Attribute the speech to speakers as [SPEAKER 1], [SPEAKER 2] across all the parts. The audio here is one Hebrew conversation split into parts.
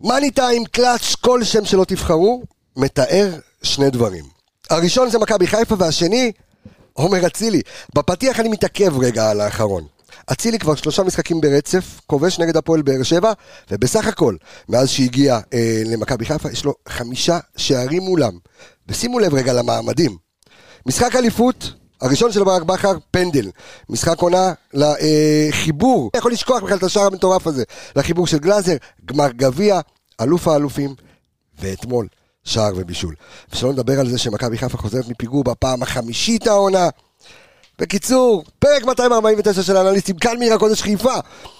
[SPEAKER 1] מאני טיים, קלאץ', כל שם שלא תבחרו, מתאר שני דברים. הראשון זה מכבי חיפה והשני, עומר אצילי. בפתיח אני מתעכב רגע על האחרון. אצילי כבר שלושה משחקים ברצף, כובש נגד הפועל באר שבע, ובסך הכל, מאז שהגיע אה, למכבי חיפה, יש לו חמישה שערים מולם. ושימו לב רגע למעמדים. משחק אליפות, הראשון של ברק בכר, פנדל. משחק עונה לחיבור, יכול לשכוח בכלל את השער המטורף הזה, לחיבור של גלאזר, גמר גביע, אלוף האלופים, ואתמול, שער ובישול. ושלא נדבר על זה שמכבי חיפה חוזרת מפיגור בפעם החמישית העונה. בקיצור, פרק 249 של האנליסטים, כאן מעיר הקודש חיפה,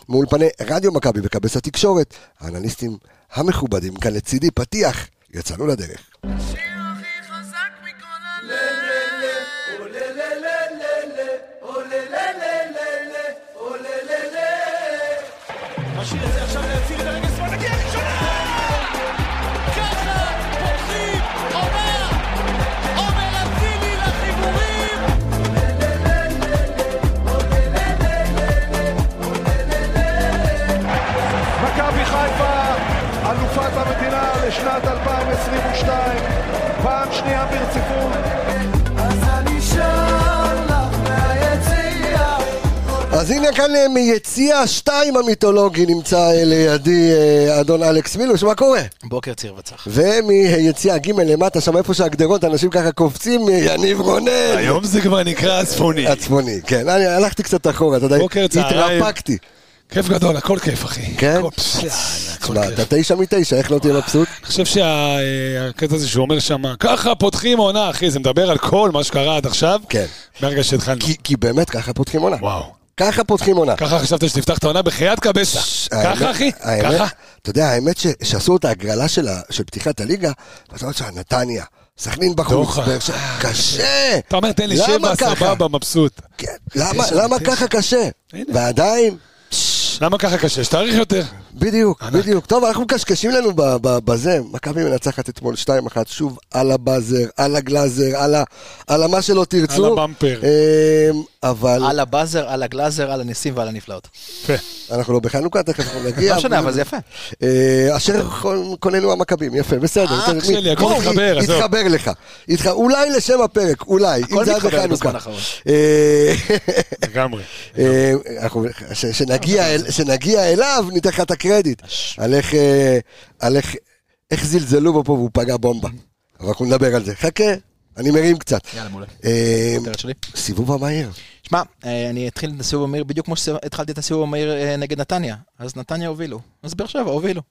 [SPEAKER 1] מאולפני רדיו מכבי וכבש התקשורת, האנליסטים המכובדים כאן לצידי, פתיח, יצאנו לדרך.
[SPEAKER 2] השיר הכי חזק מכל הלב.
[SPEAKER 3] משאיר את זה עכשיו להציל את הרגל שמאל, נגיע ראשונה! ככה פותחים עונה! עומר אצילי לחיבורים!
[SPEAKER 4] מכבי חיפה, אלופת המדינה לשנת 2022, פעם שנייה ברציפות.
[SPEAKER 1] אז הנה כאן אה, מיציע השתיים המיתולוגי נמצא אה, לידי אה, אדון אלכס מילוש, מה קורה?
[SPEAKER 5] בוקר ציר וצח.
[SPEAKER 1] ומיציע ג' למטה, שם איפה שהגדרות, אנשים ככה קופצים, אה, יניב רונן.
[SPEAKER 6] היום זה כבר נקרא הצפוני.
[SPEAKER 1] הצפוני, כן, אני הלכתי קצת אחורה, אתה יודע,
[SPEAKER 6] בוקר, צהריים.
[SPEAKER 1] התרפקתי.
[SPEAKER 6] כיף גדול, הכל כיף, אחי.
[SPEAKER 1] כן?
[SPEAKER 6] הכל- פס, יאללה, הכל
[SPEAKER 1] תשמע,
[SPEAKER 6] כיף.
[SPEAKER 1] אתה תשע מתשע, איך לא תהיה מבסוט?
[SPEAKER 6] אני חושב שהקטע הזה שהוא אומר שם, ככה פותחים עונה, אחי, זה מדבר על כל מה שקרה עד עכשיו.
[SPEAKER 1] כן.
[SPEAKER 6] מהרגע שהתחלנו.
[SPEAKER 1] כי- כי באמת ככה פותחים עונה.
[SPEAKER 6] וואו.
[SPEAKER 1] ככה פותחים עונה.
[SPEAKER 6] ככה חשבת שתפתח את העונה בחייאת קבסה.
[SPEAKER 1] האמת-
[SPEAKER 6] ככה, אחי?
[SPEAKER 1] האמת-
[SPEAKER 6] ככה?
[SPEAKER 1] אתה יודע, האמת ש- שעשו את ההגרלה של ה- של פתיחת הליגה, ואתה אומר שם, נתניה, סכנין בחוץ,
[SPEAKER 6] דוחה.
[SPEAKER 1] באר שבע, קשה!
[SPEAKER 6] אתה אומר, תן לי
[SPEAKER 1] למה
[SPEAKER 6] שבע,
[SPEAKER 1] ככה?
[SPEAKER 6] סבבה, מבסוט.
[SPEAKER 1] כן, למה, למה ככה קשה?
[SPEAKER 6] הנה.
[SPEAKER 1] ועדיין,
[SPEAKER 6] למה ככה קשה? שתאריך יותר.
[SPEAKER 1] בדיוק, בדיוק. טוב, אנחנו מקשקשים לנו ב- ב- בזה. מכבי מנצחת אתמול 2-1, שוב על הבאזר, על הגלאזר, על ה- על המה שלא תרצו.
[SPEAKER 6] על הבמפר.
[SPEAKER 1] אמ, אבל
[SPEAKER 5] על הבאזר, על הגלאזר, על הניסים ועל הנפלאות.
[SPEAKER 1] אנחנו לא בחנוכה, תכף אנחנו נגיע.
[SPEAKER 5] לא משנה, אבל זה יפה.
[SPEAKER 1] אה, אשר כוננו המכבים, יפה, בסדר.
[SPEAKER 6] אה, אח
[SPEAKER 1] תראה, מי-
[SPEAKER 6] שלי, הכל
[SPEAKER 1] בוא,
[SPEAKER 6] מתחבר, עזוב.
[SPEAKER 1] התחבר לך. התח- אולי לשם הפרק, אולי,
[SPEAKER 5] הכל
[SPEAKER 1] אם זה היה
[SPEAKER 5] מתחבר
[SPEAKER 1] בחנוכה.
[SPEAKER 5] בזמן האחרון.
[SPEAKER 1] אה,
[SPEAKER 6] לגמרי.
[SPEAKER 1] אה, אנחנו- ש- שנגיע אל- שנגיע אליו, ניתן לך את הקרדיט. על איך, אה, על איך- איך זלזלו בו פה והוא פגע בומבה. אבל אנחנו נדבר על זה. חכה, אני מרים קצת.
[SPEAKER 5] יאללה, מעולה.
[SPEAKER 1] אה,
[SPEAKER 5] הכותרת שלי.
[SPEAKER 1] סיבוב המהיר.
[SPEAKER 5] שמע, אה, אני אתחיל את הסיבוב המהיר בדיוק כמו שהתחלתי את הסיבוב המהיר אה, נגד נתניה. אז נתניה הובילו. אז באר שבע הובילו.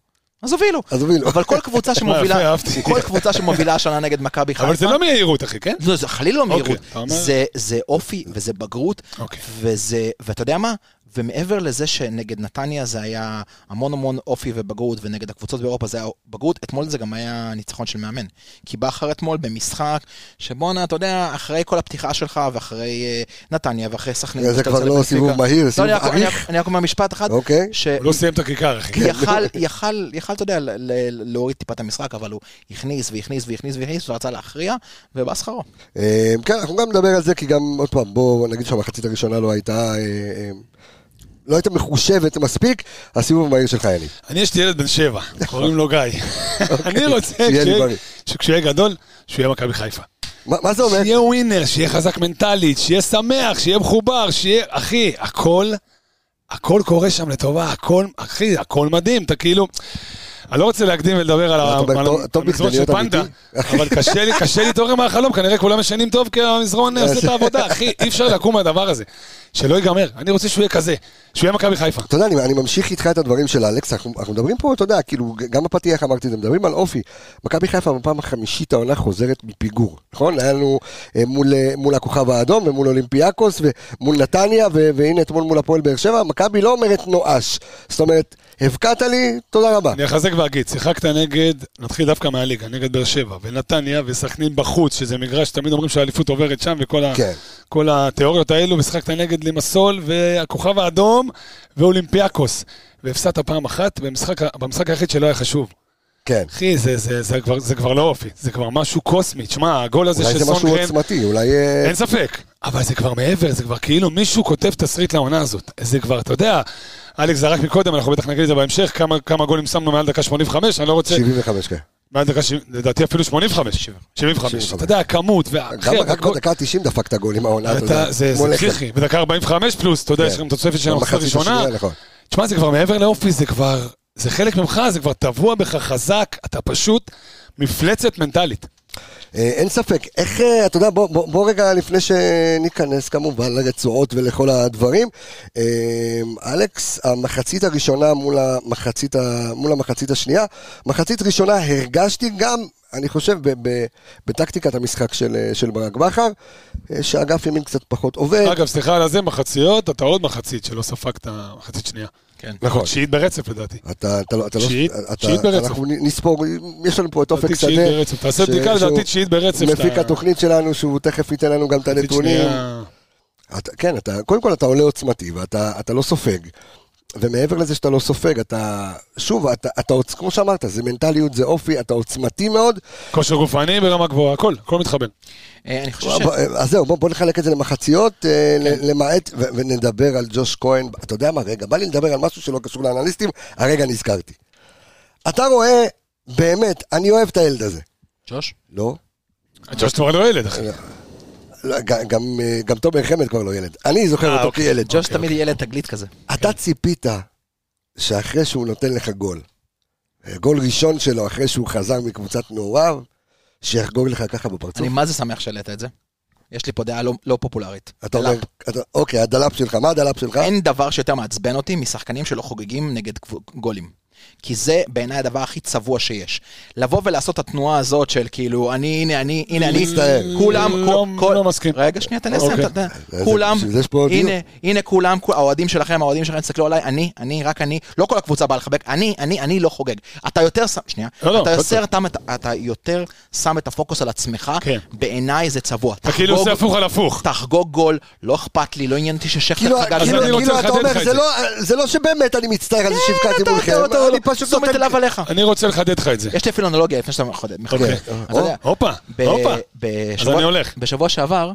[SPEAKER 5] אז הובילו.
[SPEAKER 1] אז הובילו.
[SPEAKER 5] אבל כל קבוצה
[SPEAKER 6] יפה,
[SPEAKER 5] שמובילה,
[SPEAKER 6] אהבתי.
[SPEAKER 5] כל קבוצה שמובילה השנה נגד מכבי חיפה.
[SPEAKER 6] אבל זה לא מהירות, אחי, כן?
[SPEAKER 5] לא, זה חלילה
[SPEAKER 1] אוקיי,
[SPEAKER 5] לא מהירות.
[SPEAKER 6] אתה אומר-
[SPEAKER 5] זה- זה אופי וזה בגרות,
[SPEAKER 6] אוקיי.
[SPEAKER 5] וזה, ואתה יודע מה? ומעבר לזה שנגד נתניה זה היה המון המון אופי ובגרות, ונגד הקבוצות באירופה זה היה בגרות, אתמול זה גם היה ניצחון של מאמן. כי בכר אתמול במשחק, שבואנה, אתה יודע, אחרי כל הפתיחה שלך, ואחרי אה, נתניה, ואחרי סכנין,
[SPEAKER 1] זה
[SPEAKER 5] ואתה
[SPEAKER 1] כבר
[SPEAKER 5] יוצא
[SPEAKER 1] לא
[SPEAKER 5] לבנפיקה-
[SPEAKER 1] סיבוב מהיר,
[SPEAKER 5] לא,
[SPEAKER 1] סיבוב
[SPEAKER 5] אני רק- אני רק-
[SPEAKER 1] אריך.
[SPEAKER 5] אני רק אומר משפט אחד,
[SPEAKER 1] אוקיי.
[SPEAKER 5] ש-
[SPEAKER 6] הוא לא סיים את הכיכר,
[SPEAKER 1] כן.
[SPEAKER 6] אחי.
[SPEAKER 5] יכל, יכל, יכל, אתה יודע, ל- ל- להוריד טיפה את המשחק, אבל הוא הכניס והכניס והכניס והכניס, ורצה להכריע, ובא שכרו.
[SPEAKER 1] אה, כן, אנחנו גם נדבר על זה, כי גם, עוד פעם, בואו נגיד שהמחצית הראשונה לא הייתה... אה, אה, לא הייתה מחושבת מספיק, הסיבוב המהיר שלך, יניב.
[SPEAKER 6] אני יש לי ילד בן שבע, קוראים לו גיא. אני רוצה
[SPEAKER 1] נכון. אוקיי. שיהיה לי
[SPEAKER 6] שיהיה-
[SPEAKER 1] בריא.
[SPEAKER 6] שכשהוא יהיה גדול, שהוא יהיה מכבי חיפה.
[SPEAKER 1] מה מה זה אומר?
[SPEAKER 6] שיהיה ווינר, שיהיה חזק מנטלית, שיהיה שמח, שיהיה מחובר, שיהיה... אחי, הכל, הכל קורה שם לטובה, הכל, אחי, הכל מדהים, אתה כאילו... אני לא רוצה להקדים ולדבר על ה-
[SPEAKER 1] אתה אומר,
[SPEAKER 6] על
[SPEAKER 1] טוב- טוב
[SPEAKER 6] המזרון
[SPEAKER 1] בכדי
[SPEAKER 6] של
[SPEAKER 1] להיות
[SPEAKER 6] פנדה,
[SPEAKER 1] אמיתי.
[SPEAKER 6] אבל קשה לי, קשה להתעורר מהחלום, כנראה כולם ישנים טוב כי
[SPEAKER 1] אה,
[SPEAKER 6] המזרון עושה את העבודה, אחי, אי אפשר לקום מהדבר הזה. שלא ייגמר, אני רוצה שהוא יהיה כזה, שהוא יהיה מכבי חיפה.
[SPEAKER 1] אתה יודע, אני, אני ממשיך איתך את הדברים של אלכס, אנחנו, אנחנו מדברים פה, אתה יודע, כאילו, גם בפתיח אמרתי את זה, מדברים על אופי. מכבי חיפה בפעם החמישית העונה חוזרת מפיגור, נכון? היה לנו אה, מול, אה, מול הכוכב האדום ומול אולימפיאקוס ומול נתניה, ו, והנה אתמול מול הפועל באר שבע, מכבי לא אומרת נואש. זאת אומרת, הבקעת לי, תודה רבה.
[SPEAKER 6] אני אחזק ואגיד, שיחקת נגד, נתחיל דווקא מהליגה, נגד באר שבע, ונתניה וסכנין בחוץ, שזה מגרש שתמיד אומרים שהאליפות עוברת שם, וכל ה,
[SPEAKER 1] כן.
[SPEAKER 6] כל התיאוריות האלו, ושיחקת נגד לימסול והכוכב האדום ואולימפיאקוס. והפסדת פעם אחת במשחק, ה- במשחק היחיד שלא היה חשוב.
[SPEAKER 1] כן.
[SPEAKER 6] אחי, זה, זה, זה, כבר, זה כבר לא אופי, זה כבר משהו קוסמי. תשמע, הגול הזה
[SPEAKER 1] אולי
[SPEAKER 6] של
[SPEAKER 1] זה משהו
[SPEAKER 6] סונגרן,
[SPEAKER 1] עוצמתי, אולי... אה,
[SPEAKER 6] אין ספק, אבל זה כבר מעבר, זה כבר כאילו מישהו כותב תסריט לעונה הזאת. זה כבר, אתה יודע, אלכס זרק מקודם, אנחנו בטח נגיד את זה בהמשך, כמה- כמה גולים שמנו מעל דקה 85, אני לא רוצה...
[SPEAKER 1] 75, כן.
[SPEAKER 6] מעל דקה, שבעים- לדעתי אפילו 85. 75. אתה יודע, הכמות,
[SPEAKER 1] גם
[SPEAKER 6] והכי...
[SPEAKER 1] רק בדקה ה-90 דפקת גול עם העונה, אתה יודע.
[SPEAKER 6] זה
[SPEAKER 1] כמו לחם.
[SPEAKER 6] פסיכי, בדקה 45 פלוס, אתה יודע,
[SPEAKER 1] כן.
[SPEAKER 6] יש לכם תוספת של המחצית
[SPEAKER 1] במחצית
[SPEAKER 6] הראשונה.
[SPEAKER 1] השנייה, נכון.
[SPEAKER 6] תשמע, זה כבר מעבר לאופי, זה כבר... זה חלק ממך, זה כבר טבוע בך חזק, אתה פשוט מפלצת מנטלית.
[SPEAKER 1] אה, אין ספק. איך, אה, אתה יודע, בוא, בוא, בוא רגע לפני שניכנס כמובן לרצועות ולכל הדברים. אה, אלכס, המחצית הראשונה מול המחצית, ה, מול המחצית השנייה. מחצית ראשונה הרגשתי גם, אני חושב, ב, ב, בטקטיקת המשחק של, אה, של ברק בכר, אה, שאגף ימין קצת פחות עובד.
[SPEAKER 6] אגב, סליחה על הזה, מחציות, אתה עוד מחצית שלא ספגת מחצית שנייה.
[SPEAKER 5] כן.
[SPEAKER 1] נכון.
[SPEAKER 6] תשיעית ברצף לדעתי.
[SPEAKER 1] אתה, אתה, לא- אתה לא...
[SPEAKER 6] תשיעית-
[SPEAKER 1] אתה-
[SPEAKER 6] תשיעית ברצף.
[SPEAKER 1] אנחנו נספור, יש לנו פה את אופק
[SPEAKER 6] לדעתי
[SPEAKER 1] שדה.
[SPEAKER 6] תשיעית ברצף. תעשה
[SPEAKER 1] ש-
[SPEAKER 6] בדיקה,
[SPEAKER 1] שהוא
[SPEAKER 6] לדעתי תשיעית ברצף.
[SPEAKER 1] מפיק
[SPEAKER 6] אתה-
[SPEAKER 1] התוכנית שלנו, שהוא תכף ייתן לנו גם את
[SPEAKER 6] מחצית
[SPEAKER 1] הנתונים.
[SPEAKER 6] שנייה.
[SPEAKER 1] אתה, כן, אתה, קודם כל אתה עולה עוצמתי ואתה אתה לא סופג. ומעבר לזה שאתה לא סופג, אתה, שוב, אתה, אתה, עוצ- כמו שאמרת, זה מנטליות, זה אופי, אתה עוצמתי מאוד.
[SPEAKER 6] כושר גופני ברמה גבוהה, הכל, הכל מתחבר.
[SPEAKER 5] אה, אני חושב ש... כן.
[SPEAKER 1] ש... אז זהו, בוא, בוא נחלק את זה למחציות, אה, ל- למעט, ו- ונדבר על ג'וש כהן. אתה יודע מה, רגע, בא לי לדבר על משהו שלא קשור לאנליסטים, הרגע נזכרתי. אתה רואה, באמת, אני אוהב את הילד הזה.
[SPEAKER 5] ג'וש?
[SPEAKER 1] לא?
[SPEAKER 6] ג'וש כבר לא ילד,
[SPEAKER 1] אה,
[SPEAKER 6] אחי.
[SPEAKER 1] לא, ג- גם, אה, גם תומר חמד כבר לא ילד. אני זוכר
[SPEAKER 6] אה,
[SPEAKER 1] אותו
[SPEAKER 6] אוקיי.
[SPEAKER 1] כילד.
[SPEAKER 5] ג'וש תמיד ילד תגלית כזה.
[SPEAKER 1] אתה ציפית שאחרי שהוא נותן לך גול, אה, גול ראשון שלו אחרי שהוא חזר מקבוצת נעוריו, שיחגוג לך ככה בפרצוף.
[SPEAKER 5] אני מה זה שמח שהעלית את זה. יש לי פה דעה לא- לא פופולרית.
[SPEAKER 1] אתה אומר,
[SPEAKER 5] דלאפ.
[SPEAKER 1] אתה- אוקיי, הדלאפ שלך, מה הדלאפ שלך?
[SPEAKER 5] אין דבר שיותר מעצבן אותי משחקנים שלא חוגגים נגד קב- גולים. כי זה בעיניי הדבר הכי צבוע שיש. לבוא ולעשות את התנועה הזאת של כאילו, אני, הנה, אני, הנה, אני,
[SPEAKER 1] מצטער.
[SPEAKER 5] כולם,
[SPEAKER 6] לא-
[SPEAKER 5] כל-
[SPEAKER 6] לא מסכים.
[SPEAKER 5] רגע, שנייה, תן לי לסיים,
[SPEAKER 6] אוקיי.
[SPEAKER 5] אתה יודע.
[SPEAKER 1] זה-
[SPEAKER 5] כולם,
[SPEAKER 1] בשביל זה יש פה דיון.
[SPEAKER 5] הנה, הנה כולם, כול- האוהדים שלכם, האוהדים שלכם, תסתכלו עליי, אני, אני, רק אני, לא כל הקבוצה באה לחבק, אני, אני, אני לא חוגג. אתה יותר שם, שנייה,
[SPEAKER 6] לא, לא,
[SPEAKER 5] אתה
[SPEAKER 6] לא
[SPEAKER 5] יותר שם את- אתה יותר שם את הפוקוס על עצמך,
[SPEAKER 6] כן.
[SPEAKER 5] בעיניי זה צבוע.
[SPEAKER 6] אתה כאילו
[SPEAKER 5] תחגוג-
[SPEAKER 6] עושה הפוך על הפוך.
[SPEAKER 5] תחגוג גול, לא אכפת לי, לא עניין אותי ששכטר
[SPEAKER 1] כאילו,
[SPEAKER 5] חגג.
[SPEAKER 1] כאילו,
[SPEAKER 6] אני רוצה
[SPEAKER 1] כאילו אתה
[SPEAKER 6] לחדד
[SPEAKER 1] אומר,
[SPEAKER 6] לך
[SPEAKER 1] זה
[SPEAKER 6] את זה. אה, לא
[SPEAKER 1] לא- זה לא שבאמת אני מצטער על זה
[SPEAKER 5] אה,
[SPEAKER 1] שהבקעתי
[SPEAKER 6] כן.
[SPEAKER 1] מולכם, אני לא, פשוט
[SPEAKER 5] תשומת
[SPEAKER 1] נותן...
[SPEAKER 5] אליו עליך.
[SPEAKER 6] אני רוצה לחדד לך את זה.
[SPEAKER 5] יש לי אפילו אנלוגיה לפני שאתה מחדד.
[SPEAKER 6] אוקיי.
[SPEAKER 5] אתה יודע,
[SPEAKER 6] הופה,
[SPEAKER 5] ב-
[SPEAKER 6] הופה.
[SPEAKER 5] בשבוע-
[SPEAKER 6] אז אני הולך.
[SPEAKER 5] בשבוע שעבר,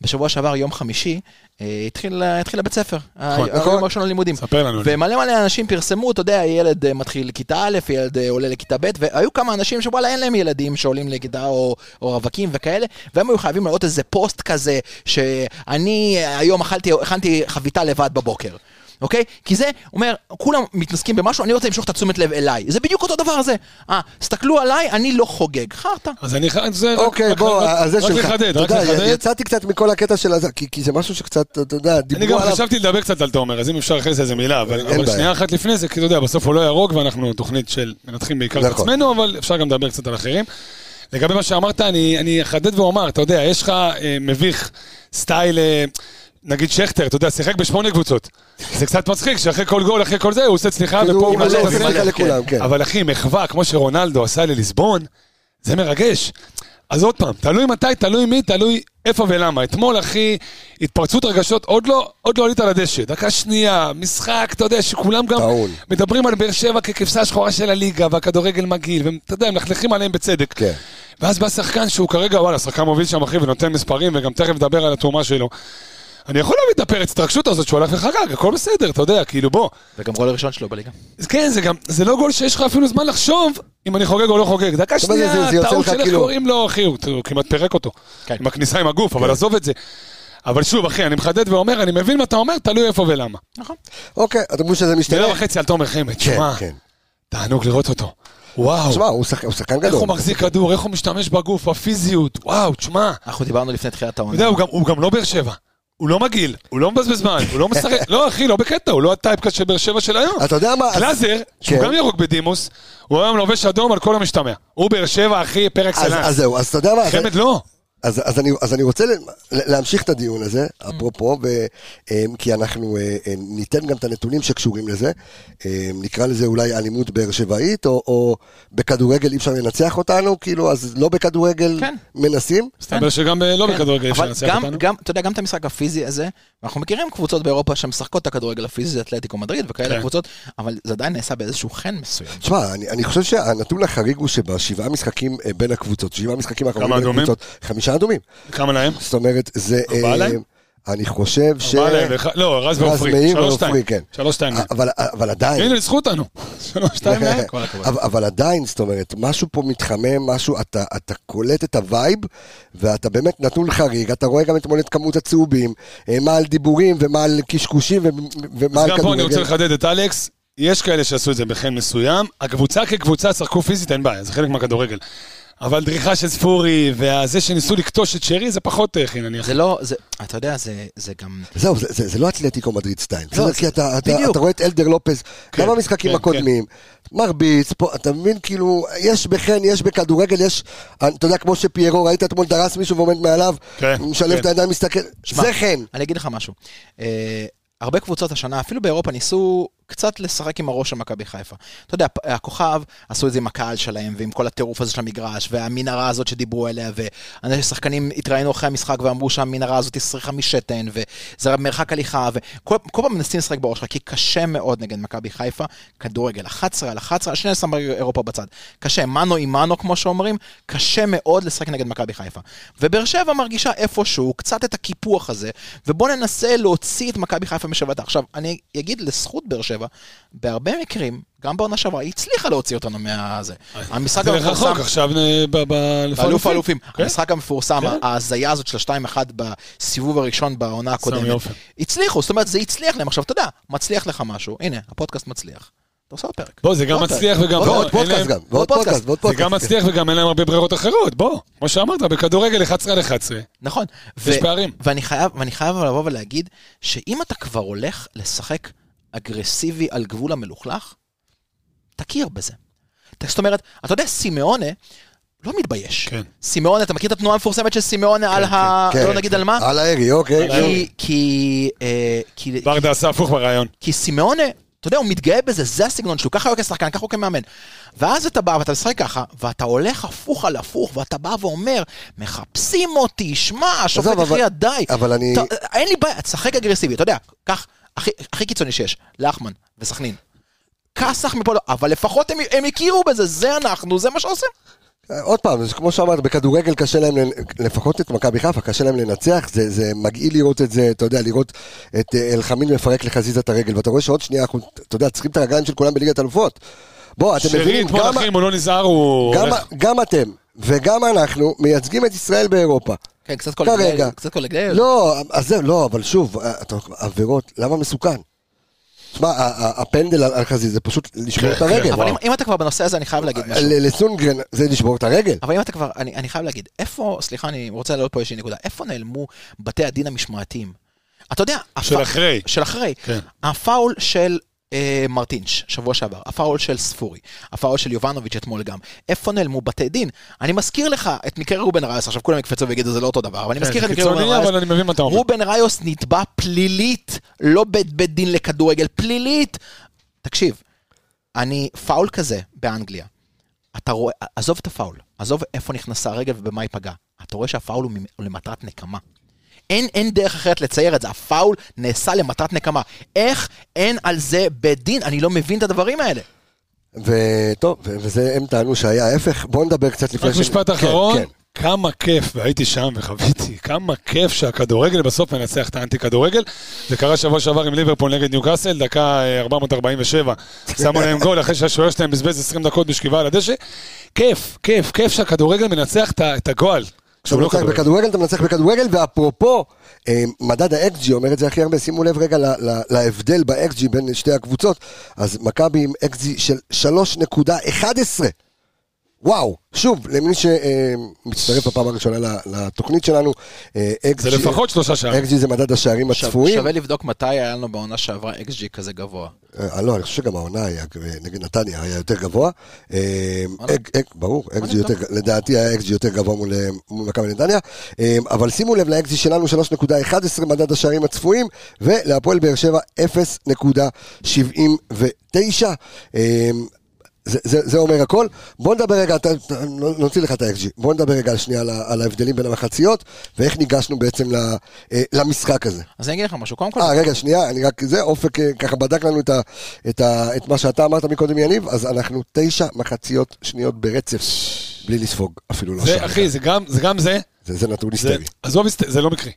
[SPEAKER 5] בשבוע שעבר, יום חמישי, אה, התחיל התחיל הבית ספר. אה, היום הראשון ללימודים.
[SPEAKER 6] נכון. ספר לנו על זה.
[SPEAKER 5] ומלא מלא אנשים פרסמו, אתה יודע, ילד אה, מתחיל לכיתה א', ילד אה, עולה לכיתה ב', והיו כמה אנשים שוואלה אין להם ילדים שעולים לכיתה או, או רווקים וכאלה, והם היו חייבים לעלות איזה פוסט כזה, שאני אה, היום אכלתי, הכנתי חביתה לבד בבוקר. אוקיי? כי זה אומר, כולם מתעסקים במשהו, אני רוצה למשוך את התשומת לב אליי. זה בדיוק אותו דבר הזה. אה, תסתכלו עליי, אני לא חוגג. חרטא.
[SPEAKER 6] אז אני חייב... זה רק-
[SPEAKER 1] אוקיי,
[SPEAKER 6] רק-
[SPEAKER 1] בוא,
[SPEAKER 6] רק-
[SPEAKER 1] אז זה שלך.
[SPEAKER 6] רק לחדד,
[SPEAKER 1] אתה
[SPEAKER 6] רק
[SPEAKER 1] יודע,
[SPEAKER 6] לחדד.
[SPEAKER 1] יצאתי קצת מכל הקטע של הזה, כי כי זה משהו שקצת, אתה יודע,
[SPEAKER 6] אני
[SPEAKER 1] דיברו
[SPEAKER 6] גם
[SPEAKER 1] עליו.
[SPEAKER 6] חשבתי לדבר קצת על תומר, אז אם אפשר אחרי זה איזה מילה, אבל
[SPEAKER 1] אין
[SPEAKER 6] אבל
[SPEAKER 1] בעיה.
[SPEAKER 6] שנייה אחת לפני זה, כי אתה יודע, בסוף הוא לא ירוק, ואנחנו תוכנית של מנתחים בעיקר את
[SPEAKER 1] נכון.
[SPEAKER 6] עצמנו, אבל אפשר גם לדבר קצת על אחרים. לגבי מה שאמרת, אני אני אחדד ואומר, אתה יודע, יש לך אה, מביך סטייל, אה, נגיד שכטר, אתה יודע, שיחק בשמונה קבוצות. זה קצת מצחיק שאחרי כל גול, אחרי כל זה, הוא עושה צליחה,
[SPEAKER 1] כאילו,
[SPEAKER 6] ופה
[SPEAKER 1] הוא
[SPEAKER 6] הוא
[SPEAKER 1] מלא,
[SPEAKER 6] מלא,
[SPEAKER 1] הוא
[SPEAKER 6] וזה-
[SPEAKER 1] מלא לכולם, כן.
[SPEAKER 6] אבל אחי, מחווה, כמו שרונלדו עשה לליסבון, זה מרגש. אז עוד פעם, תלוי מתי, תלוי מי, תלוי איפה ולמה. אתמול, אחי, התפרצות רגשות, עוד לא, עוד לא עלית לדשא. דקה שנייה, משחק, אתה יודע, שכולם גם
[SPEAKER 1] טעון.
[SPEAKER 6] מדברים על באר שבע ככבשה השחורה של הליגה, והכדורגל מגעיל, ואתה יודע, הם מלכלכים עליהם בצדק.
[SPEAKER 1] כן.
[SPEAKER 6] ואז בא שחקן שהוא כרגע, וואלה, שחקן מוביל שם, אחי, ונותן מספרים, וגם תכף נדבר על התרומה שלו. אני יכול להבין את הפרץ התרגשות הזאת שהוא הלך וחגג, הכל בסדר, אתה יודע, כאילו, בוא.
[SPEAKER 5] וגם גול הראשון שלו בליגה.
[SPEAKER 6] אז כן, זה גם, זה לא גול שיש לך אפילו זמן לחשוב אם אני חוגג או לא חוגג. דקה
[SPEAKER 1] זאת אומרת, זה-
[SPEAKER 6] שנייה,
[SPEAKER 1] זה יוצא
[SPEAKER 6] טעות
[SPEAKER 1] לך
[SPEAKER 6] של איך
[SPEAKER 1] כאילו-
[SPEAKER 6] קוראים לו, אחי, הוא הוא כמעט פירק אותו.
[SPEAKER 5] כן.
[SPEAKER 6] עם הכניסה עם הגוף, אבל עזוב את זה. אבל שוב, אחי, אני מחדד ואומר, אני מבין מה אתה אומר, תלוי איפה ולמה.
[SPEAKER 5] נכון.
[SPEAKER 1] אוקיי, אתם אומרים שזה משתנה?
[SPEAKER 6] מילה וחצי על תומר חמד,
[SPEAKER 1] כן,
[SPEAKER 6] שמע,
[SPEAKER 1] כן.
[SPEAKER 6] תענוג לראות אותו. וואו,
[SPEAKER 1] תשמע, הוא שחק- הוא שחקן
[SPEAKER 6] איך הוא
[SPEAKER 1] גדול.
[SPEAKER 6] מחזיק כדור, איך הוא משתמש בגוף, הפיזיות, וואו, תשמע.
[SPEAKER 5] אנחנו דיברנו לפני תחילת
[SPEAKER 6] אתה
[SPEAKER 5] העונה.
[SPEAKER 6] יודע, הוא גם- הוא גם לא באר שבע. הוא לא מגעיל, הוא לא מבזבז זמן, הוא לא משחק, לא אחי, לא בקטע, הוא לא הטייפקאסט של באר שבע של היום.
[SPEAKER 1] אתה יודע מה? אז-
[SPEAKER 6] גלאזר, שהוא
[SPEAKER 1] כן.
[SPEAKER 6] גם ירוק בדימוס, הוא היום לובש אדום על כל המשתמע. הוא באר שבע, אחי, פרק
[SPEAKER 1] אז
[SPEAKER 6] סלן.
[SPEAKER 1] אז זהו, אז אתה יודע מה? אז-
[SPEAKER 6] חמד לא.
[SPEAKER 1] אז, אז, אני, אז אני רוצה ל- להמשיך את הדיון הזה,
[SPEAKER 6] Mm.
[SPEAKER 1] אפרופו, ו, אמ, כי אנחנו אה, אה, ניתן גם את הנתונים שקשורים לזה. אמ, נקרא לזה אולי אלימות באר שבעית, או, או בכדורגל אי אפשר לנצח אותנו, כאילו, אז לא בכדורגל
[SPEAKER 5] כן.
[SPEAKER 1] מנסים.
[SPEAKER 6] מסתבר שגם אה, לא בכדורגל אפשר
[SPEAKER 5] אבל
[SPEAKER 6] לנצח
[SPEAKER 5] גם-
[SPEAKER 6] אותנו.
[SPEAKER 5] גם, אתה יודע, גם את המשחק הפיזי הזה, אנחנו מכירים קבוצות באירופה שמשחקות את הכדורגל הפיזי, אתלטיקו מדריד
[SPEAKER 6] כן.
[SPEAKER 5] וכאלה קבוצות, אבל זה עדיין נעשה באיזשהו חן מסוים.
[SPEAKER 1] תשמע, אני, אני חושב שהנתון החריג הוא שבשבעה משחקים אה, בין הקבוצות, שבעה משחקים האחרונים בין
[SPEAKER 6] אדומים?
[SPEAKER 1] הקבוצות, חמישה אדומים.
[SPEAKER 6] כמה להם?
[SPEAKER 1] זאת אומרת, זה...
[SPEAKER 6] ארבעה
[SPEAKER 1] אה,
[SPEAKER 6] להם?
[SPEAKER 1] אני חושב ש...
[SPEAKER 6] ארבעה להם, ואחד- לא, רז
[SPEAKER 1] רז
[SPEAKER 6] ועופרי,
[SPEAKER 1] מאיר
[SPEAKER 6] שלוש
[SPEAKER 1] ועופרי,
[SPEAKER 6] שתיים,
[SPEAKER 1] כן. אה.
[SPEAKER 6] שלוש שתיים, להם.
[SPEAKER 1] אבל, אבל עדיין,
[SPEAKER 6] הנה, ניצחו אותנו, שלוש שתיים, אה? להם, כל הכבוד.
[SPEAKER 1] אבל, אבל עדיין, זאת אומרת, משהו פה מתחמם, משהו, אתה, אתה קולט את הווייב, ואתה באמת נתון חריג, אתה רואה גם אתמול את כמות הצהובים, אה, מה על דיבורים ומה על קשקושים ו- ומה
[SPEAKER 6] אז
[SPEAKER 1] על
[SPEAKER 6] גם פה אני רוצה
[SPEAKER 1] כדורגל.
[SPEAKER 6] לחדד את אלכס, יש כאלה שעשו את זה בחן מסוים, הקבוצה כקבוצה שחקו פיזית, אין בעיה, זה חלק מהכדורגל. אבל דריכה של ספורי, וזה שניסו לכתוש את שרי, זה פחות אה, חינני.
[SPEAKER 5] זה לא, זה, אתה יודע, זה, זה גם...
[SPEAKER 1] זהו, זה, זה, זה לא אתלטיקו מדריד סטיין.
[SPEAKER 5] לא,
[SPEAKER 1] לא,
[SPEAKER 5] זה-
[SPEAKER 1] כי אתה, אתה,
[SPEAKER 5] בדיוק.
[SPEAKER 1] אתה רואה את אלדר לופז,
[SPEAKER 6] כן,
[SPEAKER 1] גם במשחקים
[SPEAKER 6] כן,
[SPEAKER 1] הקודמים, מרביץ, פה, אתה מבין, כאילו, יש בחן, יש בכדורגל, יש, אתה יודע, כמו שפיירו, ראית אתמול דרס מישהו ועומד מעליו,
[SPEAKER 6] כן,
[SPEAKER 1] משלב
[SPEAKER 6] כן.
[SPEAKER 1] את הידיים, מסתכל,
[SPEAKER 5] שמע,
[SPEAKER 1] זה חן.
[SPEAKER 5] אני אגיד לך משהו. אה, הרבה קבוצות השנה, אפילו באירופה, ניסו קצת לשחק עם הראש של מכבי חיפה. אתה יודע, פ- הכוכב, עשו את זה עם הקהל שלהם, ועם כל הטירוף הזה של המגרש, והמנהרה הזאת שדיברו עליה, והשחקנים התראיינו אחרי המשחק ואמרו שהמנהרה הזאת צריכה משתן, וזה מרחק הליכה, וכל כל פעם מנסים לשחק בראש שלך, כי קשה מאוד נגד מכבי חיפה, כדורגל 11 על 11, שנייה שם אירופה בצד. קשה, מנו עם מנו, כמו שאומרים, קשה מאוד לשחק נגד מכבי חיפה. ובאר שבע מרגישה איפשהו קצת את הקיפוח הזה, ובואו ננסה להוציא את מכבי חיפה משבתה. עכשיו, אני אגיד לזכות באר שבע, בהרבה מקרים, גם בעונה שעברה, היא הצליחה להוציא אותנו מהזה. המשחק
[SPEAKER 6] זה רחוק
[SPEAKER 5] המפורסם,
[SPEAKER 6] עכשיו אה, ב- באלוף
[SPEAKER 5] באלוף האלופים,
[SPEAKER 6] כן.
[SPEAKER 5] המשחק המפורסם, ההזיה הזאת של ה-2-1 בסיבוב הראשון בעונה
[SPEAKER 6] סמי
[SPEAKER 5] הקודמת,
[SPEAKER 6] עופר.
[SPEAKER 5] הצליחו, זאת אומרת, זה הצליח להם. עכשיו, אתה יודע, מצליח לך משהו, הנה, הפודקאסט מצליח. אתה עושה עוד פרק.
[SPEAKER 6] בוא, זה גם
[SPEAKER 5] עוד פרק.
[SPEAKER 6] מצליח וגם... לא,
[SPEAKER 5] עוד
[SPEAKER 1] ועוד
[SPEAKER 6] אין להם-
[SPEAKER 1] פודקאסט גם,
[SPEAKER 5] ועוד
[SPEAKER 1] ועוד
[SPEAKER 5] פודקאסט.
[SPEAKER 1] פודקאסט, ועוד
[SPEAKER 6] זה
[SPEAKER 1] פודקאסט. כן.
[SPEAKER 6] גם מצליח וגם אין להם הרבה ברירות אחרות, בוא. כמו שאמרת, בכדורגל 11 על 11.
[SPEAKER 5] נכון.
[SPEAKER 6] יש פערים.
[SPEAKER 5] ואני חייב, ואני חייב לבוא ולהגיד, שאם אתה כבר הולך לשחק אגרסיבי על גבול המלוכלך, תכיר בזה. אתה- זאת אומרת, אתה יודע, סימאונה לא מתבייש.
[SPEAKER 6] כן.
[SPEAKER 5] סימאונה, אתה מכיר את התנועה המפורסמת של סימאונה על ה...
[SPEAKER 1] כן,
[SPEAKER 5] לא נגיד על מה?
[SPEAKER 1] על הארי, אוקיי.
[SPEAKER 5] כי... כי... אה, כי...
[SPEAKER 6] ברדה עשה הפוך ברעיון.
[SPEAKER 5] כי סימאונה, אתה יודע, הוא מתגאה בזה, זה הסגנון שלו, ככה הוא כשחקן, ככה הוא כמאמן. ואז אתה בא ואתה משחק ככה, ואתה הולך הפוך על הפוך, ואתה בא ואומר, מחפשים אותי, שמע, השופט
[SPEAKER 1] עזוב, אבל-
[SPEAKER 5] הכריע די.
[SPEAKER 1] אבל אני-
[SPEAKER 5] אתה- אין לי בעיה, תשחק אגרסיבי, אתה יודע, קח, הכי- הכי קיצוני שיש, לחמן וסכנין. כסח מפה לא, אבל לפחות הם, הם הכירו בזה, זה אנחנו, זה מה שעושים.
[SPEAKER 1] אה, עוד פעם, זה כמו שאמרת, בכדורגל קשה להם, לנ- לפחות את מכבי חיפה, קשה להם לנצח, זה, זה מגעיל לראות את זה, אתה יודע, לראות את אה, אלחמין מפרק לחזיזה את הרגל, ואתה רואה שעוד שנייה אנחנו, אתה יודע, צריכים את הרגליים של כולם בליגת אלופות. בוא, אתם
[SPEAKER 6] שרי
[SPEAKER 1] מבינים,
[SPEAKER 6] אתמול
[SPEAKER 1] גם,
[SPEAKER 6] אחי, אם הוא לא נזהר, הוא
[SPEAKER 1] גם,
[SPEAKER 6] הולך...
[SPEAKER 1] גם אתם וגם אנחנו מייצגים את ישראל באירופה.
[SPEAKER 5] כן, קצת
[SPEAKER 1] כרגע.
[SPEAKER 5] קולגלר, קצת קולגלר.
[SPEAKER 1] לא, אז זהו, לא, אבל שוב, אה, אתה- עבירות, למה מסוכן? תשמע, ה- ה- הפנדל על על חזיזה זה פשוט לשבור את הרגל.
[SPEAKER 5] כן, אבל אם, אם אתה כבר בנושא הזה, אני חייב להגיד משהו.
[SPEAKER 1] ל- לסונגרן זה לשבור את הרגל.
[SPEAKER 6] כן.
[SPEAKER 5] אבל אם אתה כבר, אני, אני חייב להגיד, איפה, סליחה, אני רוצה להעלות פה איזושהי נקודה, איפה נעלמו בתי הדין המשמעתיים? אתה יודע,
[SPEAKER 6] של
[SPEAKER 5] הפ-
[SPEAKER 6] אחרי.
[SPEAKER 5] של אחרי.
[SPEAKER 6] כן.
[SPEAKER 5] הפאול של אה, מרטינש, שבוע שעבר, הפאול של ספורי, הפאול של יובנוביץ' אתמול גם. איפה נעלמו בתי דין? אני מזכיר לך את מקרה רובן ריוס, עכשיו כולם יקפצו ויגידו זה לא אותו דבר, אבל אני
[SPEAKER 6] כן,
[SPEAKER 5] מזכיר
[SPEAKER 6] זה
[SPEAKER 5] לך את מקרה רובן
[SPEAKER 6] קיצוני,
[SPEAKER 5] ריוס.
[SPEAKER 6] אבל אני מבין מה אתה אומר.
[SPEAKER 5] רובן ריוס נתבע פלילית, לא בית בית דין לכדורגל, פלילית. תקשיב, אני, פאול כזה באנגליה, אתה רואה, עזוב את הפאול, עזוב איפה נכנסה הרגל ובמה היא פגעה. אתה רואה שהפאול הוא ממ- הוא למטרת נקמה. אין, אין דרך אחרת לצייר את זה, הפאול נעשה למטרת נקמה. איך אין על זה בית דין? אני לא מבין את הדברים האלה.
[SPEAKER 1] וטוב, ו- וזה הם טענו שהיה ההפך, בואו נדבר קצת לפני...
[SPEAKER 6] רק
[SPEAKER 1] ש-
[SPEAKER 6] משפט
[SPEAKER 1] כן,
[SPEAKER 6] אחרון,
[SPEAKER 1] כן.
[SPEAKER 6] כמה כיף, והייתי שם וחוויתי, כמה כיף שהכדורגל בסוף מנצח את האנטי כדורגל. זה קרה שבוע שעבר עם ליברפול נגד ניוקאסל, דקה אה, 447, שמו להם גול אחרי שהשוער שלהם בזבז 20 דקות בשכיבה על הדשא. כיף, כיף, כיף שהכדורגל מנצח את ה- את הגועל.
[SPEAKER 1] כשאתה
[SPEAKER 6] כשהוא לא
[SPEAKER 1] מנצח
[SPEAKER 6] כדורגל.
[SPEAKER 1] בכדורגל, אתה מנצח בכדורגל, ואפרופו, אה, מדד האקג'י אומר את זה הכי הרבה, שימו לב רגע ל- ל- להבדל באקג'י בין שתי הקבוצות, אז מכבי עם אקג'י של 3.11. וואו, שוב, למי שמצטרף בפעם הראשונה ל- לתוכנית שלנו, אה, XG
[SPEAKER 6] זה לפחות שלושה שערים.
[SPEAKER 1] XG זה מדד השערים הצפויים.
[SPEAKER 5] שווה לבדוק מתי היה לנו בעונה שעברה אקס-ג'י כזה גבוה.
[SPEAKER 1] אה, לא, אני חושב שגם העונה היה, אה, נגד נתניה היה יותר גבוע. אה,
[SPEAKER 5] וואלה.
[SPEAKER 1] אג- אג- ברור, אקג'י יותר,
[SPEAKER 5] נבדוק.
[SPEAKER 1] לדעתי היה אקג'י יותר גבוה מול אה, מול מכבי נתניה. אה, אבל שימו לב לאקג'י שלנו 3.11 מדד השערים הצפויים, ולהפועל באר שבע 0.79. אה, זה, זה, זה אומר הכל. בוא נדבר רגע, אתה, אתה- לא, נוציא לך את האקג'י, בוא נדבר רגע שנייה על, ה- על ההבדלים בין המחציות, ואיך ניגשנו בעצם ל, אה, למשחק הזה.
[SPEAKER 5] אז אני אגיד לך משהו, קודם כל,
[SPEAKER 1] אה, רגע, שנייה, אני רק זה, אופק אה, ככה בדק לנו את, ה, את, ה, את מה שאתה אמרת מקודם, יניב, אז אנחנו תשע מחציות שניות ברצף, בלי לספוג אפילו לא
[SPEAKER 6] זה,
[SPEAKER 1] שם.
[SPEAKER 6] אחי, זה גם זה, גם זה,
[SPEAKER 1] זה, זה נתון
[SPEAKER 6] זה-
[SPEAKER 1] היסטרי.
[SPEAKER 6] עזוב, היסט- זה לא מקרי.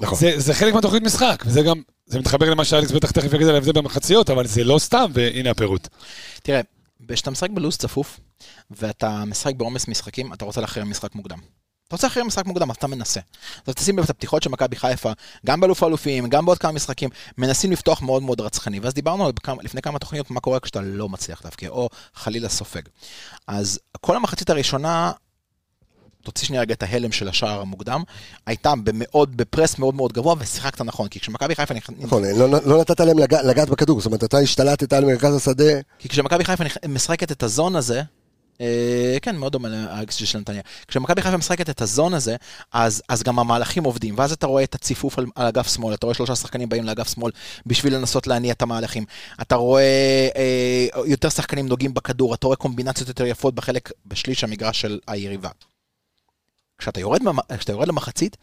[SPEAKER 1] נכון.
[SPEAKER 6] זה, זה חלק מהתוכנית משחק, וזה גם, זה מתחבר למה שאלכס בטח תכף יגיד על ההבדל במחציות, אבל זה לא סתם, והנה הפירוט.
[SPEAKER 5] תראה, כשאתה משחק בלו"ז צפוף, ואתה משחק בעומס משחקים, אתה רוצה להכריע משחק מוקדם. אתה רוצה להכריע משחק מוקדם, אז אתה מנסה. אז תשים לב את הפתיחות של מכבי חיפה, גם באלוף האלופים, גם בעוד כמה משחקים, מנסים לפתוח מאוד מאוד רצחני. ואז דיברנו על כמה, לפני כמה תוכניות, מה קורה כשאתה לא מצליח להבקיע, או חלילה סופג. אז כל המחצית הראשונה, תוציא שנייה רגע את ההלם של השער המוקדם, הייתה במאוד, בפרס מאוד מאוד גבוה, ושיחקת נכון, כי כשמכבי חיפה נכ-
[SPEAKER 1] נכון, לא, לא נתת להם לגע, לגעת בכדור, זאת אומרת, אתה השתלטת על מרכז השדה,
[SPEAKER 5] כי כשמכבי חיפה נכ- משחקת את הזון הזה, אה, כן, מאוד דומה ל-XG של נתניה. כשמכבי חיפה משחקת את הזון הזה, אז, אז גם המהלכים עובדים, ואז אתה רואה את הציפוף על, על אגף שמאל, אתה רואה שלושה שחקנים באים לאגף שמאל בשביל לנסות להניע את המהלכים. אתה רואה אה, יותר שחקנים נוגעים בכדור, אתה רואה קומבינציות יותר יפות בחלק, בשליש המגרש של היריבה. כשאתה יורד, ממ- כשאתה יורד למחצית,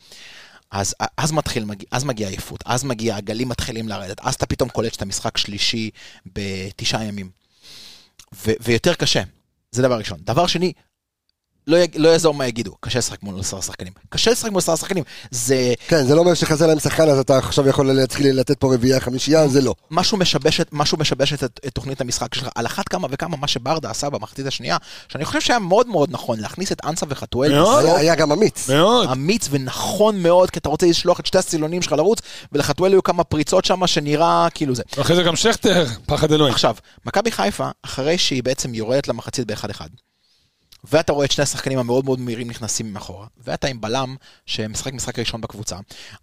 [SPEAKER 5] אז, אז, מתחיל, מגיע- אז מגיע עייפות, אז מגיע, הגלים מתחילים לרדת, אז אתה פתאום קולט שאתה משחק שלישי בתשעה ימים. ו- ויותר קשה, זה דבר ראשון. דבר שני, לא, יג- לא יעזור מה יגידו, קשה לשחק מול עשרה שחקנים. קשה לשחק מול עשרה שחקנים, זה
[SPEAKER 1] כן, זה לא אומר שחסר להם שחקן, אז אתה עכשיו יכול להתחיל לתת פה רביעייה, חמישייה, זה לא.
[SPEAKER 5] משהו משבש, את- משהו משבש את, את תוכנית המשחק שלך. על אחת כמה וכמה מה שברדה עשה במחצית השנייה, שאני חושב שהיה מאוד מאוד נכון להכניס את אנסה וחתואל.
[SPEAKER 6] מאוד.
[SPEAKER 5] בסוף.
[SPEAKER 1] היה, היה גם אמיץ.
[SPEAKER 6] מאוד.
[SPEAKER 5] אמיץ ונכון מאוד, כי אתה רוצה לשלוח את שתי הסילונים שלך לרוץ, ולחתואל היו כמה פריצות שם שנראה כאילו זה.
[SPEAKER 6] אחרי זה גם שכטר, פחד אלוהים.
[SPEAKER 5] עכשיו, מכבי חיפה, אחרי שהיא בעצם יורדת למחצית באחד-אחד, ואתה רואה את שני השחקנים המאוד מאוד מהירים נכנסים מאחורה, ואתה עם בלם שמשחק משחק ראשון בקבוצה,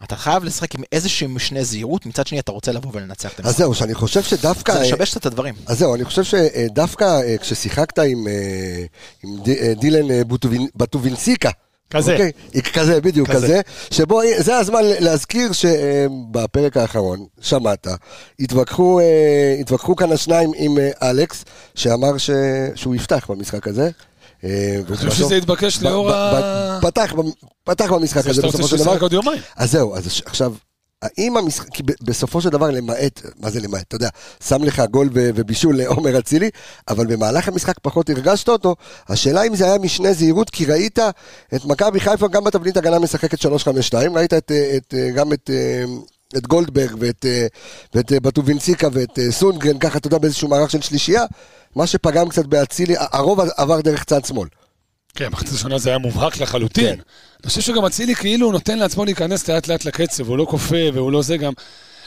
[SPEAKER 5] אתה חייב לשחק עם איזשהו משנה זהירות, מצד שני אתה רוצה לבוא ולנצח
[SPEAKER 1] אז
[SPEAKER 5] את
[SPEAKER 1] אה,
[SPEAKER 5] המשחק.
[SPEAKER 1] זהו, שאני חושב שדווקא...
[SPEAKER 5] זה משבש קצת את הדברים.
[SPEAKER 1] אז זהו, אני חושב שדווקא אה, כששיחקת עם, אה, עם ד- אה, דילן אה, בוטובין- בטובינסיקה,
[SPEAKER 6] כזה.
[SPEAKER 1] אוקיי? אה, כזה, בדיוק,
[SPEAKER 6] כזה.
[SPEAKER 1] כזה, שבו, אה, זה הזמן להזכיר שבפרק האחרון, שמעת, התווכחו, אה, התווכחו כאן השניים עם אה, אלכס, שאמר ש... שהוא יפתח במשחק הזה. אה, אני
[SPEAKER 6] חושב שזה התבקש לאור ה-
[SPEAKER 1] פתח, במ- פתח במשחק
[SPEAKER 6] זה
[SPEAKER 1] הזה
[SPEAKER 6] שאתה רוצה
[SPEAKER 1] בסופו של
[SPEAKER 6] שישחק
[SPEAKER 1] דבר.
[SPEAKER 6] עוד יומיים.
[SPEAKER 1] אז זהו, אז ש- עכשיו, האם המשחק, כי ב- בסופו של דבר למעט, מה זה למעט, אתה יודע, שם לך גול ו- ובישול לעומר אצילי, אבל במהלך המשחק פחות הרגשת אותו, השאלה אם זה היה משנה זהירות, כי ראית את מכבי חיפה גם בתבנית הגנה משחקת 3-5-2, ראית את, אה, את, אה, גם את... אה, את גולדברג ואת, אה, ואת אה, בטובינציקה ואת אה, סונגרן, ככה אתה יודע באיזשהו מערך של שלישייה, מה שפגם קצת באצילי, ה- הרוב עבר דרך צד שמאל.
[SPEAKER 6] כן, מחצית ראשונה זה היה מובהק לחלוטין.
[SPEAKER 1] כן.
[SPEAKER 6] אני חושב שגם אצילי כאילו הוא נותן לעצמו להיכנס לאט לאט לקצב, הוא לא כופה והוא לא זה גם.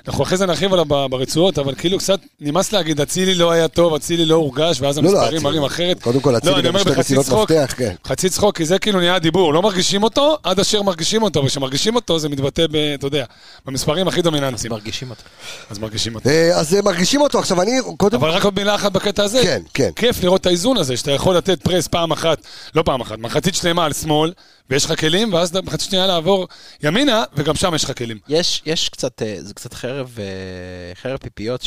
[SPEAKER 6] אנחנו אחרי זה נרחיב עליו ב- ברצועות, אבל כאילו קצת נמאס להגיד, אצילי לא היה טוב, אצילי לא הורגש, ואז
[SPEAKER 1] לא, לא,
[SPEAKER 6] המספרים
[SPEAKER 1] אצילי.
[SPEAKER 6] מראים אחרת.
[SPEAKER 1] קודם כל, אצילי
[SPEAKER 6] לא, אני
[SPEAKER 1] גם
[SPEAKER 6] אומר
[SPEAKER 1] שתי
[SPEAKER 6] בחצי
[SPEAKER 1] מסירות
[SPEAKER 6] צחוק,
[SPEAKER 1] מפתח, כן.
[SPEAKER 6] חצי צחוק, כי זה כאילו נהיה הדיבור, לא מרגישים אותו עד אשר מרגישים אותו, וכשמרגישים אותו זה מתבטא, ב, אתה יודע, במספרים הכי דומיננטיים.
[SPEAKER 5] מרגישים אותו.
[SPEAKER 6] אז מרגישים אותו.
[SPEAKER 1] אה, אז אה, מרגישים אותו, עכשיו אני, קודם
[SPEAKER 6] אבל רק עוד מילה אחת בקטע הזה.
[SPEAKER 1] כן, כן.
[SPEAKER 6] כיף לראות את האיזון הזה, שאתה יכול לתת פרס פעם אחת, לא פעם אחת, מחצית שלמה על שמאל, ויש לך כלים, ואז מחצית שנייה לעבור ימינה, וגם שם יש לך כלים.
[SPEAKER 5] יש, יש קצת, אה, זה קצת חרב, אה, חרב פיפיות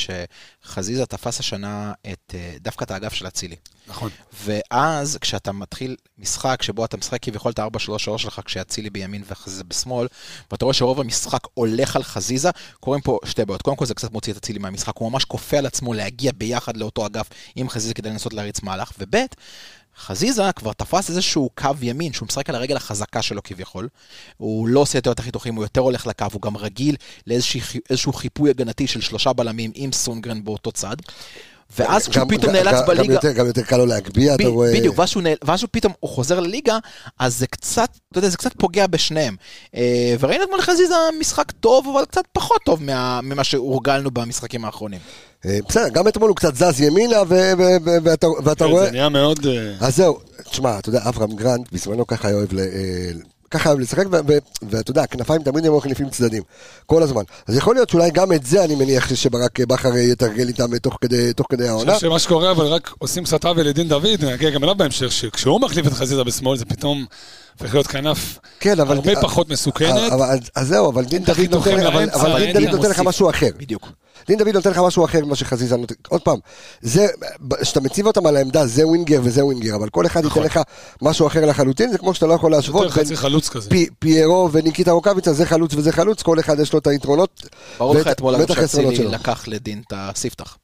[SPEAKER 5] שחזיזה תפס השנה את, אה, דווקא את האגף של אצילי.
[SPEAKER 6] נכון.
[SPEAKER 5] ואז כשאתה מתחיל משחק שבו אתה משחק כביכול את ה-4-3-3 שלך כשאצילי בימין וחזיזה בשמאל, ואתה רואה שרוב המשחק הולך על חזיזה, קורים פה שתי בעיות. קודם כל זה קצת מוציא את אצילי מהמשחק, הוא ממש כופה על עצמו להגיע ביחד לאותו אגף עם חזיזה כדי לנסות להריץ מהלך, וב' חזיזה כבר תפס איזשהו קו ימין, שהוא משחק על הרגל החזקה שלו כביכול. הוא לא עושה יותר את החיתוכים, הוא יותר הולך לקו, הוא גם רגיל לאיזשהו חיפוי הגנתי של שלושה בלמים עם סונגרן באותו צד. ואז כשהוא
[SPEAKER 1] גם-
[SPEAKER 5] פתאום
[SPEAKER 1] גם-
[SPEAKER 5] נאלץ
[SPEAKER 1] גם- גם
[SPEAKER 5] בליגה...
[SPEAKER 1] יותר- גם יותר קל לו להגביה, אתה
[SPEAKER 5] ב-
[SPEAKER 1] רואה...
[SPEAKER 5] בדיוק, ואז שהוא, נעל- ואז שהוא פתאום, הוא חוזר לליגה, אז זה קצת, אתה יודע, זה קצת פוגע בשניהם. אה, וראינו אתמול חזיזה משחק טוב, אבל קצת פחות טוב מה, ממה שהורגלנו במשחקים האחרונים.
[SPEAKER 1] אה, בסדר, גם אתמול הוא קצת זז ימינה, ו- ו- ו- ואתה- ואתה
[SPEAKER 6] כן,
[SPEAKER 1] רואה...
[SPEAKER 6] זה נהיה מאוד... אה,
[SPEAKER 1] אז זהו, תשמע, אתה יודע, אברהם גרנט בזמנו ככה היה אוהב ל... אה, ככה אוהב לשחק, ו- ו- ואתה יודע, הכנפיים תמיד הם הולכים לפעמים צדדים, כל הזמן. אז יכול להיות שאולי גם את זה אני מניח שברק בכר יתרגל איתם אה, תוך כדי- תוך כדי
[SPEAKER 6] אני
[SPEAKER 1] העונה.
[SPEAKER 6] חושב שמה שקורה, אבל רק עושים קצת עוול לדין דוד, נגיע גם אליו בהמשך, שכשהוא מחליף את חזיזה בשמאל, זה פתאום הופך להיות כנף
[SPEAKER 1] כן, אבל...
[SPEAKER 6] הרבה פחות מסוכנת.
[SPEAKER 1] אבל- אז- אז זהו, אבל דין דוד
[SPEAKER 6] החיתוכים
[SPEAKER 1] נותן- אבל-
[SPEAKER 6] לאמצע,
[SPEAKER 1] אבל דין
[SPEAKER 6] אין
[SPEAKER 1] דוד
[SPEAKER 6] גם
[SPEAKER 1] נותן לך
[SPEAKER 5] מוסיף.
[SPEAKER 1] משהו אחר.
[SPEAKER 5] בדיוק.
[SPEAKER 1] דין דוד נותן לך משהו אחר ממה שחזיזה נותן. עוד פעם, זה, כשאתה מציב אותם על העמדה, זה ווינגר וזה ווינגר, אבל כל אחד ייתן לך משהו אחר לחלוטין, זה כמו שאתה לא יכול
[SPEAKER 6] נכון. יותר
[SPEAKER 1] להשוות בין
[SPEAKER 6] חצי חלוץ כזה.
[SPEAKER 1] פי- פיירו וניקיטה רוקאביצה, זה חלוץ וזה חלוץ, כל אחד יש לו את היתרונות.
[SPEAKER 5] ברור לך
[SPEAKER 1] ואת-
[SPEAKER 5] אתמול
[SPEAKER 1] ואת
[SPEAKER 5] אגב
[SPEAKER 1] החסרונות
[SPEAKER 5] שאצילי
[SPEAKER 1] שלו.
[SPEAKER 5] לקח לדין את הספתח.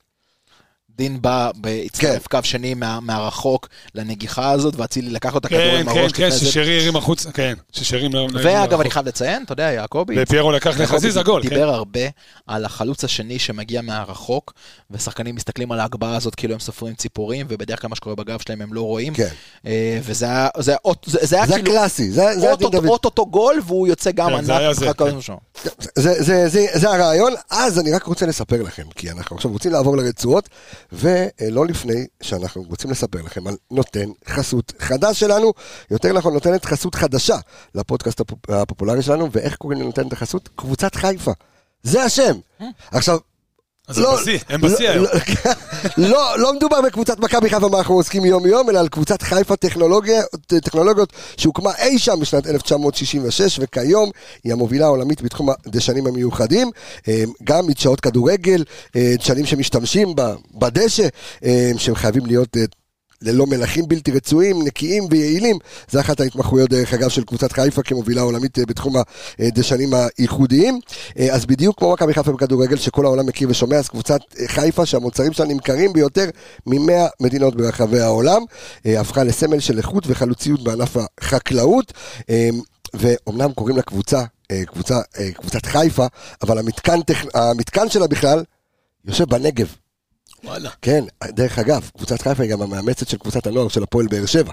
[SPEAKER 5] דין בא, ב- הצטרף
[SPEAKER 1] כן.
[SPEAKER 5] קו שני מה- מהרחוק לנגיחה הזאת, ואצילי לקח לו את הכדור
[SPEAKER 6] כן,
[SPEAKER 5] עם
[SPEAKER 6] כן,
[SPEAKER 5] הראש
[SPEAKER 6] כן,
[SPEAKER 5] לפני זה.
[SPEAKER 6] ששרי הרים החוצה, כן, ששרי... לא- לא-
[SPEAKER 5] ואגב,
[SPEAKER 6] לא-
[SPEAKER 5] אני חייב לציין, אתה יודע, יעקבי,
[SPEAKER 6] ופיירו לקח
[SPEAKER 5] יעקבי
[SPEAKER 6] לחזיזה גול, כן.
[SPEAKER 5] דיבר הרבה על החלוץ השני שמגיע מהרחוק, ושחקנים מסתכלים על ההגבהה הזאת כאילו הם סופרים ציפורים, ובדרך כלל מה שקורה בגב שלהם הם לא רואים.
[SPEAKER 1] כן.
[SPEAKER 5] אה, וזה היה- זה היה אוט- זה- זה היה
[SPEAKER 1] זה
[SPEAKER 5] כאילו
[SPEAKER 1] הקלאסי, זה זה הדין
[SPEAKER 5] אוטוטו-
[SPEAKER 1] דוד.
[SPEAKER 5] אוטוטו גול, והוא יוצא גם
[SPEAKER 6] כן, זה היה
[SPEAKER 5] ענק.
[SPEAKER 6] זה,
[SPEAKER 5] אחר כך
[SPEAKER 6] כן.
[SPEAKER 5] משהו.
[SPEAKER 1] זה- זה- זה- זה הרעיון, אז אני רק רוצה לספר לכם, כי אנחנו עכשיו רוצים לעבור לרצועות, ולא לפני שאנחנו רוצים לספר לכם על נותן חסות חדש שלנו, יותר נכון, נותנת חסות חדשה לפודקאסט הפופ- הפופולרי שלנו, ואיך קוראים לנותנת החסות? קבוצת חיפה. זה השם. עכשיו,
[SPEAKER 6] אז הם בשיא, הם בשיא
[SPEAKER 1] לא-
[SPEAKER 6] היום.
[SPEAKER 1] לא, לא, לא מדובר בקבוצת מכבי חיפה, מה אנחנו עוסקים יום-יום, אלא על קבוצת חיפה טכנולוגיה- טכנולוגיות שהוקמה אי שם בשנת 1966, וכיום היא המובילה העולמית בתחום הדשנים המיוחדים, אה, גם מדשאות כדורגל, אה, דשנים שמשתמשים ב- בדשא, אה, שהם חייבים להיות... אה, ללא מלחים בלתי רצויים, נקיים ויעילים. זה אחת ההתמחויות, דרך אגב, של קבוצת חיפה כמובילה עולמית אה, בתחום הדשנים הייחודיים. אה, אז בדיוק כמו מכבי חיפה בכדורגל, שכל העולם מכיר ושומע, אז קבוצת אה, חיפה, שהמוצרים שלה נמכרים ביותר מ-100 מדינות ברחבי העולם, אה, הפכה לסמל של איכות וחלוציות בענף החקלאות. אה, ואומנם קוראים לה קבוצה, אה, קבוצה, אה, קבוצת חיפה, אבל המתקן, טכ... המתקן שלה בכלל יושב בנגב.
[SPEAKER 6] וואלה.
[SPEAKER 1] כן, דרך אגב, קבוצת חיפה היא גם המאמצת של קבוצת הנוער של הפועל באר שבע.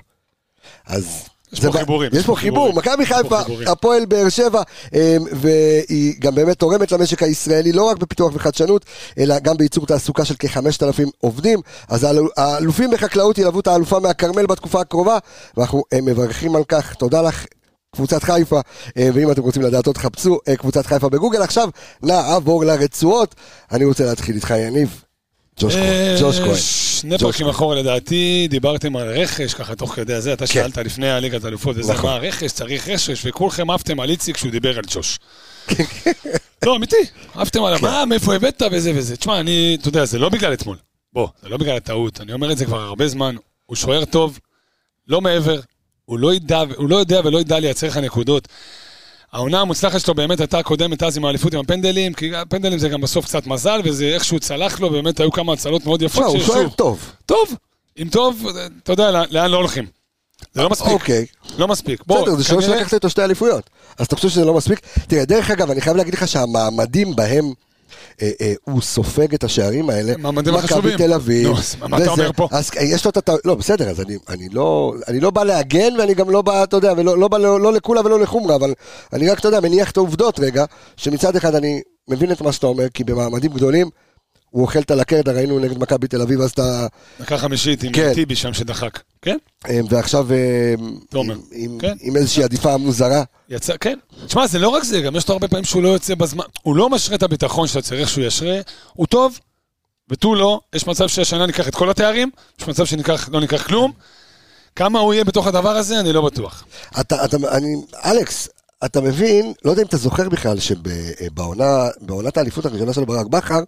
[SPEAKER 1] אז...
[SPEAKER 6] יש
[SPEAKER 1] זה
[SPEAKER 6] פה
[SPEAKER 1] ב-
[SPEAKER 6] חיבורים,
[SPEAKER 1] יש פה חיבור,
[SPEAKER 6] חיבורים.
[SPEAKER 1] מכבי
[SPEAKER 6] יש פה
[SPEAKER 1] חיפה,
[SPEAKER 6] חיבורים.
[SPEAKER 1] הפועל באר שבע, אה, והיא גם באמת תורמת למשק הישראלי, לא רק בפיתוח וחדשנות, אלא גם בייצור תעסוקה של כ-5,000 עובדים. אז האל- האלופים בחקלאות ילוו את האלופה מהכרמל בתקופה הקרובה, ואנחנו אה, מברכים על כך. תודה לך, קבוצת חיפה, אה, ואם אתם רוצים לדעת עוד, חפשו אה, קבוצת חיפה בגוגל. עכשיו נעבור לרצועות. אני רוצה להתחיל איתך, יניב. ג'וש כהן, ג'וש
[SPEAKER 6] אה,
[SPEAKER 1] כהן.
[SPEAKER 6] שני
[SPEAKER 1] ג'וש
[SPEAKER 6] פרקים אחורה לדעתי, דיברתם על רכש, ככה תוך כדי זה, אתה שאלת לפני הליגת אלופות, וזה
[SPEAKER 1] נכון.
[SPEAKER 6] מה רכש, צריך רכש, וכולכם עפתם על איציק כשהוא דיבר על ג'וש.
[SPEAKER 1] כן,
[SPEAKER 6] לא, אמיתי, עפתם עליו, מה, מאיפה הבאת וזה וזה. תשמע, אני, אתה יודע, זה לא בגלל אתמול. בוא, זה לא בגלל הטעות, אני אומר את זה כבר הרבה זמן, הוא שוער טוב, לא מעבר, הוא לא ידע, הוא לא יודע ולא ידע לייצר לך נקודות. העונה המוצלחת שלו באמת הייתה הקודמת אז עם האליפות עם הפנדלים, כי הפנדלים זה גם בסוף קצת מזל, וזה איכשהו צלח לו, באמת היו כמה הצלות מאוד יפות.
[SPEAKER 1] תשמע, הוא
[SPEAKER 6] שישוב.
[SPEAKER 1] שוער טוב.
[SPEAKER 6] טוב, אם טוב, אתה יודע לאן- לאן לא הולכים. זה לא מספיק,
[SPEAKER 1] אוקיי.
[SPEAKER 6] לא מספיק. בוא,
[SPEAKER 1] בסדר, זה שוער
[SPEAKER 6] כנראה-
[SPEAKER 1] שלקחת איתו שתי אליפויות. אז אתה חושב שזה לא מספיק? תראה, דרך אגב, אני חייב להגיד לך שהמעמדים בהם... אה, אה, הוא סופג את השערים האלה,
[SPEAKER 6] הם המעמדים
[SPEAKER 1] מכבי
[SPEAKER 6] החשובים.
[SPEAKER 1] תל אביב,
[SPEAKER 6] נו, אז מה אתה
[SPEAKER 1] וזה.
[SPEAKER 6] אומר פה?
[SPEAKER 1] אז אה, יש לו את ה... לא, בסדר, אז אני- אני לא אני לא בא להגן ואני גם לא בא, אתה יודע, ולא לא בא לא לא לקולה ולא לחומרה, אבל אני רק, אתה יודע, מניח את העובדות רגע, שמצד אחד אני מבין את מה שאתה אומר, כי במעמדים גדולים הוא אוכל את הלקרדה, ראינו נגד מכבי תל אביב, אז אתה...
[SPEAKER 6] דקה חמישית עם
[SPEAKER 1] כן.
[SPEAKER 6] טיבי שם שדחק. כן?
[SPEAKER 1] אה, ועכשיו אה,
[SPEAKER 6] תומר,
[SPEAKER 1] עם- עם-
[SPEAKER 6] כן.
[SPEAKER 1] עם איזושהי עדיפה מוזרה.
[SPEAKER 6] יצא, כן. תשמע, זה לא רק זה, גם יש לו הרבה פעמים שהוא לא יוצא בזמן. הוא לא משרה את הביטחון שאתה צריך שהוא ישרה, הוא טוב, ותו לא. יש מצב שהשנה ניקח את כל התארים, יש מצב שלא ניקח כלום. כמה הוא יהיה בתוך הדבר הזה, אני לא בטוח.
[SPEAKER 1] אתה, אתה, אני, אלכס, אתה מבין, לא יודע אם אתה זוכר בכלל שבעונת האליפות הראשונה של ברק בכר,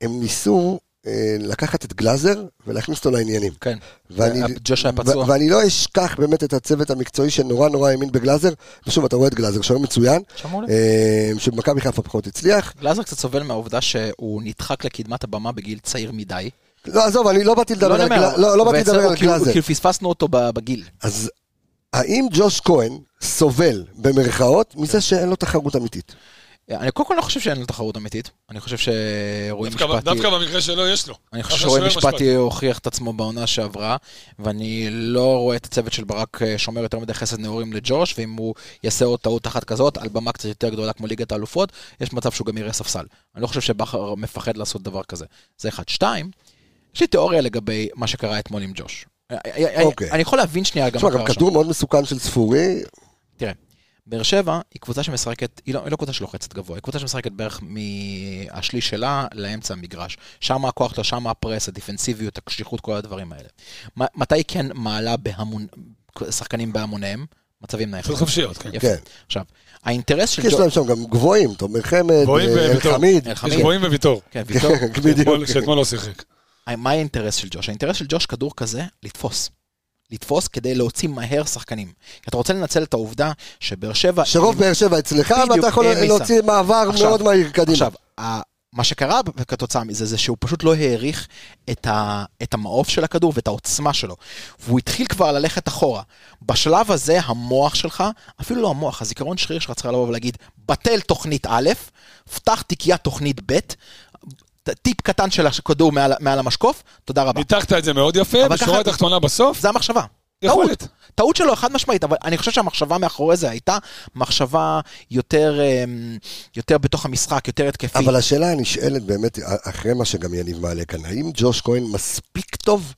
[SPEAKER 1] הם ניסו אה, לקחת את גלאזר ולהכניס אותו לעניינים.
[SPEAKER 5] כן.
[SPEAKER 1] ואני,
[SPEAKER 6] אה,
[SPEAKER 5] ג'וש היה פצוע.
[SPEAKER 1] ו- ואני לא אשכח באמת את הצוות המקצועי שנורא נורא האמין בגלאזר, ושוב, אתה רואה את גלאזר, שוער מצוין,
[SPEAKER 5] שם מעולה.
[SPEAKER 1] אה, שבמכבי חיפה פחות הצליח.
[SPEAKER 5] גלאזר קצת סובל מהעובדה שהוא נדחק לקדמת הבמה בגיל צעיר מדי.
[SPEAKER 1] לא, עזוב, אני לא באתי לדבר על
[SPEAKER 5] נאמר,
[SPEAKER 1] גלא- לא, לא באתי
[SPEAKER 5] בעצם
[SPEAKER 1] לדבר
[SPEAKER 5] הוא
[SPEAKER 1] על
[SPEAKER 5] כאילו-
[SPEAKER 1] גלאזר.
[SPEAKER 5] כאילו פספסנו אותו ב- בגיל.
[SPEAKER 1] אז האם ג'וש כהן סובל, במרכאות, מזה שאין לו תחרות אמיתית?
[SPEAKER 5] אני קודם כל לא חושב שאין לו תחרות אמיתית. אני חושב שרועי
[SPEAKER 6] דווקא-
[SPEAKER 5] משפטי...
[SPEAKER 6] דווקא במקרה שלו יש לו.
[SPEAKER 5] אני
[SPEAKER 6] דווקא
[SPEAKER 5] חושב שרועי
[SPEAKER 6] שלו יש משפט.
[SPEAKER 5] משפטי הוכיח את עצמו בעונה שעברה, ואני לא רואה את הצוות של ברק אה, שומר יותר מדי חסד נעורים לג'וש, ואם הוא יעשה עוד טעות אחת כזאת, על במה קצת יותר גדולה כמו ליגת האלופות, יש מצב שהוא גם יראה ספסל. אני לא חושב שבכר מפחד לעשות דבר כזה. זה אחד. שתיים, יש לי תיאוריה לגבי מה שקרה אתמול עם ג'וש.
[SPEAKER 1] אוקיי.
[SPEAKER 5] אוקיי. אני יכול להבין שנייה גם
[SPEAKER 1] תשמע, גם כדור מאוד מסוכן של ספורי,
[SPEAKER 5] תראה, באר שבע היא קבוצה שמשחקת, היא לא, היא לא קבוצה שלוחצת גבוה, היא קבוצה שמשחקת בערך מהשליש שלה לאמצע המגרש. שם הכוח שלה, שם הפרס, הדיפנסיביות, הקשיחות, כל הדברים האלה. מ- מתי היא כן מעלה בהמון, שחקנים בהמוניהם? מצבים נייחים.
[SPEAKER 6] חוץ חופשיות, כן.
[SPEAKER 5] יפה.
[SPEAKER 1] כן.
[SPEAKER 5] עכשיו, האינטרס של
[SPEAKER 1] כי יש
[SPEAKER 5] ג'ו...
[SPEAKER 1] להם שם גם גבוהים, תומר חמד,
[SPEAKER 6] גבוהים
[SPEAKER 1] אה,
[SPEAKER 6] וויטור.
[SPEAKER 1] אלחמיד.
[SPEAKER 5] אלחמיד.
[SPEAKER 6] יש גבוהים וויטור.
[SPEAKER 5] כן, ויטור, אה,
[SPEAKER 1] כן,
[SPEAKER 6] שאתמול-
[SPEAKER 1] בדיוק.
[SPEAKER 6] שאתמול לא שיחק.
[SPEAKER 5] מה האינטרס של ג'וש? האינטרס של ג'וש כדור כזה, לתפוס. לתפוס כדי להוציא מהר שחקנים. כי אתה רוצה לנצל את העובדה שבאר שבע...
[SPEAKER 1] שרוב באר שבע אצלך,
[SPEAKER 5] בדיוק,
[SPEAKER 1] ואתה יכול
[SPEAKER 5] אין מיסה.
[SPEAKER 1] להוציא מעבר
[SPEAKER 5] עכשיו,
[SPEAKER 1] מאוד מהיר קדימה.
[SPEAKER 5] עכשיו, ה- מה שקרה כתוצאה מזה, זה שהוא פשוט לא העריך את, ה, את המעוף של הכדור ואת העוצמה שלו. והוא התחיל כבר ללכת אחורה. בשלב הזה המוח שלך, אפילו לא המוח, הזיכרון שריר שלך צריך לבוא ולהגיד, בטל תוכנית א', פתח תיקיית תוכנית ב', ט- טיפ קטן של הכדור מעל, מעל המשקוף, תודה רבה.
[SPEAKER 6] ניתחת את זה מאוד יפה,
[SPEAKER 5] אבל
[SPEAKER 6] בשורה
[SPEAKER 5] ככה-
[SPEAKER 6] התחתונה בסוף,
[SPEAKER 5] זה המחשבה.
[SPEAKER 6] יכולת.
[SPEAKER 5] טעות. טעות שלו חד משמעית, אבל אני חושב שהמחשבה מאחורי זה הייתה מחשבה יותר, אמ, יותר בתוך המשחק, יותר התקפית.
[SPEAKER 1] אבל השאלה הנשאלת באמת, אה, אחרי מה שגם יניב מעלה כאן, האם ג'וש כהן מספיק טוב?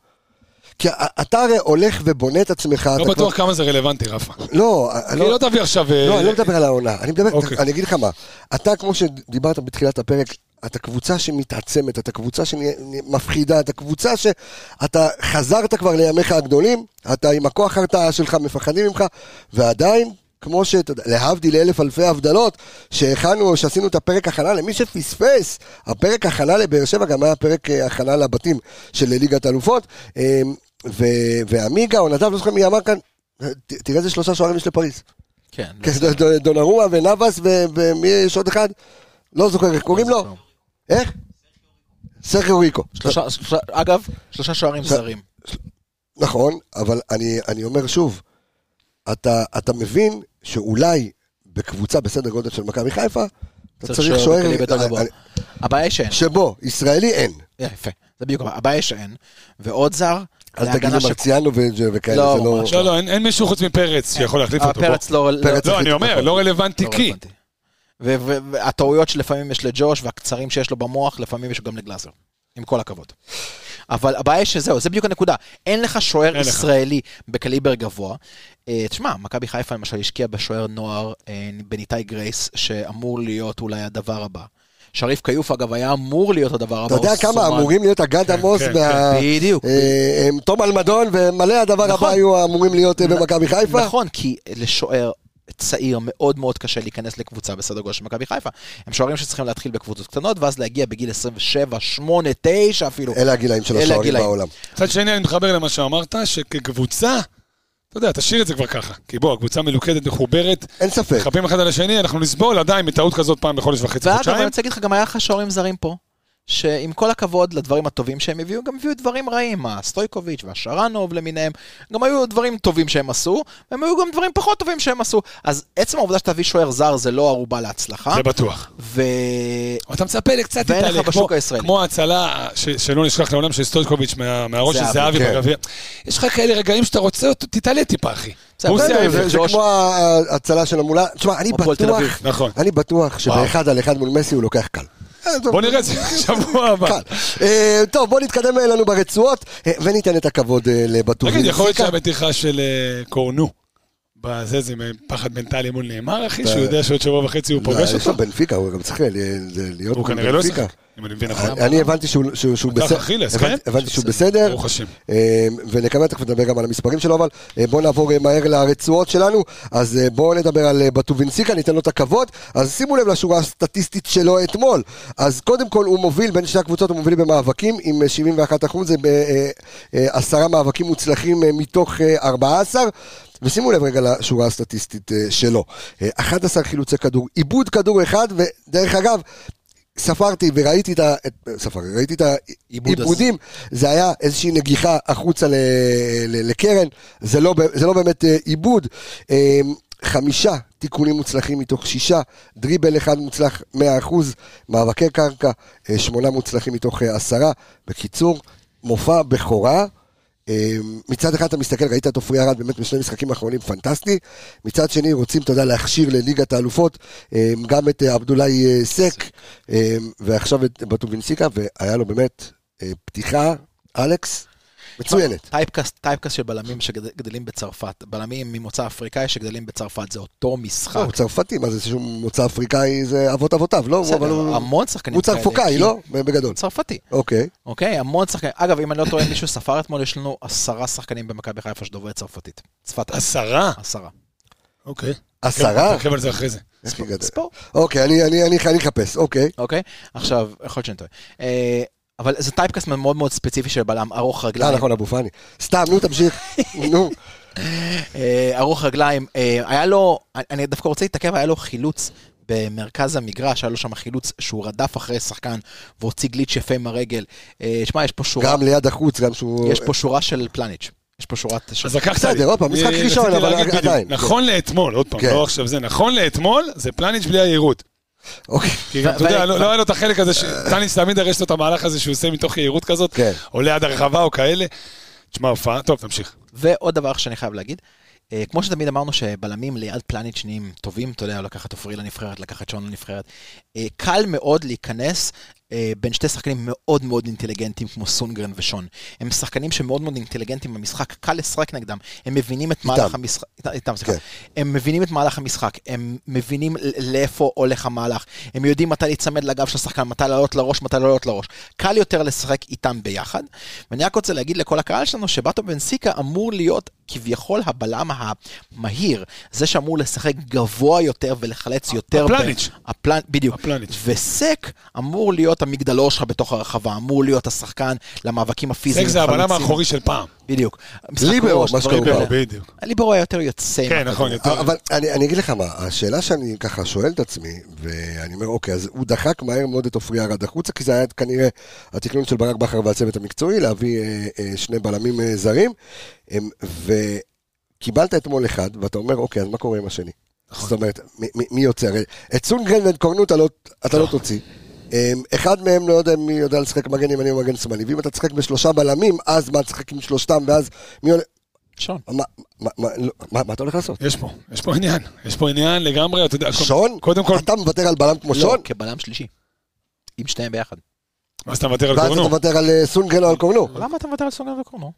[SPEAKER 1] כי א- אתה הרי הולך ובונה את עצמך. אתה
[SPEAKER 6] לא
[SPEAKER 1] כבר-
[SPEAKER 6] בטוח כמה זה רלוונטי, רפה.
[SPEAKER 1] לא,
[SPEAKER 6] כי
[SPEAKER 1] אני
[SPEAKER 6] לא תביא עכשיו...
[SPEAKER 1] לא,
[SPEAKER 6] אה,
[SPEAKER 1] אני לא מדבר על העונה, אני מדבר,
[SPEAKER 6] אוקיי.
[SPEAKER 1] אני אגיד לך מה, אתה כמו שדיברת בתחילת הפרק, אתה קבוצה שמתעצמת, אתה קבוצה שמפחידה, אתה קבוצה שאתה חזרת כבר לימיך הגדולים, אתה עם הכוח הרתעה שלך, מפחדים ממך, ועדיין, כמו שאתה יודע, להבדיל אלף אלפי הבדלות, שהכנו, שעשינו את הפרק הכנה למי שפספס, הפרק הכנה לבאר שבע גם היה פרק אה, הכנה לבתים של ליגת אלופות, אה, ו- ועמיגה, או נדב, לא זוכר מי אמר כאן, ת- תראה איזה שלושה שוערים יש לפריז.
[SPEAKER 5] כן,
[SPEAKER 1] כן, דו- דו- דונרומה ונאבס ו- ומי יש עוד אחד? לא זוכר איך קוראים לו.
[SPEAKER 5] זוכר.
[SPEAKER 1] איך? סרחיו ריקו.
[SPEAKER 5] שלושה, שלושה, אגב, שלושה שוערים
[SPEAKER 1] שלושה-
[SPEAKER 5] זרים.
[SPEAKER 1] נכון, אבל אני, אני אומר שוב, אתה, אתה מבין שאולי בקבוצה בסדר גודל של מכבי חיפה, אתה
[SPEAKER 5] צריך
[SPEAKER 1] צריך
[SPEAKER 5] שוער
[SPEAKER 1] שוער
[SPEAKER 5] בכלים יותר
[SPEAKER 1] אה,
[SPEAKER 5] גבוה.
[SPEAKER 1] אה,
[SPEAKER 5] הבעיה היא שאין. אה,
[SPEAKER 1] שבו ישראלי אין.
[SPEAKER 5] יפה, זה בדיוק, הבעיה היא שאין. ועוד זר,
[SPEAKER 1] אל
[SPEAKER 5] להגנה
[SPEAKER 1] תגיד לי
[SPEAKER 5] ש-
[SPEAKER 1] מרציאנו ו- וכאלה,
[SPEAKER 5] לא,
[SPEAKER 1] זה לא...
[SPEAKER 5] ממש
[SPEAKER 6] לא, לא, אין- אין מישהו חוץ מפרץ שיכול להחליף
[SPEAKER 5] אה,
[SPEAKER 6] אותו. בוא.
[SPEAKER 5] פרץ לא... לא-
[SPEAKER 1] פרץ
[SPEAKER 6] לא, אני אומר, לא רלוונטי
[SPEAKER 5] לא
[SPEAKER 6] כי.
[SPEAKER 5] רלוונטי. ו- ו- והטעויות שלפעמים יש לג'וש והקצרים שיש לו במוח, לפעמים יש גם לגלאזר. עם כל הכבוד. אבל הבעיה היא שזהו, זה בדיוק הנקודה. אין לך שוער
[SPEAKER 6] אין לך.
[SPEAKER 5] ישראלי בקליבר גבוה. אה, תשמע, מכבי חיפה למשל השקיעה בשוער נוער אה, בן איתי גרייס, שאמור להיות אולי הדבר הבא. שריף כיוף, אגב, היה אמור להיות הדבר הבא.
[SPEAKER 1] אתה יודע
[SPEAKER 5] הוא
[SPEAKER 1] כמה
[SPEAKER 5] לא, סומן.
[SPEAKER 1] אמורים להיות אגד עמוס
[SPEAKER 6] כן,
[SPEAKER 1] וה...
[SPEAKER 5] בדיוק.
[SPEAKER 1] אה, אה, תום אלמדון ומלא הדבר הבא
[SPEAKER 5] נכון.
[SPEAKER 1] היו אמורים להיות אה, במכבי חיפה.
[SPEAKER 5] נכון, כי לשוער צעיר מאוד מאוד קשה להיכנס לקבוצה בסדר גודל של מכבי חיפה. הם שוערים שצריכים להתחיל בקבוצות קטנות, ואז להגיע בגיל 27, 8, 9 אפילו.
[SPEAKER 1] אלה הגילאים של
[SPEAKER 5] אלה
[SPEAKER 1] השוערים
[SPEAKER 5] הגילאים.
[SPEAKER 1] בעולם.
[SPEAKER 6] מצד שני, אני מתחבר למה שאמרת, שכקבוצה, אתה יודע, תשאיר את זה כבר ככה. כי בוא, הקבוצה מלוכדת, מחוברת,
[SPEAKER 1] אין
[SPEAKER 5] נכון.
[SPEAKER 1] ספק.
[SPEAKER 6] מחפים אחד על השני, אנחנו נסבול עדיין מטעות כזאת פעם בחודש וחצי,
[SPEAKER 5] כן. ואגב, אני
[SPEAKER 6] חודשיים.
[SPEAKER 5] רוצה להגיד לך, גם היה לך שוערים זרים פה. שעם כל הכבוד לדברים הטובים שהם הביאו, גם הביאו דברים רעים, הסטויקוביץ' והשרנוב למיניהם, גם היו דברים טובים שהם עשו, והם היו גם דברים פחות טובים שהם עשו. אז עצם העובדה שתביא שוער זר זה לא ערובה להצלחה,
[SPEAKER 6] זה בטוח.
[SPEAKER 5] ו...
[SPEAKER 6] אבל אתה מצפה לקצת
[SPEAKER 5] ואין לך
[SPEAKER 6] איטליה,
[SPEAKER 5] בשוק
[SPEAKER 6] כמו,
[SPEAKER 5] הישראלי.
[SPEAKER 6] כמו ההצלה ש- שלא נשכח לעולם של סטויקוביץ' מה- מהראש של
[SPEAKER 5] זהבי,
[SPEAKER 6] זהבי
[SPEAKER 1] כן.
[SPEAKER 6] בגביע. יש לך כאלה רגעים שאתה רוצה אותו, תתעלה טיפה, אחי.
[SPEAKER 5] בסדר,
[SPEAKER 6] הוא
[SPEAKER 5] בסדר,
[SPEAKER 6] עושה
[SPEAKER 1] זה
[SPEAKER 6] ההפך.
[SPEAKER 1] זה
[SPEAKER 5] ג'וש.
[SPEAKER 1] כמו ההצלה של המולה. תשמע, אני
[SPEAKER 5] או הפועל תל
[SPEAKER 1] בטוח,
[SPEAKER 5] אביב.
[SPEAKER 6] נכון.
[SPEAKER 1] אני בטוח שבאחד על אחד מול מסי הוא לוקח קל. אה,
[SPEAKER 6] בוא נראה את זה שבוע הבא.
[SPEAKER 5] כן.
[SPEAKER 1] קל. אה, טוב, בוא נתקדם אה, לנו ברצועות, אה, וניתן את הכבוד אה, לבטובי.
[SPEAKER 6] תגיד, יכול להיות
[SPEAKER 1] סיכה.
[SPEAKER 6] שהמתיחה של אה, קורנו, בזה זה פחד מנטלי מול נאמר, אחי, שהוא יודע שעוד שבוע וחצי הוא
[SPEAKER 1] לא,
[SPEAKER 6] פוגש
[SPEAKER 1] יש לו
[SPEAKER 6] אותו?
[SPEAKER 1] בנפיקה, הוא גם צריך אה, להיות
[SPEAKER 6] הוא
[SPEAKER 1] מול
[SPEAKER 6] כנראה לא
[SPEAKER 1] בנפיקה.
[SPEAKER 6] ישחק, אם אני מבין נכון.
[SPEAKER 1] אני אני הבנתי שהוא- שהוא שהוא
[SPEAKER 6] פתח
[SPEAKER 1] בסדר,
[SPEAKER 6] אכילס,
[SPEAKER 1] הבנתי-
[SPEAKER 6] כן?
[SPEAKER 1] הבנתי שהוא בסדר,
[SPEAKER 6] ברוך השם.
[SPEAKER 1] אה, ונקווה, תכף נדבר גם על המספרים שלו, אבל אה, בואו נעבור אה, מהר לרצועות שלנו, אז אה, בואו נדבר על אה, בטובינסיקה, ניתן לו את הכבוד, אז שימו לב לשורה הסטטיסטית שלו אתמול, אז קודם כל הוא מוביל, בין שתי הקבוצות הוא מוביל במאבקים עם אה, 71 אחוז, זה בעשרה מאבקים מוצלחים אה, מתוך אה, 14. ושימו לב רגע לשורה הסטטיסטית אה, שלו. אה, 11 חילוצי כדור, עיבוד כדור אחד, ודרך אגב, ספרתי וראיתי את ה... את- ספרתי, ראיתי את
[SPEAKER 5] עיבוד
[SPEAKER 1] העיבודים, זה היה איזושהי נגיחה החוצה ל, ל, לקרן, זה לא, ב- זה לא באמת אה, עיבוד. אה, חמישה תיקונים מוצלחים מתוך שישה, דריבל אחד מוצלח 100%, מאבקי קרקע, אה, שמונה מוצלחים מתוך אה, עשרה. בקיצור, מופע בכורה. אה, מצד אחד אתה מסתכל, ראית את עופרי ארד באמת בשני משחקים האחרונים, פנטסטי. מצד שני רוצים, אתה יודע, להכשיר לליגת האלופות אה, גם את אה, עבדולאי אה, סק, אה, ועכשיו את בטובינסיקה, והיה לו באמת אה, פתיחה, אלכס, מצוינת.
[SPEAKER 5] טייפקאסט, טייפקאסט של בלמים שגדלים בצרפת. בלמים ממוצא אפריקאי שגדלים בצרפת, זה אותו
[SPEAKER 1] לא,
[SPEAKER 5] משחק.
[SPEAKER 1] הוא צרפתי, מה זה שהוא מוצא אפריקאי, זה אבות אבותיו, לא? הוא- אבל
[SPEAKER 5] בסדר,
[SPEAKER 1] הוא-
[SPEAKER 5] המון שחקנים
[SPEAKER 1] הוא
[SPEAKER 5] כאלה,
[SPEAKER 1] צרפוקאי,
[SPEAKER 5] כי-
[SPEAKER 1] לא? בגדול.
[SPEAKER 5] צרפתי,
[SPEAKER 1] אוקיי.
[SPEAKER 5] אוקיי? המון שחקנים. אגב, אם אני לא טועה, מישהו ספר אתמול, יש לנו עשרה שחקנים במכבי חיפה שדוברי צרפתית. צפת
[SPEAKER 6] עשרה?
[SPEAKER 5] עשרה.
[SPEAKER 6] אוקיי.
[SPEAKER 1] עשרה?
[SPEAKER 6] נרחיב על זה אחרי זה.
[SPEAKER 1] איך הגעת?
[SPEAKER 5] כן, ספורט,
[SPEAKER 1] אוקיי, אני- אני אני- אני אחפש, אוקיי.
[SPEAKER 5] אוקיי? עכשיו, יכול להיות שאני טועה. אה, אבל זה טייפקאסט מאוד מאוד ספציפי של בלם, ארוך
[SPEAKER 1] אה,
[SPEAKER 5] רגליים.
[SPEAKER 1] נכון, אבו פאני. סתם, נו, תמשיך. נו.
[SPEAKER 5] אה, ארוך רגליים, אה, היה לו, אני- אני דווקא רוצה להתעכב, היה לו חילוץ במרכז המגרש, היה לו שם חילוץ שהוא רדף אחרי שחקן והוציא גליץ' יפה עם הרגל. אה, שמע, יש פה שורה,
[SPEAKER 1] גם ליד החוץ, גם שהוא...
[SPEAKER 5] יש פה שורה של פלניץ'. יש פה שורת... של-
[SPEAKER 6] אז לקחת...
[SPEAKER 1] בסדר, עוד פעם, משחק
[SPEAKER 6] אה,
[SPEAKER 1] ראשון,
[SPEAKER 6] רציתי
[SPEAKER 1] אבל
[SPEAKER 6] להגיד בדיוק.
[SPEAKER 1] עדיין.
[SPEAKER 6] נכון לאתמול, עוד פעם,
[SPEAKER 1] כן.
[SPEAKER 6] לא עכשיו זה, נכון לאתמול, זה פלניץ' בלי היהירות.
[SPEAKER 1] אוקיי.
[SPEAKER 6] כי גם,
[SPEAKER 5] ו-
[SPEAKER 6] אתה יודע,
[SPEAKER 5] ו-
[SPEAKER 6] לא לא היה לו את החלק הזה, ש- טניס תמיד הרי יש לו את המהלך הזה שהוא עושה מתוך יהירות כזאת,
[SPEAKER 1] כן.
[SPEAKER 6] או ליד הרחבה או כאלה. תשמע, הופעה, טוב, תמשיך.
[SPEAKER 5] ועוד דבר שאני חייב להגיד, אה, כמו שתמיד אמרנו שבלמים ליד פלניץ' נהיים טובים, אתה יודע, לקחת עופרי לנבחרת, לקחת שון לנבחרת. אה, קל מאוד להיכנס אה, בין שתי שחקנים מאוד מאוד אינטליגנטים כמו סונגרן ושון. הם שחקנים שמאוד מאוד אינטליגנטים במשחק, קל לשחק נגדם. הם מבינים את מהלך המשחק, איתם, איתם, סליחה.
[SPEAKER 1] כן.
[SPEAKER 5] הם מבינים את מהלך המשחק, הם מבינים ל- לאיפה הולך המהלך, הם יודעים מתי להיצמד לגב של השחקן, מתי לעלות לראש, מתי לא לעלות לראש. קל יותר לשחק איתם ביחד. ואני רק רוצה להגיד לכל הקהל שלנו שבאטו בן סיקה אמור להיות כביכול הבלם המהיר, זה שאמור לשחק גבוה יותר ולחלץ יותר.
[SPEAKER 6] הפלניץ'.
[SPEAKER 5] ב- הפלנ... בדיוק.
[SPEAKER 6] הפלניץ'.
[SPEAKER 5] וסק אמור להיות המגדלור שלך בתוך הרחבה, אמור להיות השחקן למאבקים הפיזיים.
[SPEAKER 6] סק זה הבלם
[SPEAKER 5] חלוצים.
[SPEAKER 6] האחורי של פעם.
[SPEAKER 5] בדיוק. משחק
[SPEAKER 1] ליברו,
[SPEAKER 5] ראש,
[SPEAKER 1] מה
[SPEAKER 5] דברים
[SPEAKER 1] שקראו
[SPEAKER 5] כאלה.
[SPEAKER 1] פעם.
[SPEAKER 6] בדיוק.
[SPEAKER 5] הליברו היה יותר יוצא.
[SPEAKER 6] כן,
[SPEAKER 5] מהחדר.
[SPEAKER 6] נכון, יותר.
[SPEAKER 1] אה, אבל אני, אני אגיד לך מה, השאלה שאני ככה שואל את עצמי, ואני אומר, אוקיי, אז הוא דחק מהר מאוד את עופרי ארד החוצה, כי זה היה כנראה התכנון של ברק בכר והצוות המקצועי, להביא אה, אה, שני בלמים אה, זרים, הם, וקיבלת אתמול אחד, ואתה אומר, אוקיי, אז מה קורה עם השני? זאת אומרת, מי, מי, מי יוצא? הרי את סונגרן ואת קורנו אתה לא, אתה לא תוציא. אמ, אחד מהם לא יודע מי יודע לשחק מגן ימני או מגן שמאלי, ואם אתה תשחק בשלושה בלמים, אז מה, תשחק עם שלושתם, ואז מי עולה...
[SPEAKER 5] שון.
[SPEAKER 1] מה, מה, מה, לא, מה, מה אתה הולך לעשות?
[SPEAKER 6] יש פה, יש פה עניין. יש פה עניין לגמרי, אתה יודע. כל-
[SPEAKER 1] שון?
[SPEAKER 6] קודם כל,
[SPEAKER 1] אתה מוותר על בלם כמו
[SPEAKER 5] לא,
[SPEAKER 1] שון?
[SPEAKER 5] כבלם שלישי. עם שניהם ביחד.
[SPEAKER 6] אוקיי. אז אתה מוותר על
[SPEAKER 1] ואז אתה
[SPEAKER 6] קורנו.
[SPEAKER 1] מוותר על אה, סונגרן או על קורנו?
[SPEAKER 5] למה אתה מוותר על סונגרן וקורנו?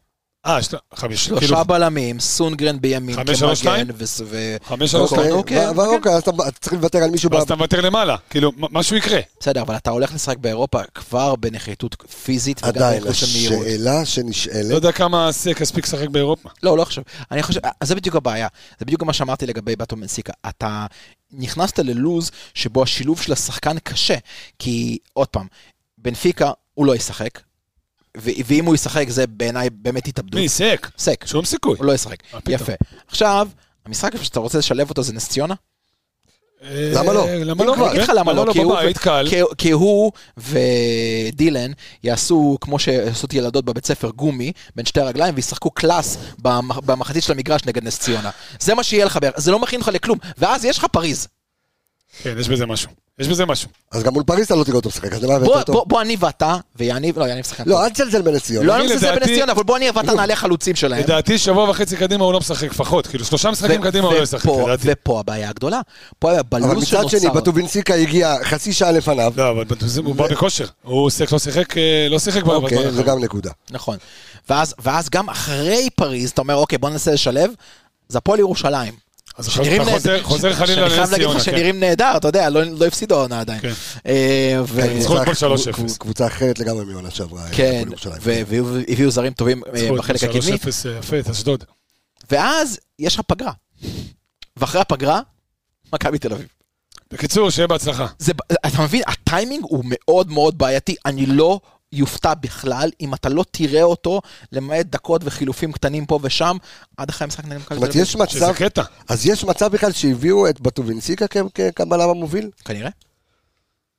[SPEAKER 6] אה, יש לה- חמישה, כאילו,
[SPEAKER 5] שלושה לא, בלמים, סונגרן בימין,
[SPEAKER 6] חמש, שלוש,
[SPEAKER 5] כמגן,
[SPEAKER 6] שתיים?
[SPEAKER 5] וס- ו...
[SPEAKER 6] חמש שלוש
[SPEAKER 1] אוקיי,
[SPEAKER 6] שתיים.
[SPEAKER 5] אוקיי,
[SPEAKER 1] ו-
[SPEAKER 5] אוקיי.
[SPEAKER 1] ואוקיי, אז אתה אתה צריך לוותר על מישהו
[SPEAKER 6] ואז
[SPEAKER 1] ב-
[SPEAKER 6] כן. לא, אתה מוותר למעלה, כאילו, מ- משהו יקרה.
[SPEAKER 5] בסדר, אבל אתה הולך לשחק באירופה כבר בנחיתות פיזית וגם
[SPEAKER 1] עדיין,
[SPEAKER 5] בנחיתות של מהירות.
[SPEAKER 1] השאלה
[SPEAKER 6] לא
[SPEAKER 1] שנשאלת,
[SPEAKER 6] יודע כמה סק הספיק לשחק באירופה.
[SPEAKER 5] לא, לא עכשיו. אני חושב, אז זה בדיוק הבעיה. זה בדיוק גם מה שאמרתי לגבי באטו מנסיקה. אתה נכנסת ללוז שבו השילוב של השחקן קשה, כי עוד פעם, בנפיקה הוא לא ישחק, ו- ואם הוא ישחק זה בעיניי באמת התאבדות.
[SPEAKER 6] מי, סק?
[SPEAKER 5] סק,
[SPEAKER 6] שום סיכוי.
[SPEAKER 5] הוא לא ישחק.
[SPEAKER 6] מה אה, פתאום?
[SPEAKER 5] יפה. עכשיו, המשחק שאתה רוצה לשלב אותו זה נס ציונה?
[SPEAKER 1] למה לא?
[SPEAKER 6] אה, למה
[SPEAKER 1] אם
[SPEAKER 6] לא?
[SPEAKER 1] כבר,
[SPEAKER 5] אני אגיד לך
[SPEAKER 6] כן,
[SPEAKER 5] למה לא, כי הוא-
[SPEAKER 6] בבית קל.
[SPEAKER 5] כי- כי הוא ודילן יעשו, כמו שעשות ילדות בבית ספר, גומי בין שתי הרגליים, וישחקו קלאס במח- במחצית של המגרש נגד נס ציונה. זה מה שיהיה לך, בערך. זה לא מכין לך לכלום, ואז יש לך פריז.
[SPEAKER 6] כן, יש בזה משהו. יש בזה משהו.
[SPEAKER 5] כן.
[SPEAKER 1] אז גם מול פריס אתה לא תראה אותו משחק, אז למה הבאת
[SPEAKER 5] בוא-
[SPEAKER 1] אותו?
[SPEAKER 5] בוא בוא אני ואתה, ויניב, לא, יניב שחקן. טוב.
[SPEAKER 1] לא, אל תזלזל בנס ציונה.
[SPEAKER 5] לא, אני לא מזלזל
[SPEAKER 6] לדעתי-
[SPEAKER 5] בנס ציונה, אבל בוא אני ואתה נעלה חלוצים שלהם.
[SPEAKER 6] לדעתי שבוע וחצי קדימה הוא לא משחק פחות, כאילו שלושה משחקים
[SPEAKER 5] ו-
[SPEAKER 6] קדימה הוא לא ישחק,
[SPEAKER 5] ופה-
[SPEAKER 6] לדעתי.
[SPEAKER 5] ופה הבעיה הגדולה. פה היה
[SPEAKER 1] אבל
[SPEAKER 5] בלוז
[SPEAKER 1] מצד שני,
[SPEAKER 5] שנוצר.
[SPEAKER 1] בטובינסיקה הגיע חצי שעה לפניו,
[SPEAKER 6] לא, אבל בנטוזים הוא בא בכושר. הוא סק לא שיחק, אה, לא כן, שיחק בזמן
[SPEAKER 1] אוקיי, זה
[SPEAKER 6] האחרון.
[SPEAKER 1] גם נקודה.
[SPEAKER 5] נכון. ואז, ואז גם אחרי פריז, אתה אומר, אוקיי, בוא ננסה לשלב, זה הפועל ירושלים.
[SPEAKER 6] אז
[SPEAKER 5] שנראים
[SPEAKER 6] אתה חוזר-
[SPEAKER 5] נהדר.
[SPEAKER 6] חוזר חלילה
[SPEAKER 5] אה, שאני חייב
[SPEAKER 6] לנס
[SPEAKER 5] להגיד
[SPEAKER 6] ציונה,
[SPEAKER 5] לך
[SPEAKER 6] כן.
[SPEAKER 5] שנראים נהדר, אתה יודע, לא, לא הפסידו העונה עדיין.
[SPEAKER 6] כן.
[SPEAKER 5] אה, ו...
[SPEAKER 1] כן,
[SPEAKER 6] ניצחו אתמול
[SPEAKER 1] קבוצה-
[SPEAKER 6] 3-0.
[SPEAKER 1] קב- קבוצה אחרת לגמרי מעונה שעברה. אה,
[SPEAKER 5] כן,
[SPEAKER 1] הפועל ירושלים.
[SPEAKER 5] ו- והביאו זרים טובים אה,
[SPEAKER 6] ניצחו את
[SPEAKER 5] בחלק
[SPEAKER 6] 3-0,
[SPEAKER 5] הקדמי,
[SPEAKER 6] אה, יפה, את אשדוד.
[SPEAKER 5] ואז יש לך פגרה. ואחרי הפגרה, מכבי תל אביב.
[SPEAKER 6] בקיצור, שיהיה בהצלחה.
[SPEAKER 5] זה, אתה מבין, הטיימינג הוא מאוד מאוד בעייתי, אני לא יופתע בכלל אם אתה לא תראה אותו, למעט דקות וחילופים קטנים פה ושם, עד אחרי המשחק נגד מכבי
[SPEAKER 1] זאת
[SPEAKER 5] תל
[SPEAKER 1] אומרת,
[SPEAKER 5] אביב.
[SPEAKER 1] יש
[SPEAKER 6] שזה
[SPEAKER 1] מצב,
[SPEAKER 6] קטע.
[SPEAKER 5] כן.
[SPEAKER 1] אז יש מצב בכלל שהביאו את בטובינסיקה כ- כ- כבלם המוביל?
[SPEAKER 5] כנראה.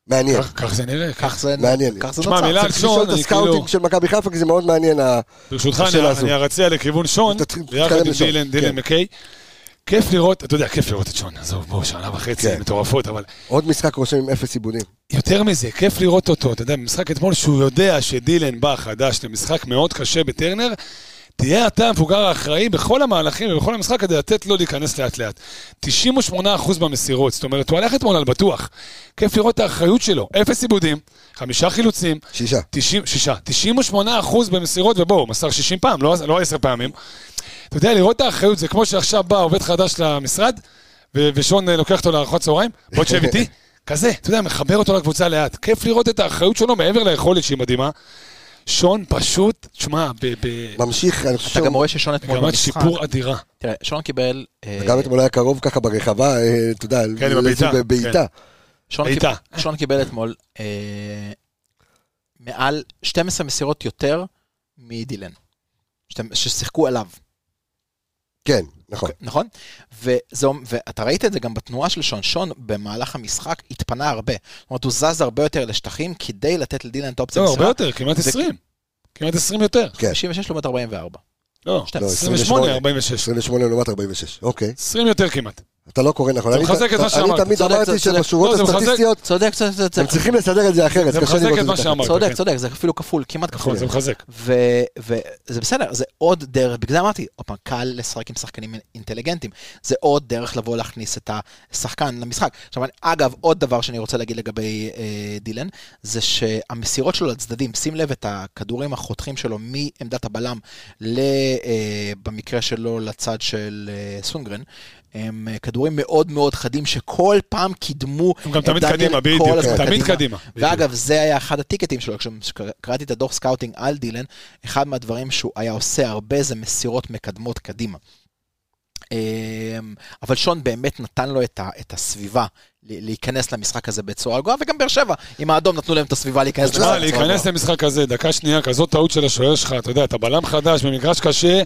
[SPEAKER 1] מעניין.
[SPEAKER 6] כך- כך זה נראה. כך-
[SPEAKER 5] כך זה
[SPEAKER 1] מעניין.
[SPEAKER 5] כך זה
[SPEAKER 6] תשמע,
[SPEAKER 5] נוצר.
[SPEAKER 6] מילה-
[SPEAKER 1] צריך לשאול את
[SPEAKER 6] אה, אני כאילו-
[SPEAKER 1] הסקאוטינג של מכבי חיפה, כי זה מאוד מעניין. ה-
[SPEAKER 6] ברשותך,
[SPEAKER 1] השאלה
[SPEAKER 6] אני-
[SPEAKER 1] הזו.
[SPEAKER 6] אני ארציע לכיוון שון,
[SPEAKER 1] תתחיל-
[SPEAKER 6] ביחד
[SPEAKER 1] תתקדם
[SPEAKER 6] עם
[SPEAKER 1] לשון,
[SPEAKER 6] דילן,
[SPEAKER 1] כן.
[SPEAKER 6] דילן מקיי. כיף לראות, אתה יודע, כיף לראות את שון, עזוב, בואו, שנה וחצי,
[SPEAKER 1] כן.
[SPEAKER 6] מטורפות, אבל
[SPEAKER 1] עוד משחק רושם עם אפס עיבודים.
[SPEAKER 6] יותר מזה, כיף לראות אותו, אתה יודע, במשחק אתמול שהוא יודע שדילן בא חדש למשחק מאוד קשה בטרנר, תהיה אתה המבוגר האחראי בכל המהלכים ובכל המשחק כדי לתת לו להיכנס לאט לאט. 98% במסירות, זאת אומרת, הוא הלך אתמול על בטוח. כיף לראות את האחריות שלו, אפס עיבודים, חמישה חילוצים,
[SPEAKER 1] שישה.
[SPEAKER 6] 90, שישה, 98 אחוז במסירות, ובואו, מסר 60 פעם, לא, לא 10 פעמים. אתה יודע, לראות את האחריות, זה כמו שעכשיו בא עובד חדש למשרד, ו- ושון אה, לוקח אותו לארוחת צהריים, בוא תשב איתי, כזה, אתה יודע, מחבר אותו לקבוצה לאט. כיף לראות את האחריות שלו מעבר ליכולת שהיא מדהימה. שון פשוט, תשמע, ב- ב-
[SPEAKER 1] ממשיך, אני חושב
[SPEAKER 5] אתה גם
[SPEAKER 1] שהוא...
[SPEAKER 5] רואה ששון אתמול
[SPEAKER 6] ברמת
[SPEAKER 5] במשחק,
[SPEAKER 6] שיפור אדירה.
[SPEAKER 5] תראה, שון קיבל, אה,
[SPEAKER 1] גם אתמול היה קרוב ככה ברחבה, אה, אתה יודע,
[SPEAKER 6] כן, עם
[SPEAKER 1] לאיזה
[SPEAKER 6] הבעיטה,
[SPEAKER 1] בעיטה.
[SPEAKER 5] שון
[SPEAKER 6] בעיטה.
[SPEAKER 5] קיב- שון קיבל אתמול אה, מעל 12 מסירות יותר מדילן, שת- ששיחקו עליו.
[SPEAKER 1] כן, נכון.
[SPEAKER 5] נכון? וזו, ואתה ראית את זה גם בתנועה של שון. שון במהלך המשחק התפנה הרבה. זאת אומרת, הוא זז הרבה יותר לשטחים כדי לתת לדילן את האופציה
[SPEAKER 6] זהו, לא, הרבה
[SPEAKER 5] למסירה.
[SPEAKER 6] יותר, כמעט 20. כמעט 20 יותר.
[SPEAKER 1] כן.
[SPEAKER 5] 96 לעומת 44.
[SPEAKER 6] לא,
[SPEAKER 5] שתיים.
[SPEAKER 1] לא,
[SPEAKER 6] 28, 46.
[SPEAKER 1] 28 לעומת 46, אוקיי.
[SPEAKER 6] 20 יותר כמעט.
[SPEAKER 1] אתה לא קורא נכון.
[SPEAKER 6] זה
[SPEAKER 1] אני-
[SPEAKER 6] מחזק את מה שאמרת.
[SPEAKER 1] אני תמיד
[SPEAKER 5] צודק,
[SPEAKER 1] אמרתי
[SPEAKER 5] צודק.
[SPEAKER 6] לא,
[SPEAKER 1] שבשורות
[SPEAKER 6] זה מחזק-
[SPEAKER 1] הסטטיסטיות,
[SPEAKER 5] צודק, צודק, צודק.
[SPEAKER 1] הם צריכים לסדר את זה אחרת.
[SPEAKER 6] זה
[SPEAKER 1] קשה לי
[SPEAKER 6] מחזק
[SPEAKER 1] לראות
[SPEAKER 6] את מה
[SPEAKER 1] ככה.
[SPEAKER 6] שאמרת.
[SPEAKER 5] צודק,
[SPEAKER 6] כן.
[SPEAKER 5] צודק, זה אפילו כפול, כמעט כפול.
[SPEAKER 6] נכון, זה מחזק.
[SPEAKER 5] ו- וזה בסדר, זה עוד דרך, בגלל זה אמרתי, עוד פעם, קל לשחק עם שחקנים אינטליגנטים, זה עוד דרך לבוא להכניס את השחקן למשחק. עכשיו, אני- אגב, עוד דבר שאני רוצה להגיד לגבי אה, דילן, זה שהמסירות שלו לצדדים, שים לב את הכדורים החותכים שלו מעמדת הבלם, ל, אה, במקרה שלו לצד של אה, סונגרן, הם אה, כדורים מאוד מאוד חדים שכל פעם קידמו
[SPEAKER 6] הם גם תמיד
[SPEAKER 5] את דניאל
[SPEAKER 6] קדימה, בדיוק,
[SPEAKER 5] כל הזמן
[SPEAKER 6] כן. תמיד קדימה.
[SPEAKER 5] ואגב, זה היה אחד הטיקטים שלו, כשקראתי את הדוח סקאוטינג על דילן, אחד מהדברים שהוא היה עושה הרבה זה מסירות מקדמות קדימה. אמ, אבל שון באמת נתן לו את, ה, את הסביבה ל- להיכנס למשחק הזה בצורה רגועה, וגם באר שבע, עם האדום נתנו להם את הסביבה להיכנס למשחק
[SPEAKER 6] תשמע,
[SPEAKER 5] בצורה רגועה.
[SPEAKER 6] להיכנס למשחק הזה, דקה שנייה, כזאת טעות של השוער שלך, אתה יודע, אתה בלם חדש במגרש קשה.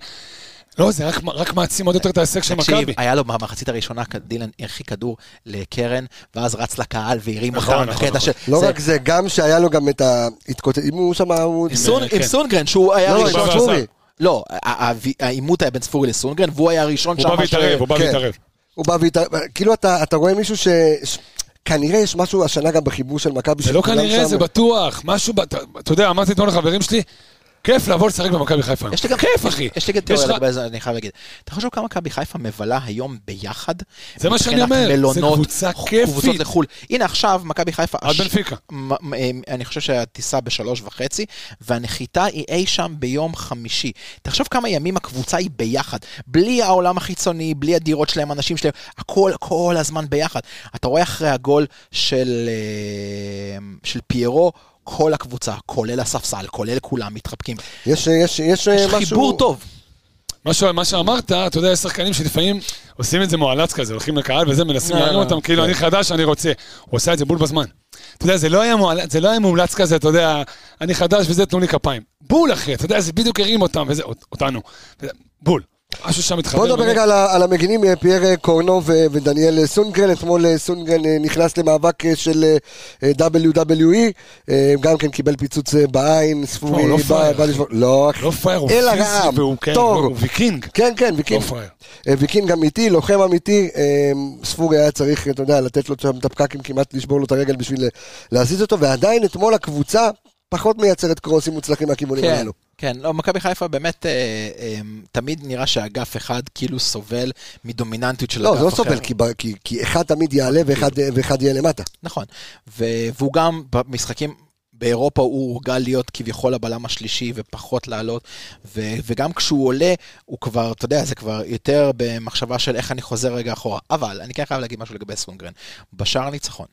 [SPEAKER 6] לא, זה רק- רק מעצים עוד יותר את ההישג של
[SPEAKER 5] תקשיב,
[SPEAKER 6] מכבי.
[SPEAKER 5] היה לו במחצית הראשונה, כ- דילן הרחיק כדור לקרן, ואז רץ לקהל והרים
[SPEAKER 6] נכון,
[SPEAKER 5] אותם,
[SPEAKER 6] נכון,
[SPEAKER 5] בקטע
[SPEAKER 6] נכון.
[SPEAKER 5] של...
[SPEAKER 1] לא
[SPEAKER 5] זה-
[SPEAKER 1] רק זה, גם שהיה לו גם את ההתקוטט... אם הוא שם... הוא-
[SPEAKER 5] עם סון-
[SPEAKER 6] כן.
[SPEAKER 5] עם סונגרן, שהוא היה
[SPEAKER 1] לא, עם
[SPEAKER 5] הראשון...
[SPEAKER 1] ספורי.
[SPEAKER 5] לא, ה- ה- העימות היה בין ספורי לסונגרן, והוא היה הראשון
[SPEAKER 6] הוא בא
[SPEAKER 5] שם ש-
[SPEAKER 6] והתערב, הוא בא
[SPEAKER 1] כן.
[SPEAKER 6] והתערב.
[SPEAKER 1] הוא בא ואיתה... כאילו אתה אתה רואה מישהו ש... ש- כנראה יש משהו השנה גם בחיבור של מכבי.
[SPEAKER 6] זה לא
[SPEAKER 1] שכולם
[SPEAKER 6] כנראה,
[SPEAKER 1] שם-
[SPEAKER 6] זה בטוח. משהו, ב- אתה אתה יודע, אמרתי אתמול לחברים שלי, כיף לבוא לשחק במכבי חיפה.
[SPEAKER 5] יש לי גם...
[SPEAKER 6] כיף, אחי.
[SPEAKER 5] יש לי גם תיאוריה
[SPEAKER 6] לך-
[SPEAKER 5] לגבי זה, אני חייב להגיד. אתה חושב כמה מכבי חיפה מבלה היום ביחד?
[SPEAKER 6] זה מה שאני
[SPEAKER 5] מבחינת
[SPEAKER 6] אומר, זה
[SPEAKER 5] מלונות,
[SPEAKER 6] קבוצה
[SPEAKER 5] חו-
[SPEAKER 6] כיפית.
[SPEAKER 5] קבוצות לחו"ל. הנה עכשיו, מכבי חיפה...
[SPEAKER 6] עד
[SPEAKER 5] הש-
[SPEAKER 6] בנפיקה.
[SPEAKER 5] מ- מ- אמ, אני חושב שהטיסה בשלוש וחצי, והנחיתה היא אי שם ביום חמישי. תחשוב כמה ימים הקבוצה היא ביחד. בלי העולם החיצוני, בלי הדירות שלהם, אנשים שלהם, הכל כל הזמן ביחד. אתה רואה אחרי הגול של, אמ, של פיירו, כל הקבוצה, כולל הספסל, כולל כולם, מתחבקים.
[SPEAKER 1] יש יש- יש אה,
[SPEAKER 5] יש
[SPEAKER 1] משהו...
[SPEAKER 5] חיבור טוב.
[SPEAKER 6] מה ש- מה שאמרת, אתה יודע, יש שחקנים שלפעמים עושים את זה מואלץ כזה, הולכים לקהל וזה, מנסים
[SPEAKER 5] לא,
[SPEAKER 6] להרים
[SPEAKER 5] לא.
[SPEAKER 6] אותם, כאילו, אני חדש, אני רוצה. הוא עשה את זה בול בזמן. אתה יודע, זה לא היה מואלץ- זה לא היה מאולץ כזה, אתה יודע, אני חדש וזה, תנו לי כפיים. בול, אחי, אתה יודע, זה בדיוק הרים אותם, וזה, אות- אותנו. וזה- בול. משהו שם מתחבר.
[SPEAKER 1] בוא
[SPEAKER 6] לא-
[SPEAKER 1] נדבר
[SPEAKER 6] באמת.
[SPEAKER 1] רגע על ה- על המגינים, אה, פייר אה, קורנו ו- ודניאל אה, סונגרן. אתמול אה, סונגרן אה, נכנס למאבק אה, של אה, אה, WWE, אה, גם כן קיבל פיצוץ אה, בעין, ספורי,
[SPEAKER 6] לא
[SPEAKER 1] בא-
[SPEAKER 6] פראייר,
[SPEAKER 1] בא
[SPEAKER 6] אחי.
[SPEAKER 1] לשבור. לא, אחי.
[SPEAKER 6] לא פראייר, הוא
[SPEAKER 1] אל
[SPEAKER 6] פיזי
[SPEAKER 1] הרעב,
[SPEAKER 6] והוא כן,
[SPEAKER 1] תור.
[SPEAKER 6] הוא ויקינג.
[SPEAKER 1] כן, כן,
[SPEAKER 6] לא
[SPEAKER 1] ויקינג.
[SPEAKER 6] פראייר.
[SPEAKER 1] אה, ויקינג אמיתי, לוחם אמיתי, אה, ספורי היה צריך, אתה יודע, לתת לו שם את הפקקים, כמעט לשבור לו את הרגל בשביל אה, להזיז אותו, ועדיין אתמול הקבוצה פחות מייצרת קרוסים מוצלחים מהכיוונים
[SPEAKER 5] כן,
[SPEAKER 1] האלו.
[SPEAKER 5] כן, לא, מכבי חיפה באמת, אה, אה, תמיד נראה שאגף אחד כאילו סובל מדומיננטיות של אגף
[SPEAKER 1] לא,
[SPEAKER 5] אחר.
[SPEAKER 1] זה לא סובל,
[SPEAKER 6] כן.
[SPEAKER 1] כי ב- כי- כי אחד תמיד יעלה
[SPEAKER 6] אוקיי.
[SPEAKER 1] ואחד- אה, ואחד יהיה למטה.
[SPEAKER 5] נכון, ו- והוא גם במשחקים... באירופה הוא הורגל להיות כביכול הבלם השלישי ופחות לעלות, ו- וגם כשהוא עולה, הוא כבר, אתה יודע, זה כבר יותר במחשבה של איך אני חוזר רגע אחורה. אבל אני כן חייב להגיד משהו לגבי סונגרן. בשער הניצחון,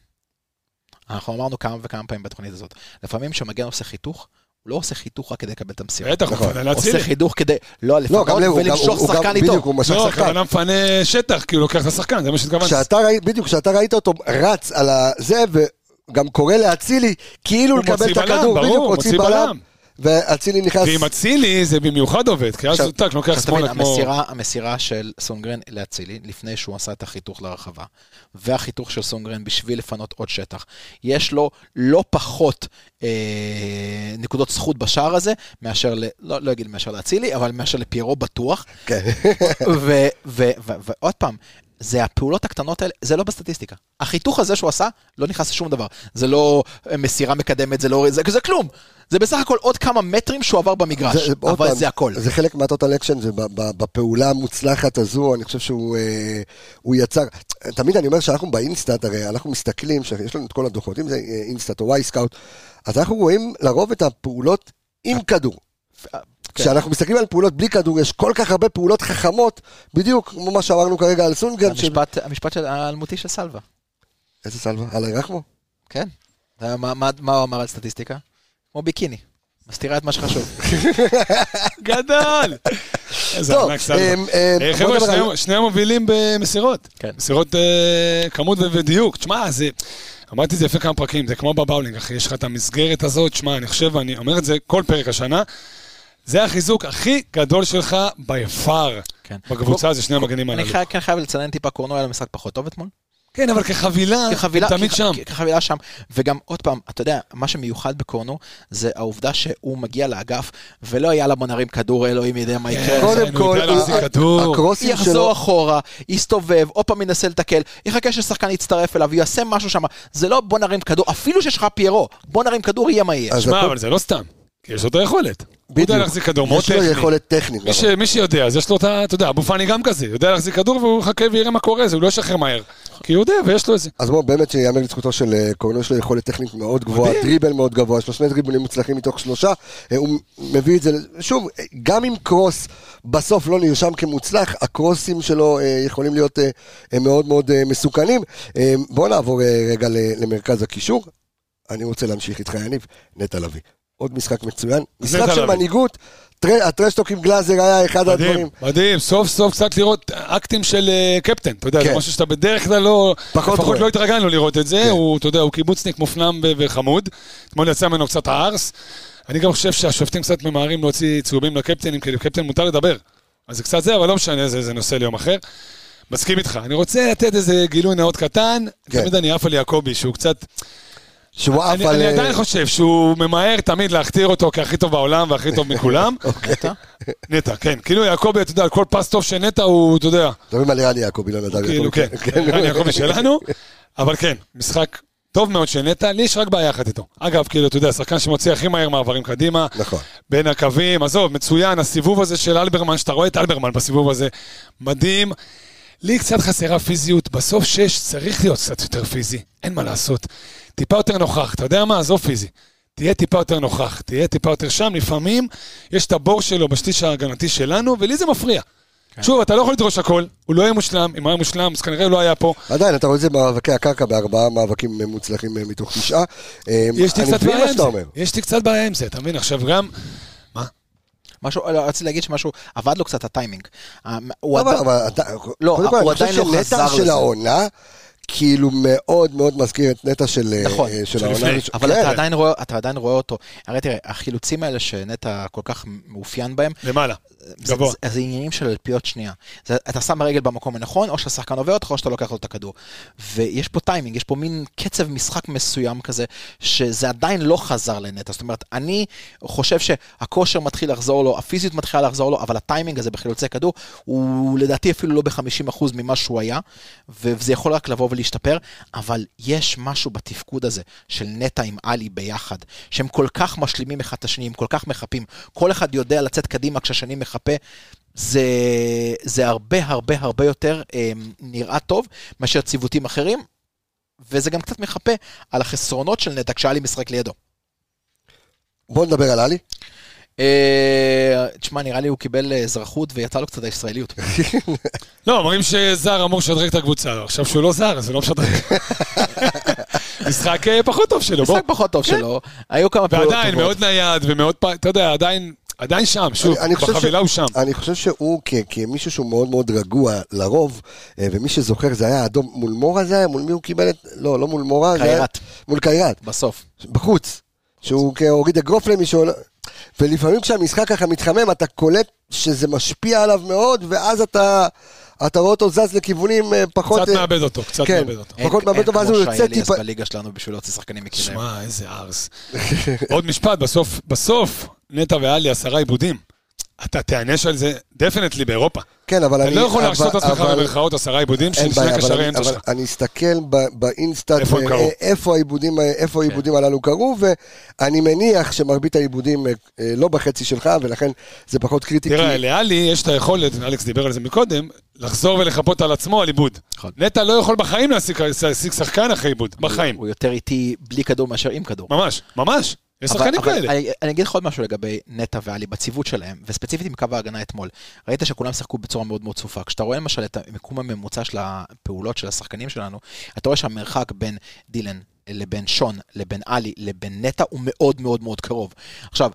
[SPEAKER 5] אנחנו אמרנו כמה וכמה פעמים בתוכנית הזאת, לפעמים כשמגן עושה חיתוך, הוא לא עושה חיתוך רק כדי לקבל את המסירה.
[SPEAKER 6] בטח, הוא
[SPEAKER 1] נכון.
[SPEAKER 6] מפנה
[SPEAKER 5] עושה
[SPEAKER 6] להצילי.
[SPEAKER 5] חידוך כדי לא
[SPEAKER 1] לא, גם
[SPEAKER 5] לפנות
[SPEAKER 1] לב, הוא גם- הוא-
[SPEAKER 5] ולמשוך
[SPEAKER 1] הוא גם,
[SPEAKER 5] שחקן
[SPEAKER 1] בדיוק,
[SPEAKER 5] איתו.
[SPEAKER 1] הוא משך
[SPEAKER 6] לא,
[SPEAKER 1] שחקן.
[SPEAKER 6] הכוונה מפנה שטח, כי הוא לוקח את השחקן, זה מה שהתכוונתי.
[SPEAKER 1] כשאתה ראית, בדיוק, כשאתה ראית אותו רץ על הזה, וגם קורא לאצילי, כאילו
[SPEAKER 6] הוא
[SPEAKER 1] לקבל
[SPEAKER 6] מוציא
[SPEAKER 1] את
[SPEAKER 6] בלם,
[SPEAKER 1] הכדור,
[SPEAKER 6] ברור,
[SPEAKER 1] בדיוק,
[SPEAKER 6] הוא
[SPEAKER 1] הוציא
[SPEAKER 6] מוציא
[SPEAKER 1] בלם,
[SPEAKER 6] בלם.
[SPEAKER 1] ואצילי נכנס,
[SPEAKER 6] ועם אצילי זה במיוחד עובד, כי אז
[SPEAKER 1] עכשיו,
[SPEAKER 6] הוא טק, לוקח
[SPEAKER 5] אתה מבין,
[SPEAKER 6] שמאלה כמו...
[SPEAKER 5] המסירה, המסירה של סונגרן לאצילי, לפני שהוא עשה את החיתוך לרחבה, והחיתוך של סונגרן בשביל לפנות עוד שטח, יש לו לא פחות אה, נקודות זכות בשער הזה, מאשר, ל, לא, לא אגיד מאשר לאצילי, אבל מאשר לפיירו בטוח.
[SPEAKER 1] כן.
[SPEAKER 5] ו- ו- ו- ועוד פעם, זה הפעולות הקטנות האלה, זה לא בסטטיסטיקה. החיתוך הזה שהוא עשה, לא נכנס לשום דבר. זה לא מסירה מקדמת, זה לא... זה, זה כלום. זה בסך הכל עוד כמה מטרים שהוא עבר במגרש.
[SPEAKER 1] זה- עוד
[SPEAKER 5] אבל
[SPEAKER 1] פעם,
[SPEAKER 5] זה הכל.
[SPEAKER 1] זה חלק מהטוטל אקשן, זה ב- ב- בפעולה המוצלחת הזו, אני חושב שהוא אה, הוא יצר, תמיד אני אומר שאנחנו באינסטאט, הרי אנחנו מסתכלים, שיש לנו את כל הדוחות, אם זה אה, אינסטאט או וואי סקאוט, אז אנחנו רואים לרוב את הפעולות עם כדור.
[SPEAKER 6] כן.
[SPEAKER 1] כשאנחנו מסתכלים על פעולות בלי כדור, יש כל כך הרבה פעולות חכמות, בדיוק כמו מה שאמרנו כרגע על סונגרן, ש-
[SPEAKER 5] המשפט, המשפט של, האלמותי של סלווה,
[SPEAKER 1] איזה סלווה? על רחמו?
[SPEAKER 5] כן. זה מה, מה, מה הוא אמר על סטטיסטיקה? כמו ביקיני. מסתירה את מה שחשוב.
[SPEAKER 6] גדל! איזה
[SPEAKER 1] טוב,
[SPEAKER 6] ענק סלווה.
[SPEAKER 1] אמ, אה,
[SPEAKER 6] אה,
[SPEAKER 1] בוא
[SPEAKER 6] חבר'ה,
[SPEAKER 1] נדבר על-
[SPEAKER 6] שניהם- שניהם מובילים במסירות.
[SPEAKER 5] כן.
[SPEAKER 6] מסירות אה, כמות ו- ודיוק. תשמע, זה... אמרתי את זה לפני כמה פרקים, זה כמו בבאולינג, אחי, יש לך את המסגרת הזאת, שמע, אני חושב, אני אומר את זה כל פרק השנה, זה החיזוק הכי גדול שלך by far.
[SPEAKER 5] כן.
[SPEAKER 6] בקבוצה זה שני
[SPEAKER 5] קור-
[SPEAKER 6] המגנים
[SPEAKER 5] אני
[SPEAKER 6] הללו.
[SPEAKER 5] חי- כן חייב לצנן טיפה, קורנו היה למשחק פחות טוב אתמול.
[SPEAKER 6] כן, אבל כחבילה,
[SPEAKER 5] כחבילה,
[SPEAKER 6] הוא תמיד
[SPEAKER 5] כח-
[SPEAKER 6] שם.
[SPEAKER 5] כ- כחבילה שם, וגם עוד פעם, אתה יודע, מה שמיוחד בקורנו, זה העובדה שהוא מגיע לאגף, ולא יאללה בוא נרים כדור, אלוהים יודע מה יקרה.
[SPEAKER 6] כן,
[SPEAKER 1] קודם
[SPEAKER 6] הוא
[SPEAKER 1] כל,
[SPEAKER 6] יודע להחזיק
[SPEAKER 1] ה-
[SPEAKER 6] כדור.
[SPEAKER 1] הקרוסים
[SPEAKER 5] יחזור
[SPEAKER 1] שלו,
[SPEAKER 5] אחורה, יסתובב, עוד פעם ינסה לתקל, יחכה ששחקן יצטרף אליו, יעשה משהו שם. זה לא בוא נרים כדור, אפילו שיש לך פיירו, בוא נרים כדור, יהיה מה יהיה.
[SPEAKER 1] אז
[SPEAKER 6] שמע,
[SPEAKER 1] הכל-
[SPEAKER 6] אבל זה לא סתם. כי יש לו את היכולת. הוא
[SPEAKER 1] בדיוק.
[SPEAKER 6] יודע להחזיק כדור, מאוד
[SPEAKER 1] יש לו
[SPEAKER 6] טכני.
[SPEAKER 1] יכולת טכנית. נכון.
[SPEAKER 6] מי, ש, מי שיודע, אז יש לו את ה... אתה יודע, אבו פאני גם כזה, יודע להחזיק כדור והוא יחכה ויראה מה קורה, זה הוא לא ישחרר מהר. כי הוא יודע ויש לו את זה.
[SPEAKER 1] אז בואו, באמת שיאמר לזכותו של אה, קורנו, יש לו יכולת טכנית מאוד גבוהה, דריבל מאוד גבוה, יש לו שני דריבלים מוצלחים מתוך שלושה, אה, הוא מביא את זה, ל- שוב, אה, גם אם קרוס בסוף לא נרשם כמוצלח, הקרוסים שלו אה, יכולים להיות אה, אה, מאוד מאוד אה, מסוכנים. אה, בואו נעבור אה, רגע ל- למרכז הקישור. אני רוצה להמשיך איתך, יניב, נטע לביא. עוד משחק מצוין, משחק של
[SPEAKER 6] לביא.
[SPEAKER 1] מנהיגות, טר- הטרשטוק עם גלאזר היה אחד הדברים.
[SPEAKER 6] מדהים, מדהים, סוף סוף קצת לראות אקטים של אה, קפטן, אתה יודע,
[SPEAKER 1] כן.
[SPEAKER 6] זה משהו שאתה בדרך כלל לא,
[SPEAKER 1] פחות
[SPEAKER 6] לפחות
[SPEAKER 1] רואה. כן.
[SPEAKER 6] לא התרגלנו לראות את זה, הוא, אתה יודע, הוא קיבוצניק מופנם ו- וחמוד, אתמול יצא ממנו קצת הערס, אני גם חושב שהשופטים קצת ממהרים להוציא צהובים לקפטנים, כי לקפטן מותר לדבר, אז זה קצת זה, אבל לא משנה, זה, זה נושא ליום אחר. מסכים איתך, אני רוצה לתת איזה גילוי נאות קטן,
[SPEAKER 1] כן.
[SPEAKER 6] תמיד אני עף על יעקבי, שהוא קצת,
[SPEAKER 1] שהוא עף
[SPEAKER 6] אני,
[SPEAKER 1] על...
[SPEAKER 6] אני
[SPEAKER 1] אה,
[SPEAKER 6] עדיין חושב שהוא ממהר תמיד להכתיר אותו כהכי טוב בעולם והכי טוב מכולם.
[SPEAKER 1] אוקיי.
[SPEAKER 5] אתה?
[SPEAKER 6] נטע, כן. כאילו יעקבי, אתה יודע, על כל פס טוב של נטע הוא, אתה יודע,
[SPEAKER 1] מדברים על ערן יעקבי, לא נדב
[SPEAKER 6] כאילו כן. אני יעקבי שלנו, אבל כן, משחק טוב מאוד של נטע, לי יש רק בעיה אחת איתו. אגב, כאילו, אתה יודע, שחקן שמוציא הכי מהר מעברים קדימה.
[SPEAKER 1] נכון.
[SPEAKER 6] בין הקווים, עזוב, מצוין, הסיבוב הזה של אלברמן, שאתה רואה את אלברמן בסיבוב הזה, מדהים. לי קצת חסרה פיזיות, בסוף שש צריך להיות קצת יותר פיזי, אין מה לעשות. טיפה יותר נוכח, אתה יודע מה? עזוב פיזי. תהיה טיפה יותר נוכח, תהיה טיפה יותר שם, לפעמים יש את הבור שלו בשליש ההגנתי שלנו, ולי זה מפריע. שוב, אתה לא יכול לדרוש הכל, הוא לא יהיה מושלם, אם הוא היה מושלם, אז כנראה הוא לא היה פה.
[SPEAKER 1] עדיין, אתה רואה את זה במאבקי הקרקע, בארבעה מאבקים אה, מוצלחים אה, מתוך תשעה. אה,
[SPEAKER 6] יש לי
[SPEAKER 1] אני
[SPEAKER 6] קצת
[SPEAKER 1] מבין
[SPEAKER 6] בעיה
[SPEAKER 1] מה
[SPEAKER 6] עם
[SPEAKER 1] שאתה
[SPEAKER 6] זה.
[SPEAKER 1] אומר.
[SPEAKER 6] יש לי קצת בעיה עם זה, אתה מבין? עכשיו גם...
[SPEAKER 5] משהו, לא, רציתי להגיד שמשהו, עבד לו קצת הטיימינג. ה- הוא
[SPEAKER 1] אבל
[SPEAKER 5] עדיין-
[SPEAKER 1] אבל אתה,
[SPEAKER 5] לא,
[SPEAKER 1] קודם כל,
[SPEAKER 5] הוא
[SPEAKER 1] אני חושב
[SPEAKER 5] עדיין לא
[SPEAKER 1] שנטע
[SPEAKER 5] חזר
[SPEAKER 1] של
[SPEAKER 5] לזה.
[SPEAKER 1] העונה, כאילו מאוד מאוד מזכיר את נטע של אה,
[SPEAKER 5] נכון,
[SPEAKER 1] אה, של
[SPEAKER 6] של
[SPEAKER 1] העונה.
[SPEAKER 6] לפני.
[SPEAKER 1] הראשונה.
[SPEAKER 5] אבל
[SPEAKER 1] כן.
[SPEAKER 5] אתה עדיין רואה- אתה עדיין רואה אותו. הרי תראה, החילוצים האלה שנטע כל כך מאופיין בהם,
[SPEAKER 6] למעלה,
[SPEAKER 5] זה-
[SPEAKER 6] גבוה.
[SPEAKER 5] זה- זה עניינים של אלפיות שנייה. זה- אתה שם רגל במקום הנכון, או שהשחקן עובר אותך, או שאתה לוקח לו את הכדור. ויש פה טיימינג, יש פה מין קצב משחק מסוים כזה, שזה עדיין לא חזר לנטע. זאת אומרת, אני חושב שהכושר מתחיל לחזור לו, הפיזיות מתחילה לחזור לו, אבל הטיימינג הזה בחילוצי כדור, הוא לדעתי אפילו לא ב-50% ממה שהוא היה, ו- וזה יכול רק לבוא ולהשתפר, אבל יש משהו בתפקוד הזה של נטע עם עלי ביחד, שהם כל כך משלימים אחד את השני, הם כל כך מחפים, כל אחד יודע לצאת קדימה כשהשני מחפה. זה, זה הרבה הרבה הרבה יותר אה, נראה טוב מאשר ציוותים אחרים, וזה גם קצת מחפה על החסרונות של נטע כשאלי משחק לידו.
[SPEAKER 1] בוא נדבר על עלי.
[SPEAKER 5] אה, תשמע, נראה לי הוא קיבל אה, אזרחות ויצא לו קצת הישראליות.
[SPEAKER 6] לא, אומרים שזר אמור לשדרג את הקבוצה, עכשיו שהוא לא זר, אז הוא לא משדרג. משחק אה, פחות טוב שלו, בוא.
[SPEAKER 5] משחק פחות טוב שלו, היו כמה פעולות
[SPEAKER 6] כן. ועדיין,
[SPEAKER 5] טובות.
[SPEAKER 6] מאוד נייד ומאוד, פ- אתה יודע, עדיין, עדיין שם, שוב,
[SPEAKER 1] אני- אני חושב
[SPEAKER 6] בחבילה
[SPEAKER 1] ש-
[SPEAKER 6] הוא שם.
[SPEAKER 1] אני חושב שהוא כ- כמישהו שהוא מאוד מאוד רגוע לרוב, אה, ומי שזוכר זה היה אדום מול מורה זה היה? מול מי הוא קיבל את... לא, לא מול מורה. זה היה-
[SPEAKER 5] קיירת.
[SPEAKER 1] מול קיירת.
[SPEAKER 5] בסוף.
[SPEAKER 1] בחוץ, שהוא כ- הוריד אגרוף למישהו, ולפעמים כשהמשחק ככה מתחמם, אתה קולט שזה משפיע עליו מאוד, ואז אתה, אתה רואה אותו זז לכיוונים אה, פחות...
[SPEAKER 6] קצת
[SPEAKER 1] אה,
[SPEAKER 6] מאבד אותו, קצת
[SPEAKER 1] כן.
[SPEAKER 6] מאבד אותו.
[SPEAKER 1] פחות
[SPEAKER 5] אין-
[SPEAKER 1] מאבד אותו,
[SPEAKER 5] אין
[SPEAKER 1] ואז
[SPEAKER 5] כמו
[SPEAKER 1] הוא יוצא
[SPEAKER 5] שי אליאס
[SPEAKER 1] טיפה-
[SPEAKER 5] בליגה שלנו בשביל להוציא שחקנים מכירים.
[SPEAKER 6] שמע, איזה ארס. עוד משפט, בסוף, בסוף, נטע ואלי עשרה עיבודים. אתה תיענש על זה, דפנטלי באירופה.
[SPEAKER 1] כן, אבל
[SPEAKER 6] אתה
[SPEAKER 1] אני...
[SPEAKER 6] לא יכול
[SPEAKER 1] אבל-
[SPEAKER 6] להרשות לעצמך
[SPEAKER 1] אבל-
[SPEAKER 6] במרכאות עשרה עיבודים
[SPEAKER 1] אין
[SPEAKER 6] של שני
[SPEAKER 1] בעיה, אבל
[SPEAKER 6] קשרי
[SPEAKER 1] אני-
[SPEAKER 6] אמצע
[SPEAKER 1] אבל
[SPEAKER 6] שלך.
[SPEAKER 1] אני אסתכל ב- באינסטאט
[SPEAKER 6] איפה הם
[SPEAKER 1] אה,
[SPEAKER 6] קרו?
[SPEAKER 1] אה, איפה העיבודים, אה,
[SPEAKER 5] כן.
[SPEAKER 1] איפה העיבודים הללו קרו, ואני מניח שמרבית העיבודים אה, אה, לא בחצי שלך, ולכן זה פחות קריטי.
[SPEAKER 6] תראה,
[SPEAKER 1] כי-
[SPEAKER 6] לאלי יש את היכולת, אלכס דיבר על זה מקודם, לחזור ולחפות על עצמו על עיבוד.
[SPEAKER 5] נכון.
[SPEAKER 6] נטע לא יכול בחיים להשיג להשיג שחקן אחרי עיבוד, בחיים.
[SPEAKER 5] הוא יותר איטי בלי כדור מאשר עם כדור.
[SPEAKER 6] ממש, ממש. יש שחקנים
[SPEAKER 5] אבל
[SPEAKER 6] כאלה.
[SPEAKER 5] אני, אני אגיד לך עוד משהו לגבי נטע ואלי בציוות שלהם, וספציפית עם קו ההגנה אתמול. ראית שכולם שיחקו בצורה מאוד מאוד צפופה. כשאתה רואה למשל את המיקום הממוצע של הפעולות של השחקנים שלנו, אתה רואה שהמרחק בין דילן לבין שון, לבין עלי, לבין נטע הוא מאוד מאוד מאוד קרוב. עכשיו,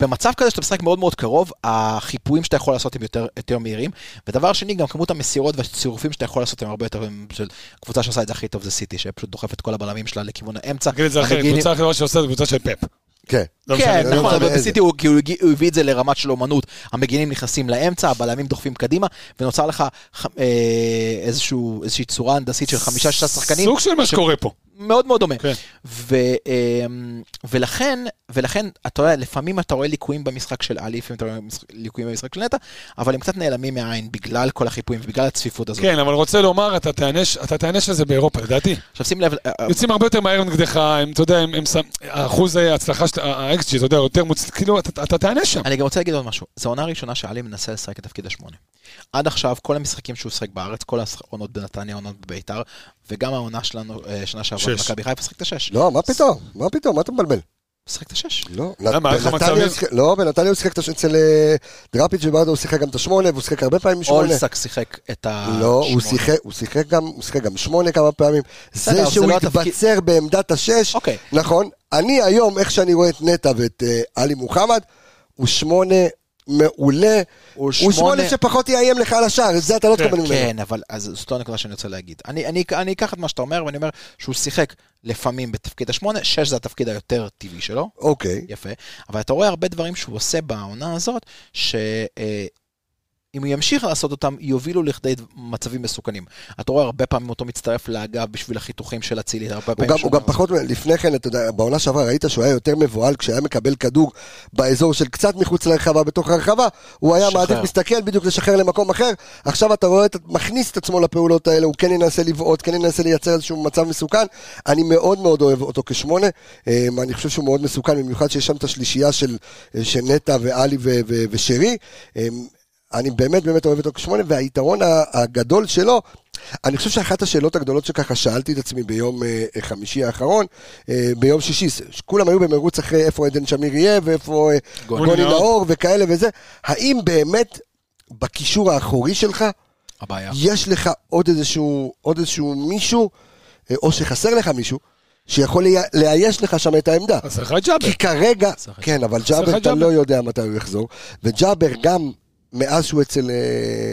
[SPEAKER 5] במצב כזה שאתה משחק מאוד מאוד קרוב, החיפויים שאתה יכול לעשות הם יותר, יותר מהירים, ודבר שני, גם כמות המסירות והצירופים שאתה יכול לעשות הם הרבה יותר, של קבוצה שעושה את זה הכי טוב זה סיטי, שפשוט דוחפת את כל הבלמים שלה לכיוון האמצע.
[SPEAKER 6] תגיד את זה אחרת,
[SPEAKER 5] המגינים-
[SPEAKER 6] קבוצה אחרת שעושה את זה קבוצה של פאפ.
[SPEAKER 1] כן.
[SPEAKER 6] לא משנה.
[SPEAKER 5] כן,
[SPEAKER 1] לא
[SPEAKER 5] נכון,
[SPEAKER 1] משנה
[SPEAKER 5] אבל
[SPEAKER 1] איזה.
[SPEAKER 5] בסיטי הוא כי הוא הגיע- הוא הביא את זה לרמת של אומנות. המגינים נכנסים לאמצע, הבלמים דוחפים קדימה, ונוצר לך ח- אה, איזשהו- איזושהי צורה הנדסית של חמישה-שישה שחקנים.
[SPEAKER 6] סוג של מה שקורה פה.
[SPEAKER 5] מאוד מאוד דומה.
[SPEAKER 6] כן.
[SPEAKER 5] ו, אמ, ולכן, ולכן, אתה יודע, לפעמים אתה רואה ליקויים במשחק של עלי, לפעמים אתה רואה משחק- ליקויים במשחק של נטע, אבל הם קצת נעלמים מהעין בגלל כל החיפויים ובגלל הצפיפות הזאת.
[SPEAKER 6] כן, אבל רוצה לומר, אתה תיענש- אתה תיענש על זה באירופה, לדעתי.
[SPEAKER 5] עכשיו שים לב, אה, אה,
[SPEAKER 6] יוצאים הרבה יותר מהר נגדך, הם, אתה יודע, הם, הם, שם- האחוז ההצלחה של ה-XG, אתה יודע, יותר מוצ... כאילו, אתה, אתה תענש שם.
[SPEAKER 5] אני גם רוצה להגיד עוד משהו, זו העונה הראשונה שעלי מנסה לשחק את תפקיד השמונה. עד עכשיו, כל המשחקים שהוא שיחק בארץ, כל העונות בנתניה, העונות בביתר, וגם העונה שלנו, אה, שנה שעברה,
[SPEAKER 6] שש.
[SPEAKER 5] במכבי חיפה, שיחק את השש.
[SPEAKER 1] לא, מה פתאום? מה פתאום? מה אתה מבלבל?
[SPEAKER 5] שיחק את השש.
[SPEAKER 1] לא,
[SPEAKER 6] למה, היה לך
[SPEAKER 1] בנתניה הוא
[SPEAKER 6] מצבים?
[SPEAKER 1] שיחק- לא, בנתניה הוא שיחק את הש- אצל אה, דראפיץ' וברדה הוא שיחק גם את השמונה, והוא שיחק הרבה פעמים שמונה.
[SPEAKER 5] אולסק אה, שיחק את השמונה.
[SPEAKER 1] לא, הוא שיחק, הוא שיחק גם, הוא שיחק גם שמונה כמה פעמים.
[SPEAKER 5] בסדר, אבל
[SPEAKER 1] זה
[SPEAKER 5] זה
[SPEAKER 1] שהוא
[SPEAKER 5] לא התפקיד-
[SPEAKER 1] התבצר בעמדת השש,
[SPEAKER 5] אוקיי.
[SPEAKER 1] נכון. אני היום, איך שאני רואה את נטע ואת אה, עלי מוחמד, הוא שמונה מעולה.
[SPEAKER 5] הוא
[SPEAKER 1] הוא
[SPEAKER 5] שמונה-
[SPEAKER 1] שמונה שפחות יאיים לך על השער, את זה אתה לא תקבל ממנו.
[SPEAKER 5] כן, אבל אז זאת לא הנקודה שאני רוצה להגיד. אני, אני, אני אקח את מה שאתה אומר, ואני אומר שהוא שיחק לפעמים בתפקיד השמונה, שש זה התפקיד היותר טבעי שלו,
[SPEAKER 1] אוקיי.
[SPEAKER 5] יפה, אבל אתה רואה הרבה דברים שהוא עושה בעונה הזאת, ש... אה, אם הוא ימשיך לעשות אותם, יובילו לכדי מצבים מסוכנים. אתה רואה הרבה פעמים אותו מצטרף לאגף בשביל החיתוכים של אצילי, הרבה
[SPEAKER 1] הוא
[SPEAKER 5] פעמים...
[SPEAKER 1] גם,
[SPEAKER 5] שהוא לא-
[SPEAKER 1] הוא גם
[SPEAKER 5] אומר-
[SPEAKER 1] פחות, לפני כן, אתה יודע, בעונה שעברה ראית שהוא היה יותר מבוהל כשהיה מקבל כדור באזור של קצת מחוץ לרחבה, בתוך הרחבה, הוא היה
[SPEAKER 5] שחרר.
[SPEAKER 1] מעדיף מסתכל בדיוק לשחרר למקום אחר, עכשיו אתה רואה, אתה מכניס את עצמו לפעולות האלה, הוא כן ינסה לבעוט, כן ינסה לייצר איזשהו מצב מסוכן, אני מאוד מאוד אוהב אותו כשמונה, אה, אני חושב שהוא מאוד מסוכן, במיוחד שיש שם את השלישייה של, אה, של נטע ואלי ו- ו- ושרי. אה, אני באמת באמת אוהב אותו כשמונה, והיתרון ה- הגדול שלו, אני חושב שאחת השאלות הגדולות שככה שאלתי את עצמי ביום אה, חמישי האחרון, אה, ביום שישי, ש- כולם היו במרוץ אחרי איפה עדן שמיר יהיה, ואיפה אה,
[SPEAKER 5] גוני
[SPEAKER 1] גוני
[SPEAKER 6] נאור.
[SPEAKER 1] נאור וכאלה וזה, האם באמת בקישור האחורי שלך,
[SPEAKER 5] הבעיה.
[SPEAKER 1] יש לך עוד איזשהו, עוד איזשהו מישהו, אה, או שחסר לך מישהו, שיכול לה- לאייש לך שם את העמדה?
[SPEAKER 6] אז לך את ג'אבר.
[SPEAKER 1] כי כרגע, כן, אבל ג'אבר, אתה
[SPEAKER 6] ג'אבר.
[SPEAKER 1] לא יודע מתי הוא יחזור, וג'אבר גם, מאז שהוא אצל אה,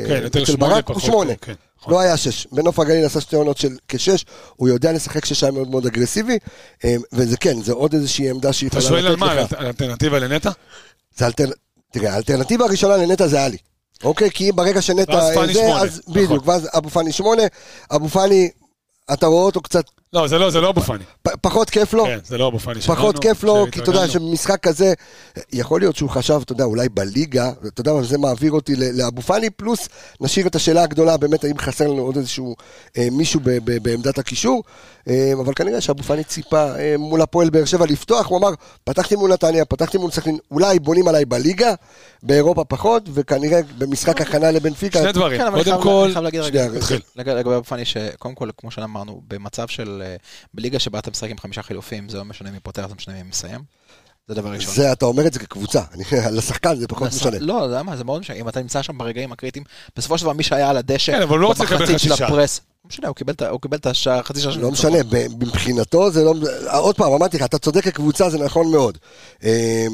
[SPEAKER 6] כן, יותר
[SPEAKER 1] אצל
[SPEAKER 6] שמונה
[SPEAKER 1] ברק, הוא
[SPEAKER 6] פחות,
[SPEAKER 1] שמונה.
[SPEAKER 6] כן, נכון.
[SPEAKER 1] לא היה שש. בנוף הגליל עשה שתי עונות של כשש, הוא יודע לשחק שש היה מאוד מאוד אגרסיבי, אה, וזה כן, זה עוד איזושהי עמדה שהיא
[SPEAKER 6] אתה
[SPEAKER 1] יכולה
[SPEAKER 6] שואל על
[SPEAKER 1] לתת
[SPEAKER 6] מה, על
[SPEAKER 1] לך.
[SPEAKER 6] האלט- על האלטרנטיבה לנטע?
[SPEAKER 1] זה אלטר- תראה, האלטרנטיבה הראשונה לנטע זה עלי. אוקיי, כי אם ברגע שנטע... אה,
[SPEAKER 6] ואז פאני
[SPEAKER 1] זה,
[SPEAKER 6] שמונה,
[SPEAKER 1] אז
[SPEAKER 6] נכון.
[SPEAKER 1] בדיוק, ואז אבו פאני שמונה, אבו פאני, אתה רואה אותו קצת,
[SPEAKER 6] לא, זה לא, זה לא אבו פאני.
[SPEAKER 1] פ- פחות כיף לו.
[SPEAKER 6] כן, זה לא אבו פאני.
[SPEAKER 1] פחות
[SPEAKER 6] שמענו,
[SPEAKER 1] כיף לו, כי אתה יודע
[SPEAKER 6] שהתרגלנו.
[SPEAKER 1] שבמשחק כזה, יכול להיות שהוא חשב, אתה יודע, אולי בליגה, אתה יודע מה, זה מעביר אותי ל- לאבו פאני, פלוס נשאיר את השאלה הגדולה, באמת, האם חסר לנו עוד איזשהו אה, מישהו ב- ב- בעמדת הקישור, אה, אבל כנראה שאבו פאני ציפה אה, מול הפועל באר שבע לפתוח, הוא אמר, פתחתי מול נתניה, פתחתי מול סכנין, אולי בונים עליי בליגה, באירופה פחות, וכנראה במשחק הכנה לבנפיקה,
[SPEAKER 6] לא, שני דברים.
[SPEAKER 5] כן, אבל אני
[SPEAKER 6] קודם
[SPEAKER 5] חייב- אני
[SPEAKER 6] כל,
[SPEAKER 5] חייב להגיד
[SPEAKER 1] שנייה,
[SPEAKER 5] רגע,
[SPEAKER 1] תתחיל.
[SPEAKER 5] לג- לגבי אבו פאני, שקודם כל, כמו שאמרנו, במצב של, אה, בליגה שבה אתה משחק עם חמישה חילופים, זה לא משנה מי פותח, זה משנה מי מסיים. זה דבר ראשון.
[SPEAKER 1] זה, אתה אומר את זה כקבוצה, אני- לשחקן זה פחות משנה.
[SPEAKER 5] לא, אתה יודע מה, זה מאוד משנה, אם אתה נמצא שם ברגעים הקריטיים, בסופו של דבר מי שהיה על הדשא,
[SPEAKER 6] כן, אבל הוא לא רוצה לקבל
[SPEAKER 5] במחצית
[SPEAKER 6] חצי
[SPEAKER 5] של
[SPEAKER 6] שעה.
[SPEAKER 5] הפרס, לא משנה, הוא קיבל את ה- הוא קיבל את השעה, חצי שעה של
[SPEAKER 1] לא
[SPEAKER 5] ניצחון.
[SPEAKER 1] משנה, ב- מבחינתו זה לא... עוד פעם, אמרתי לך, אתה צודק כקבוצה, זה נכון מאוד. אה,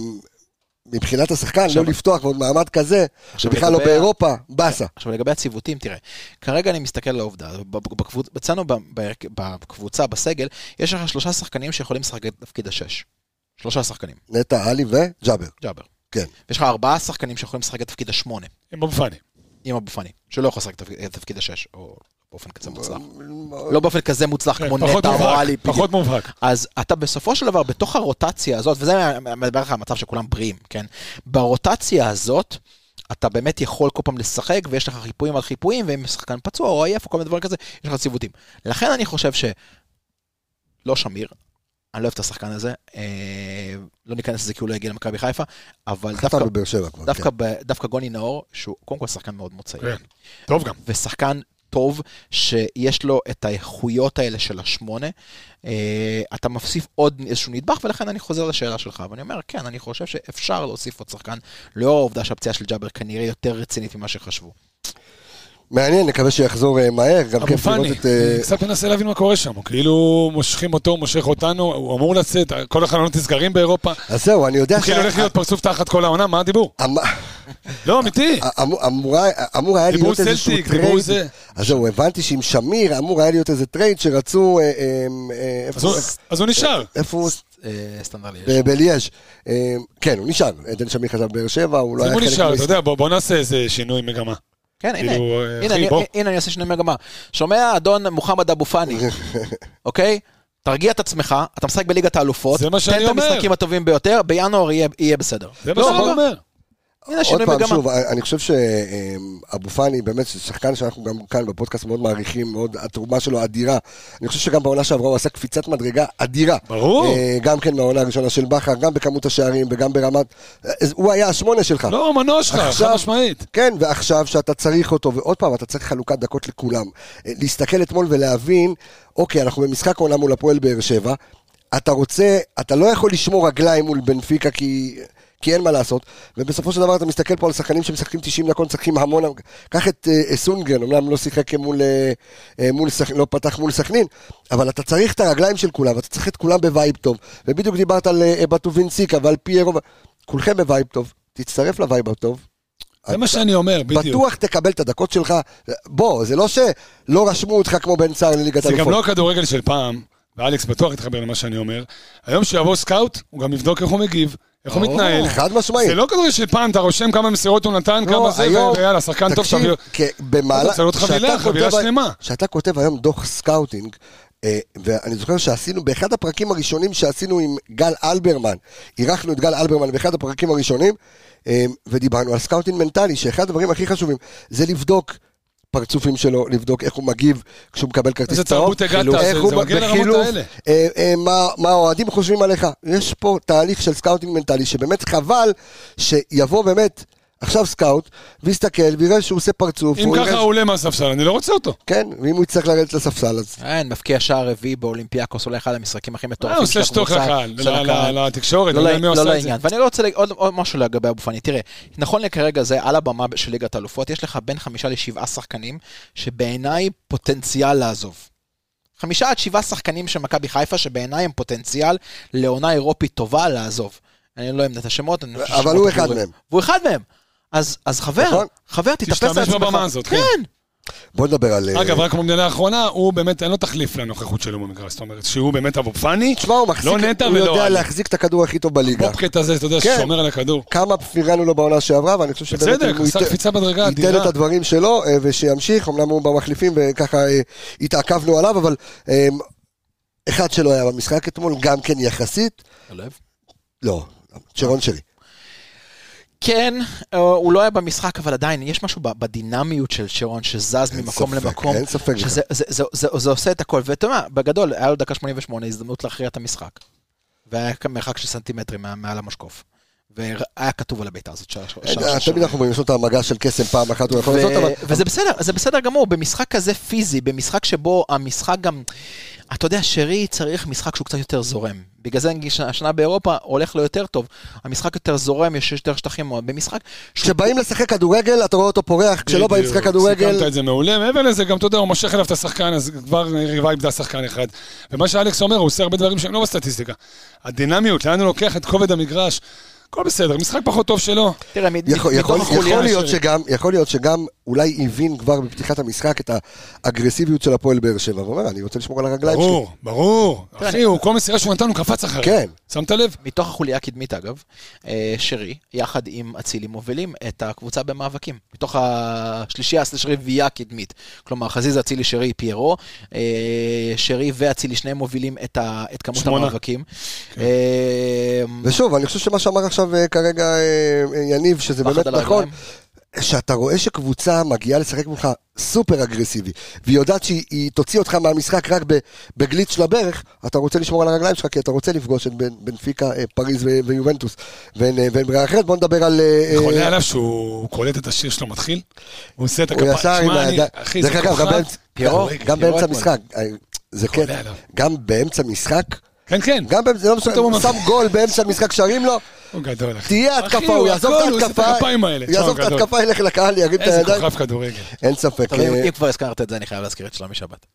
[SPEAKER 1] מבחינת השחקן,
[SPEAKER 5] עכשיו-
[SPEAKER 1] לא לפתוח עוד מעמד כזה,
[SPEAKER 5] עכשיו
[SPEAKER 1] שבכלל לא
[SPEAKER 5] לגבי ה-
[SPEAKER 1] באירופה, באסה.
[SPEAKER 5] עכשיו לגבי הציוותים, תראה, כרגע אני מסתכל על העובדה, ב- ב- בקבוצ- אצלנו ב- בהרכ- בקבוצה, בסגל, יש לך שלושה שחקנים שיכולים לשחק את תפקיד השש. שלושה שחקנים,
[SPEAKER 1] נטע, עלי וג'אבר.
[SPEAKER 5] ג'אבר.
[SPEAKER 1] כן.
[SPEAKER 5] ויש לך ארבעה שחקנים שיכולים לשחק את תפקיד השמונה,
[SPEAKER 6] עם אבו פאני. כן,
[SPEAKER 5] עם אבו פאני, שלא יכול לשחק את תפקיד- את תפקיד השש, או באופן כזה מוצלח. לא באופן כזה מוצלח כמו
[SPEAKER 6] כן, פחות
[SPEAKER 5] נטע או
[SPEAKER 6] מובהק,
[SPEAKER 5] עלי. בדיוק.
[SPEAKER 6] פחות מובהק.
[SPEAKER 5] אז אתה בסופו של דבר, בתוך הרוטציה הזאת, וזה מה- מה- מדבר לך על מצב שכולם בריאים, כן? ברוטציה הזאת, אתה באמת יכול כל פעם לשחק, ויש לך חיפויים על חיפויים, ואם שחקן פצוע או עייף או כל מיני דברים כזה, יש לך ציוותים. לכן אני חושב ש... לא שמיר, אני לא אוהב את השחקן הזה, אה, לא ניכנס לזה כי הוא לא יגיע למכבי חיפה, אבל דווקא,
[SPEAKER 1] חתם בבאר שבע כבר.
[SPEAKER 5] דווקא,
[SPEAKER 1] כן.
[SPEAKER 5] ב- דווקא גוני נאור, שהוא קודם כל שחקן מאוד מאוד צעיר.
[SPEAKER 6] כן. טוב
[SPEAKER 1] לא
[SPEAKER 6] גם.
[SPEAKER 5] ושחקן טוב שיש לו את האיכויות האלה של השמונה. אה, אתה מוסיף עוד איזשהו נדבך, ולכן אני חוזר לשאלה שלך, ואני אומר, כן, אני חושב שאפשר להוסיף עוד שחקן, לאור העובדה שהפציעה של ג'אבר כנראה יותר רצינית ממה שחשבו.
[SPEAKER 1] מעניין, נקווה שיחזור אה, מהר, גם
[SPEAKER 6] אבו
[SPEAKER 1] כיף
[SPEAKER 6] פאני,
[SPEAKER 1] לראות את... אה,
[SPEAKER 6] אני קצת מנסה להבין מה קורה שם, הוא כאילו מושכים אותו, הוא מושך אותנו, הוא אמור לצאת, כל החלונות נסגרים באירופה,
[SPEAKER 1] אה, אז זהו, אני יודע
[SPEAKER 5] כאילו
[SPEAKER 6] הוא כאילו הולך להיות פרצוף תחת כל העונה, מה הדיבור?
[SPEAKER 1] אמ-
[SPEAKER 6] לא, אמיתי.
[SPEAKER 1] אמור- אמורה- אמור היה
[SPEAKER 6] דיברו
[SPEAKER 1] להיות איזשהו
[SPEAKER 6] סלטיק, דיברו
[SPEAKER 1] טרייד.
[SPEAKER 6] זה.
[SPEAKER 1] אז זהו, הבנתי שעם שמיר אמור היה להיות איזה טרייד שרצו... אה, אה, אה,
[SPEAKER 6] אז הוא-
[SPEAKER 1] איפה-
[SPEAKER 6] אז הוא נשאר.
[SPEAKER 1] איפה הוא?
[SPEAKER 5] אה, סטנדרט לי.
[SPEAKER 1] ב- בליאש. אה, כן, הוא נשאר. עדן שמיר חזר לבאר שבע, הוא לא
[SPEAKER 6] אז
[SPEAKER 1] היה
[SPEAKER 6] הוא
[SPEAKER 1] חלק...
[SPEAKER 6] נשאר,
[SPEAKER 1] מהמס-
[SPEAKER 6] אתה יודע, בוא בוא נעשה איזה שינוי מגמה.
[SPEAKER 5] כן, הנה,
[SPEAKER 6] כאילו, אה,
[SPEAKER 5] הנה,
[SPEAKER 6] אחי,
[SPEAKER 5] אני-
[SPEAKER 6] בוא.
[SPEAKER 5] הנה, אני עושה שני מגמה. שומע, אדון מוחמד אבו פאני, אוקיי? תרגיע את עצמך, אתה משחק בליגת האלופות,
[SPEAKER 6] זה מה שאני
[SPEAKER 5] תן את
[SPEAKER 6] אומר.
[SPEAKER 5] המשחקים הטובים ביותר, בינואר יהיה- יהיה בסדר.
[SPEAKER 6] זה מה
[SPEAKER 5] לא,
[SPEAKER 6] שאני
[SPEAKER 5] אבל-
[SPEAKER 6] אומר.
[SPEAKER 5] הנה
[SPEAKER 1] עוד
[SPEAKER 5] שינוי
[SPEAKER 1] פעם,
[SPEAKER 5] מגמה.
[SPEAKER 1] שוב, אני חושב שאבו פאני באמת שחקן שאנחנו גם כאן בפודקאסט מאוד מעריכים, מאוד, התרומה שלו אדירה. אני חושב שגם בעונה שעברה הוא עשה קפיצת מדרגה אדירה.
[SPEAKER 6] ברור.
[SPEAKER 1] אה, גם כן מהעונה הראשונה של בכר, גם בכמות השערים וגם ברמת... אה, הוא היה השמונה שלך.
[SPEAKER 6] לא, המנוע שלך, חד
[SPEAKER 1] עכשיו-
[SPEAKER 6] משמעית.
[SPEAKER 1] כן, ועכשיו שאתה צריך אותו, ועוד פעם, אתה צריך חלוקת דקות לכולם. אה, להסתכל אתמול ולהבין, אוקיי, אנחנו במשחק עונה מול הפועל באר שבע, אתה רוצה, אתה לא יכול לשמור רגליים מול בנפיקה כי... כי אין מה לעשות, ובסופו של דבר אתה מסתכל פה על שחקנים שמשחקים 90 דקות, משחקים המון, קח את אה, סונגרן, אמנם לא שיחק מול, אה, אה, מול סכ... לא פתח מול סכנין, אבל אתה צריך את הרגליים של כולם, ואתה צריך את כולם בווייב טוב, ובדיוק דיברת על אה, בטובינציקה ועל פיירו, כולכם בווייב טוב, תצטרף לווייב הטוב,
[SPEAKER 6] זה מה שאני אומר, בדיוק.
[SPEAKER 1] בטוח תקבל את הדקות שלך. בוא, זה לא שלא רשמו אותך כמו בן סער לליגת
[SPEAKER 6] זה גם לא
[SPEAKER 1] אלופות.
[SPEAKER 6] הכדורגל של פעם, ואלכס בטוח יתחבר למה שאני אומר. היום שיבוא סקאוט, הוא גם יבדוק איך הוא מגיב, איך הוא מתנהל.
[SPEAKER 1] חד משמעית.
[SPEAKER 6] זה לא כדורגל של פעם, אתה רושם כמה מסירות הוא נתן, כמה זה,
[SPEAKER 1] לא, היום-
[SPEAKER 6] ויאללה, שחקן טוב,
[SPEAKER 1] תקשיב,
[SPEAKER 6] תביא...
[SPEAKER 1] כ- במהלך...
[SPEAKER 6] רוצה לראות חבילה,
[SPEAKER 1] כשאתה
[SPEAKER 6] חבילה
[SPEAKER 1] כותב-
[SPEAKER 6] שלמה.
[SPEAKER 1] כשאתה כותב היום דוח סקאוטינג, אה, ואני זוכר שעשינו, באחד הפרקים הראשונים שעשינו עם גל אלברמן, אירחנו את גל אלברמן באחד הפרקים הראשונים, אה, ודיברנו על סקאוטינג מנטלי, שאחד הדברים הכי חשובים זה לבדוק. פרצופים שלו, לבדוק איך הוא מגיב כשהוא מקבל כרטיס
[SPEAKER 6] איזה
[SPEAKER 1] צהוב,
[SPEAKER 6] תרבות הגעת,
[SPEAKER 1] חילוף.
[SPEAKER 6] זה-
[SPEAKER 1] איך
[SPEAKER 6] זה
[SPEAKER 1] הוא
[SPEAKER 6] מגיע לרמות
[SPEAKER 1] בחילוף,
[SPEAKER 6] האלה.
[SPEAKER 1] אה, אה, מה- מה האוהדים חושבים עליך. יש פה תהליך של סקאוטינג מנטלי, שבאמת חבל שיבוא באמת עכשיו סקאוט, ויסתכל, ויראה שהוא עושה פרצוף.
[SPEAKER 6] אם
[SPEAKER 1] הוא
[SPEAKER 6] ככה
[SPEAKER 1] יראה-
[SPEAKER 6] הוא עולה מהספסל, אני לא רוצה אותו.
[SPEAKER 1] כן, ואם הוא יצטרך לרדת לספסל, אז...
[SPEAKER 5] כן, מבקיע שער רביעי באולימפיאקוס, אולי אחד המשחקים הכי
[SPEAKER 6] אה, הוא
[SPEAKER 5] מטורפים של
[SPEAKER 6] עושה שטוח
[SPEAKER 5] הקבוצה.
[SPEAKER 6] לקהל,
[SPEAKER 5] של
[SPEAKER 6] ל-
[SPEAKER 5] הקהל.
[SPEAKER 6] ל- לתקשורת,
[SPEAKER 5] לא
[SPEAKER 6] אני לא
[SPEAKER 5] לעניין,
[SPEAKER 6] יודע מי
[SPEAKER 5] לא
[SPEAKER 6] עושה את זה.
[SPEAKER 5] לעניין. ואני לא רוצה להגיד עוד עוד משהו לגבי אבו פאני. תראה, נכון לכרגע זה, על הבמה של ליגת האלופות, יש לך בין חמישה לשבעה שחקנים, שבעיניי פוטנציאל לעזוב. חמישה עד שבעה שחקנים של מכבי חיפה, שבעיניי הם פוטנציאל לעונה אירופית טובה לעזוב. אני לא אמנה את השמות, אני חושב
[SPEAKER 1] אבל
[SPEAKER 5] ששמות
[SPEAKER 1] הוא אחד
[SPEAKER 5] ברורים.
[SPEAKER 1] מהם.
[SPEAKER 5] והוא אחד מהם. אז, אז חבר,
[SPEAKER 1] נכון.
[SPEAKER 5] חבר, תתאפס על עצמך.
[SPEAKER 6] תשתמש בבמה הזאת, כן.
[SPEAKER 5] כן.
[SPEAKER 1] בוא נדבר על... אה,
[SPEAKER 6] אגב, רק כמו מדינה האחרונה, הוא באמת, אין לו תחליף לנוכחות שלו במגרש, זאת אומרת, שהוא באמת אבו פאני,
[SPEAKER 1] תשמע, הוא מחזיק...
[SPEAKER 6] לא נטע
[SPEAKER 1] הוא
[SPEAKER 6] ולא
[SPEAKER 1] יודע
[SPEAKER 6] עלי.
[SPEAKER 1] להחזיק את הכדור הכי טוב בליגה.
[SPEAKER 6] הפופקט הזה, אתה יודע,
[SPEAKER 1] כן.
[SPEAKER 6] ששומר על הכדור.
[SPEAKER 1] כמה פרגנו לו בעונה שעברה, ואני חושב שבאמת
[SPEAKER 6] בצדק,
[SPEAKER 1] אם הוא
[SPEAKER 6] עשה
[SPEAKER 1] ייתן-
[SPEAKER 6] קפיצה בדרגה
[SPEAKER 1] ייתן
[SPEAKER 6] אדירה.
[SPEAKER 1] את הדברים שלו, אה, ושימשיך, אמנם הוא במחליפים, וככה אה, התעכבנו עליו, אבל אה, אחד שלא היה במשחק אתמול, גם כן יחסית, לא, שרון שלי.
[SPEAKER 5] כן, אה, הוא לא היה במשחק, אבל עדיין, יש משהו ב- בדינמיות של שרון שזז ממקום
[SPEAKER 1] ספק,
[SPEAKER 5] למקום.
[SPEAKER 1] אין ספק בכלל.
[SPEAKER 5] שזה זה- זה- זה- זה עושה את הכל, ואתה יודע, בגדול, היה לו דקה 88 הזדמנות להכריע את המשחק. והיה כאן מרחק של סנטימטרים מה- מעל המשקוף. והיה כתוב על הבעיטה הזאת. שער- שער- שער-
[SPEAKER 1] אה, תמיד אנחנו אומרים, יש לו את המגע של קסם פעם אחת, הוא יכול לעשות,
[SPEAKER 5] ו-
[SPEAKER 1] אבל...
[SPEAKER 5] וזה בסדר, זה בסדר גמור, במשחק כזה פיזי, במשחק שבו המשחק גם... אתה יודע, שרי צריך משחק שהוא קצת יותר זורם. בגלל זה נגיד השנה באירופה הולך לו יותר טוב. המשחק יותר זורם, יש יותר שטחים, במשחק... שהוא-
[SPEAKER 1] כשבאים לשחק כדורגל, אתה רואה אותו פורח, כשלא באים לשחק
[SPEAKER 6] בדיוק, סיכמת
[SPEAKER 1] כדורגל...
[SPEAKER 6] את זה מעולה, מעבר לזה, גם אתה יודע, הוא מושך אליו את השחקן, אז כבר ריבה איבדה שחקן אחד. ומה שאלכס אומר, הוא עושה הרבה דברים שהם לא בסטטיסטיקה. הדינמיות, לאן הוא לוקח את כובד המגרש, הכל בסדר, משחק פחות טוב שלו.
[SPEAKER 5] תראה, מד-
[SPEAKER 1] יכול,
[SPEAKER 5] מתוך
[SPEAKER 1] יכול,
[SPEAKER 5] החוליה
[SPEAKER 1] יכול,
[SPEAKER 5] של-
[SPEAKER 1] להיות שגם, יכול להיות שגם אולי הבין כבר בפתיחת המשחק את האגרסיביות של הפועל באר שבע, ואומר, אני רוצה לשמור על הרגליים שלי.
[SPEAKER 6] ברור, ברור.
[SPEAKER 5] תראה,
[SPEAKER 6] אחי, הוא כל מסירה שהוא נתן, הוא קפץ אחריה.
[SPEAKER 1] כן.
[SPEAKER 6] שמת לב?
[SPEAKER 5] מתוך החוליה הקדמית אגב, אה, שרי, יחד עם אצילי מובילים את הקבוצה במאבקים. מתוך השלישייה, סליש רביעייה הקדמית. כלומר, חזיזה, אצילי, שרי, פיירו. אה, שרי ואצילי, שניהם מובילים את, ה, את כמות
[SPEAKER 6] שמונה. כן.
[SPEAKER 5] המאבקים. אה,
[SPEAKER 1] ושוב, אני חושב שמה שאמר עכשיו אה, כרגע אה, אה, יניב, שזה
[SPEAKER 5] פחד
[SPEAKER 1] באמת
[SPEAKER 5] על
[SPEAKER 1] נכון,
[SPEAKER 5] הרגליים.
[SPEAKER 1] שאתה רואה שקבוצה מגיעה לשחק מולך סופר אגרסיבי, והיא יודעת שהיא היא תוציא אותך מהמשחק רק ב- בגליץ' של הברך, אתה רוצה לשמור על הרגליים שלך, כי אתה רוצה לפגוש את בן- בנפיקה, אה, פריז ו- ויובנטוס. ואין אה, ואין ברירה אחרת, בוא נדבר על... אה, אה,
[SPEAKER 6] חולה עליו שהוא קולט את השיר שלו מתחיל, הוא עושה את
[SPEAKER 1] הוא
[SPEAKER 6] הכפיים.
[SPEAKER 1] ישר עם
[SPEAKER 6] שמע, אני-
[SPEAKER 1] הידיים.
[SPEAKER 6] אחי,
[SPEAKER 1] דרך
[SPEAKER 6] זה
[SPEAKER 1] אגב, גם
[SPEAKER 6] כוכב.
[SPEAKER 1] באמצע-
[SPEAKER 5] פיירו,
[SPEAKER 1] גם
[SPEAKER 5] פיירו
[SPEAKER 1] באמצע
[SPEAKER 5] אתמול.
[SPEAKER 1] המשחק. אה, זה
[SPEAKER 6] חולה
[SPEAKER 1] קטע.
[SPEAKER 6] עליו.
[SPEAKER 1] גם באמצע משחק,
[SPEAKER 6] כן, כן.
[SPEAKER 1] גם באמצע, זה לא משנה,
[SPEAKER 6] טוב,
[SPEAKER 1] הוא
[SPEAKER 6] הוא
[SPEAKER 1] שם גול באמצע המשחק, שרים לו,
[SPEAKER 6] הוא גדול, אחי.
[SPEAKER 1] תהיה
[SPEAKER 6] אחי,
[SPEAKER 1] התקפה, הוא יעזוב
[SPEAKER 6] הכל,
[SPEAKER 1] את
[SPEAKER 6] הוא עושה את
[SPEAKER 1] ההתקפה,
[SPEAKER 6] הכפיים האלה.
[SPEAKER 1] יעזוב
[SPEAKER 6] שמע,
[SPEAKER 1] את
[SPEAKER 6] הוא גדול.
[SPEAKER 1] ההתקפה, ילך לקהל, ירים את
[SPEAKER 6] איזה
[SPEAKER 1] הידיים,
[SPEAKER 6] כוכב לא כדורגל.
[SPEAKER 1] אין ספק.
[SPEAKER 5] טוב, אם
[SPEAKER 1] אה,
[SPEAKER 5] אם כבר הזכרת את זה, אני חייב להזכיר את שלומי שבת.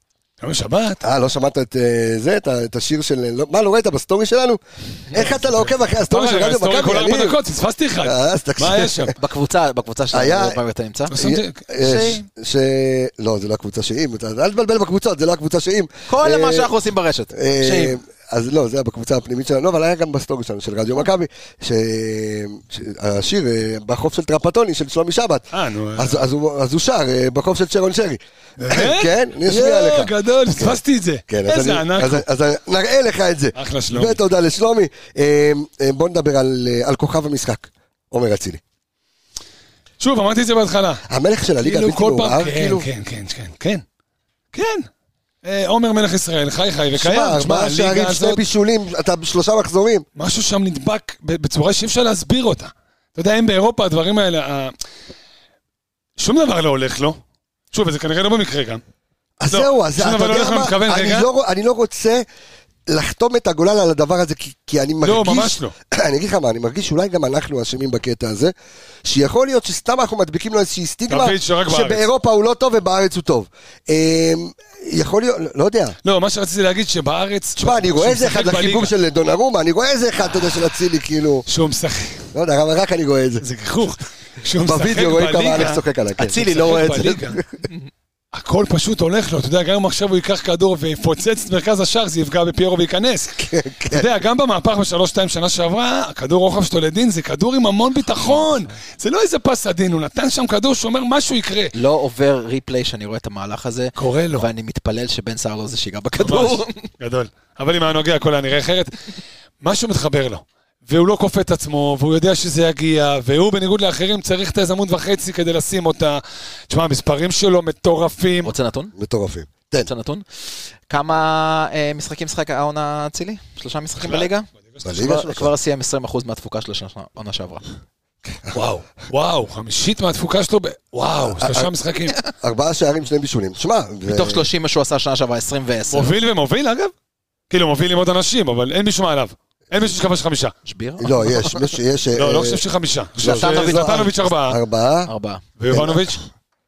[SPEAKER 6] יום שבת?
[SPEAKER 1] אה, לא שמעת את אה, זה, את ה- את השיר של... לא- מה, לא ראית בסטורי שלנו? איך אתה לא עוקב אחרי הסטורי של
[SPEAKER 6] אה,
[SPEAKER 1] רדיו
[SPEAKER 6] סטורי כל
[SPEAKER 1] מכבי?
[SPEAKER 6] ארבע
[SPEAKER 1] יניב?
[SPEAKER 6] דקות, פספסתי אחד.
[SPEAKER 1] אה, אז תקשיב.
[SPEAKER 6] מה היה שם?
[SPEAKER 5] בקבוצה, בקבוצה שלנו,
[SPEAKER 1] היה-
[SPEAKER 5] עוד פעם אתה נמצא?
[SPEAKER 1] יש- אה, ש... לא, זה לא הקבוצה שאם, אתה- אל תבלבל בקבוצות, זה לא הקבוצה שאם.
[SPEAKER 5] כל
[SPEAKER 1] אה,
[SPEAKER 5] מה שאנחנו עושים ברשת.
[SPEAKER 1] אה,
[SPEAKER 5] שאם.
[SPEAKER 1] אז לא, זה היה בקבוצה הפנימית שלנו, אבל היה גם בסטורי שלנו, של רדיו מכבי, ש- שהשיר אה, בחוף של טרפטוני, של שלומי שבת.
[SPEAKER 6] אה, נו,
[SPEAKER 1] אז- אז הוא- אז הוא שר אה, בחוף של שרון שרי.
[SPEAKER 6] באמת?
[SPEAKER 1] כן, אני אשמיע
[SPEAKER 6] יואו,
[SPEAKER 1] לך.
[SPEAKER 6] אה? גדול, פספסתי את זה.
[SPEAKER 1] כן, אז,
[SPEAKER 6] איזה
[SPEAKER 1] אני,
[SPEAKER 6] ענק.
[SPEAKER 1] אז, אז נראה לך את זה.
[SPEAKER 6] אחלה שלומי.
[SPEAKER 1] ותודה לשלומי. אה, אה, בוא נדבר על, אה, על כוכב המשחק, עומר אצילי.
[SPEAKER 6] שוב, אמרתי את זה בהתחלה.
[SPEAKER 1] המלך של הליגה
[SPEAKER 6] כאילו
[SPEAKER 1] הבלתי
[SPEAKER 6] כל פעם,
[SPEAKER 1] מעורער,
[SPEAKER 6] כן,
[SPEAKER 1] כאילו,
[SPEAKER 6] כן, כן, כן, כן. כן. אה, עומר מלך ישראל, חי
[SPEAKER 1] שמע,
[SPEAKER 6] חי וקיים. שמע,
[SPEAKER 1] ארבעה שערים,
[SPEAKER 6] הליגה
[SPEAKER 1] שני
[SPEAKER 6] הזאת,
[SPEAKER 1] בישולים, אתה שלושה מחזורים.
[SPEAKER 6] משהו שם נדבק ב- בצורה שאי אפשר להסביר אותה. אתה יודע, אם באירופה הדברים האלה, ה- שום דבר לא הולך לו. שוב, זה כנראה לא במקרה גם.
[SPEAKER 1] אז
[SPEAKER 6] לא,
[SPEAKER 1] זהו, אז
[SPEAKER 6] שום
[SPEAKER 1] אתה
[SPEAKER 6] דבר לא
[SPEAKER 1] יודע
[SPEAKER 6] הולך למתכוון,
[SPEAKER 1] מה, אני
[SPEAKER 6] רגע.
[SPEAKER 1] לא, אני לא רוצה לחתום את הגולל על הדבר הזה, כי, כי אני מרגיש...
[SPEAKER 6] לא, ממש לא.
[SPEAKER 1] אני אגיד לך מה, אני מרגיש שאולי גם אנחנו אשמים בקטע הזה, שיכול להיות שסתם אנחנו מדביקים לו איזושהי סטיגמה,
[SPEAKER 6] תבין שרק בארץ.
[SPEAKER 1] שבאירופה הוא לא טוב ובארץ הוא טוב. אה, יכול להיות, לא יודע.
[SPEAKER 6] לא, מה שרציתי להגיד שבארץ...
[SPEAKER 1] תשמע, אני רואה איזה אחד
[SPEAKER 6] כשהוא משחק
[SPEAKER 1] לחיבור
[SPEAKER 6] בליגה,
[SPEAKER 1] של דונרומה, אני רואה איזה אחד, אתה יודע, של אצילי, כאילו,
[SPEAKER 6] שהוא משחק,
[SPEAKER 1] לא יודע, אבל רק אני רואה את זה.
[SPEAKER 6] זה גיחוך. כשהוא משחק
[SPEAKER 1] בווידאו רואים כמה אלכס
[SPEAKER 6] בליגה,
[SPEAKER 1] צוחק כן. על הכסף.
[SPEAKER 5] אצילי לא רואה את זה.
[SPEAKER 6] בליגה. הכל פשוט הולך לו, אתה יודע, גם אם עכשיו הוא ייקח כדור ויפוצץ את מרכז השער, זה יפגע בפיירו וייכנס.
[SPEAKER 1] כן.
[SPEAKER 6] אתה יודע, גם במהפך בשלוש-שתיים שנה שעברה, הכדור רוחב שלו לדין זה כדור עם המון ביטחון. זה לא איזה פס עדין, הוא נתן שם כדור שאומר משהו יקרה.
[SPEAKER 5] לא עובר ריפליי שאני רואה את המהלך הזה,
[SPEAKER 6] קורה לו.
[SPEAKER 5] ואני מתפלל שבן סער לא זה שיגע
[SPEAKER 6] ממש,
[SPEAKER 5] בכדור.
[SPEAKER 6] גדול. אבל אם היה נוגע, הכל היה נראה אחרת. משהו מתחבר לו. והוא לא כופה את עצמו, והוא יודע שזה יגיע, והוא בניגוד לאחרים צריך את היזמות וחצי כדי לשים אותה. תשמע, המספרים שלו מטורפים.
[SPEAKER 5] רוצה נתון?
[SPEAKER 1] מטורפים. תן,
[SPEAKER 5] רוצה נתון? כמה אה, משחקים שחק העונה אצילי? שלושה משחקים בליגה?
[SPEAKER 1] בליגה
[SPEAKER 5] כבר-
[SPEAKER 1] שלך.
[SPEAKER 5] כבר סיים 20% מהתפוקה של השנה- העונה שעברה.
[SPEAKER 6] וואו, וואו, חמישית מהתפוקה שלו, ב... וואו, שלושה משחקים.
[SPEAKER 1] ארבעה שערים, שני בישולים. שמע, זה-
[SPEAKER 5] מתוך 30 מה שהוא עשה שנה שעברה, 20 ו-10.
[SPEAKER 6] מוביל ומוביל אגב. כאילו מוביל עם עוד אנשים, אבל אין מישהו מעליו. אין מישהו שכבש חמישה.
[SPEAKER 5] שביר?
[SPEAKER 1] לא, יש, יש, יש...
[SPEAKER 6] לא,
[SPEAKER 1] אה,
[SPEAKER 6] לא חושב שחמישה.
[SPEAKER 5] זלטנוביץ'-
[SPEAKER 6] זלטנוביץ' ארבעה,
[SPEAKER 1] ארבעה.
[SPEAKER 5] ארבעה.
[SPEAKER 6] ויובנוביץ'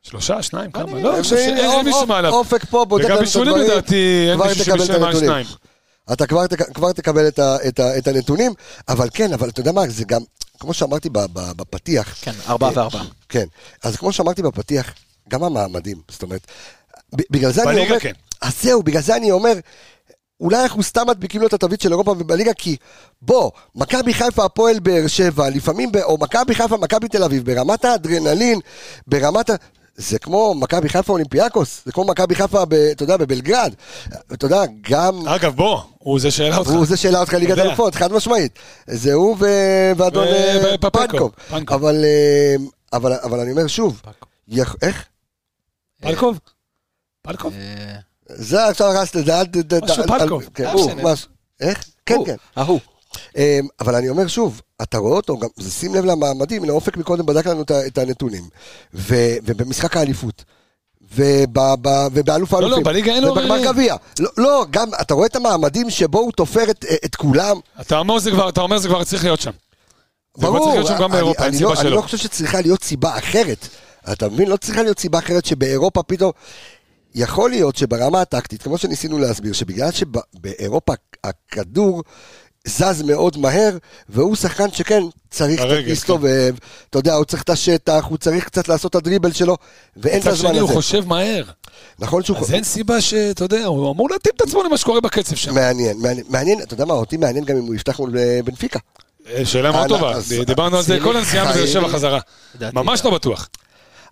[SPEAKER 6] שלושה, שניים, כמה? לא, אני חושב
[SPEAKER 1] והנה,
[SPEAKER 6] שאין אין
[SPEAKER 1] אופ-
[SPEAKER 6] מישהו מעליו.
[SPEAKER 1] אופק פה בודק
[SPEAKER 6] וגם
[SPEAKER 1] לנו את
[SPEAKER 6] בישולים
[SPEAKER 1] הדברים.
[SPEAKER 6] לדעתי, אין
[SPEAKER 1] כבר
[SPEAKER 6] מישהו
[SPEAKER 1] תקבל את
[SPEAKER 6] שבישל מעל
[SPEAKER 1] הנתונים.
[SPEAKER 6] שניים.
[SPEAKER 1] אתה כבר, תק- כבר תקבל את, ה, את, ה, את הנתונים, אבל כן, אבל אתה יודע מה, זה גם, כמו שאמרתי ב- ב- בפתיח,
[SPEAKER 5] כן, ארבעה וארבעה.
[SPEAKER 1] כן, אז כמו שאמרתי בפתיח, גם המעמדים, זאת אומרת, ב- בגלל זה אני
[SPEAKER 6] בליגה
[SPEAKER 1] אומר,
[SPEAKER 6] כן.
[SPEAKER 1] אז זהו, בגלל זה אני אומר, אולי אנחנו סתם מדביקים לו את התווית של אירופה ובליגה, כי בוא, מכבי חיפה, הפועל באר שבע, לפעמים, ב... או מכבי חיפה, מכבי תל אביב, ברמת האדרנלין, ברמת ה... זה כמו מכבי חיפה אולימפיאקוס, זה כמו מכבי חיפה, ב, אתה יודע, בבלגרד. אתה יודע, גם...
[SPEAKER 6] אגב, בוא, הוא זה שהעלה אותך.
[SPEAKER 1] הוא זה שהעלה אותך ליגת
[SPEAKER 6] יודע.
[SPEAKER 1] אלופות, חד משמעית. זה הוא ו- ואדון אה,
[SPEAKER 6] ו- ופפנקו.
[SPEAKER 1] פנקו.
[SPEAKER 6] פנקו.
[SPEAKER 1] אבל, אה, אבל, אבל אני אומר שוב, יכ- איך?
[SPEAKER 6] פלקוב? פלקוב?
[SPEAKER 5] אה,
[SPEAKER 1] זה עכשיו הרסת את זה, אל ת... ת-
[SPEAKER 6] משהו
[SPEAKER 1] אל- אל-
[SPEAKER 6] פלקוב.
[SPEAKER 1] כן,
[SPEAKER 5] אה,
[SPEAKER 1] הוא,
[SPEAKER 5] בסדר.
[SPEAKER 1] משהו. איך? כן,
[SPEAKER 5] הוא,
[SPEAKER 1] כן.
[SPEAKER 5] ההוא.
[SPEAKER 1] אה, אבל אני אומר שוב, אתה רואה אותו, גם, זה שים לב למעמדים, הנה אופק מקודם בדק לנו את ה- את הנתונים. ו- ובמשחק האליפות. וב- ב- ובאלוף האלופים.
[SPEAKER 6] לא, בליגה אין לו-
[SPEAKER 1] ובגמר גביע. לא, לא, גם, אתה רואה את המעמדים שבו הוא תופר את, אה, את כולם.
[SPEAKER 6] אתה אומר זה כבר, אתה אומר זה כבר צריך להיות שם. זה כבר צריך
[SPEAKER 1] ברור,
[SPEAKER 6] להיות שם גם
[SPEAKER 1] אני-
[SPEAKER 6] באירופה,
[SPEAKER 1] אני
[SPEAKER 6] אין
[SPEAKER 1] לא-
[SPEAKER 6] סיבה
[SPEAKER 1] אני לא
[SPEAKER 6] שלא.
[SPEAKER 1] חושב שצריכה להיות סיבה אחרת. אתה מבין? לא צריכה להיות סיבה אחרת שבאירופה פתאום... יכול להיות שברמה הטקטית, כמו שניסינו להסביר, שבגלל שבאירופה הכדור זז מאוד מהר, והוא שחקן שכן צריך קצת
[SPEAKER 6] ברגל, כן.
[SPEAKER 1] להסתובב, אתה יודע, הוא צריך את השטח, הוא צריך קצת לעשות את הדריבל שלו, ואין את
[SPEAKER 6] מצד
[SPEAKER 1] הזמן
[SPEAKER 6] שני,
[SPEAKER 1] הזה.
[SPEAKER 6] הוא חושב מהר.
[SPEAKER 1] נכון שהוא
[SPEAKER 6] אז
[SPEAKER 1] חושב.
[SPEAKER 6] אין סיבה שאתה יודע, הוא אמור להתאים את עצמו למה שקורה בקצב שם.
[SPEAKER 1] מעניין, מעניין, מעניין, אתה יודע מה, אותי מעניין גם אם הוא יפתח מול אה, בנפיקה.
[SPEAKER 6] אה, שאלה מאוד
[SPEAKER 1] הלאה,
[SPEAKER 6] טובה,
[SPEAKER 1] אז-
[SPEAKER 6] דיברנו על זה,
[SPEAKER 5] אצילי
[SPEAKER 6] כל הנסיעה מבאר שבע חזרה.
[SPEAKER 5] לדעתי.
[SPEAKER 6] ממש לא בטוח.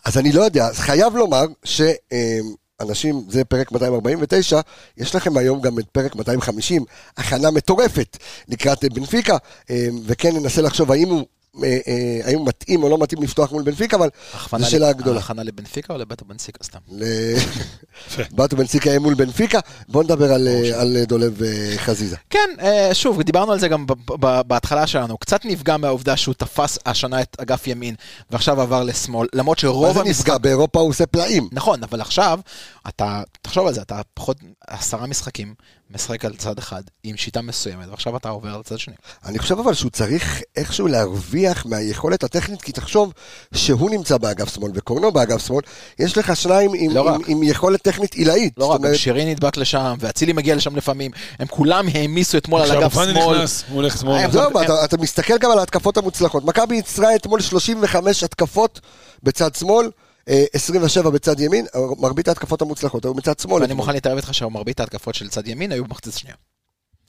[SPEAKER 1] אז אני לא יודע, אז חייב לומר שאנשים, זה פרק 249, יש לכם היום גם את פרק 250, הכנה מטורפת לקראת אה, בנפיקה, אה, וכן ננסה לחשוב האם הוא... אה, אה, האם הוא מתאים או לא מתאים לפתוח מול בנפיקה, אבל
[SPEAKER 5] הכוונה
[SPEAKER 1] זו
[SPEAKER 5] ל- אה.
[SPEAKER 1] שאלה גדולה.
[SPEAKER 5] הכנה לבנפיקה או לבית הבנפיקה? סתם.
[SPEAKER 1] ל- באטו בנפיקה יהיה מול בנפיקה, בואו נדבר על, אה, על אה, דולב אה, חזיזה.
[SPEAKER 5] כן, אה, שוב, דיברנו על זה גם ב- ב- בהתחלה שלנו. קצת נפגע מהעובדה שהוא תפס השנה את אגף ימין, ועכשיו עבר לשמאל, למרות
[SPEAKER 1] מה
[SPEAKER 5] שרוב
[SPEAKER 1] זה
[SPEAKER 5] המשחק...
[SPEAKER 1] נפגע? באירופה הוא עושה פלאים.
[SPEAKER 5] נכון, אבל עכשיו, אתה, תחשוב על זה, אתה פחות עשרה משחקים משחק על צד אחד עם שיטה מסוימת, ועכשיו אתה עובר לצד שני. לא
[SPEAKER 1] אני חושב אבל שהוא צריך איכשהו להרוויח מהיכולת הטכנית, כי תחשוב שהוא נמצא באגף שמאל וקורנו באגף שמאל, יש לך שניים עם,
[SPEAKER 5] לא
[SPEAKER 1] עם,
[SPEAKER 5] רק.
[SPEAKER 1] עם יכולת טכנית עילאית.
[SPEAKER 5] לא
[SPEAKER 1] זאת
[SPEAKER 5] רק, גם
[SPEAKER 1] אומרת,
[SPEAKER 5] שירי נדבק לשם, ואצילי מגיע לשם לפעמים, הם כולם העמיסו אתמול על
[SPEAKER 6] עכשיו
[SPEAKER 5] אגף
[SPEAKER 6] פאני
[SPEAKER 5] שמאל.
[SPEAKER 6] נכנס, הוא הולך שמאלה.
[SPEAKER 5] אה,
[SPEAKER 1] זהו,
[SPEAKER 5] אבל-
[SPEAKER 1] לא, אתה, אתה מסתכל גם על ההתקפות המוצלחות. מכבי ייצרה אתמול 35 התקפות בצד שמאל, אה, 27 בצד ימין, אה, מרבית ההתקפות המוצלחות היו מצד שמאל.
[SPEAKER 5] ואני
[SPEAKER 1] אתמול.
[SPEAKER 5] מוכן להתערב איתך שמרבית ההתקפות של צד ימין היו במחצית השנייה.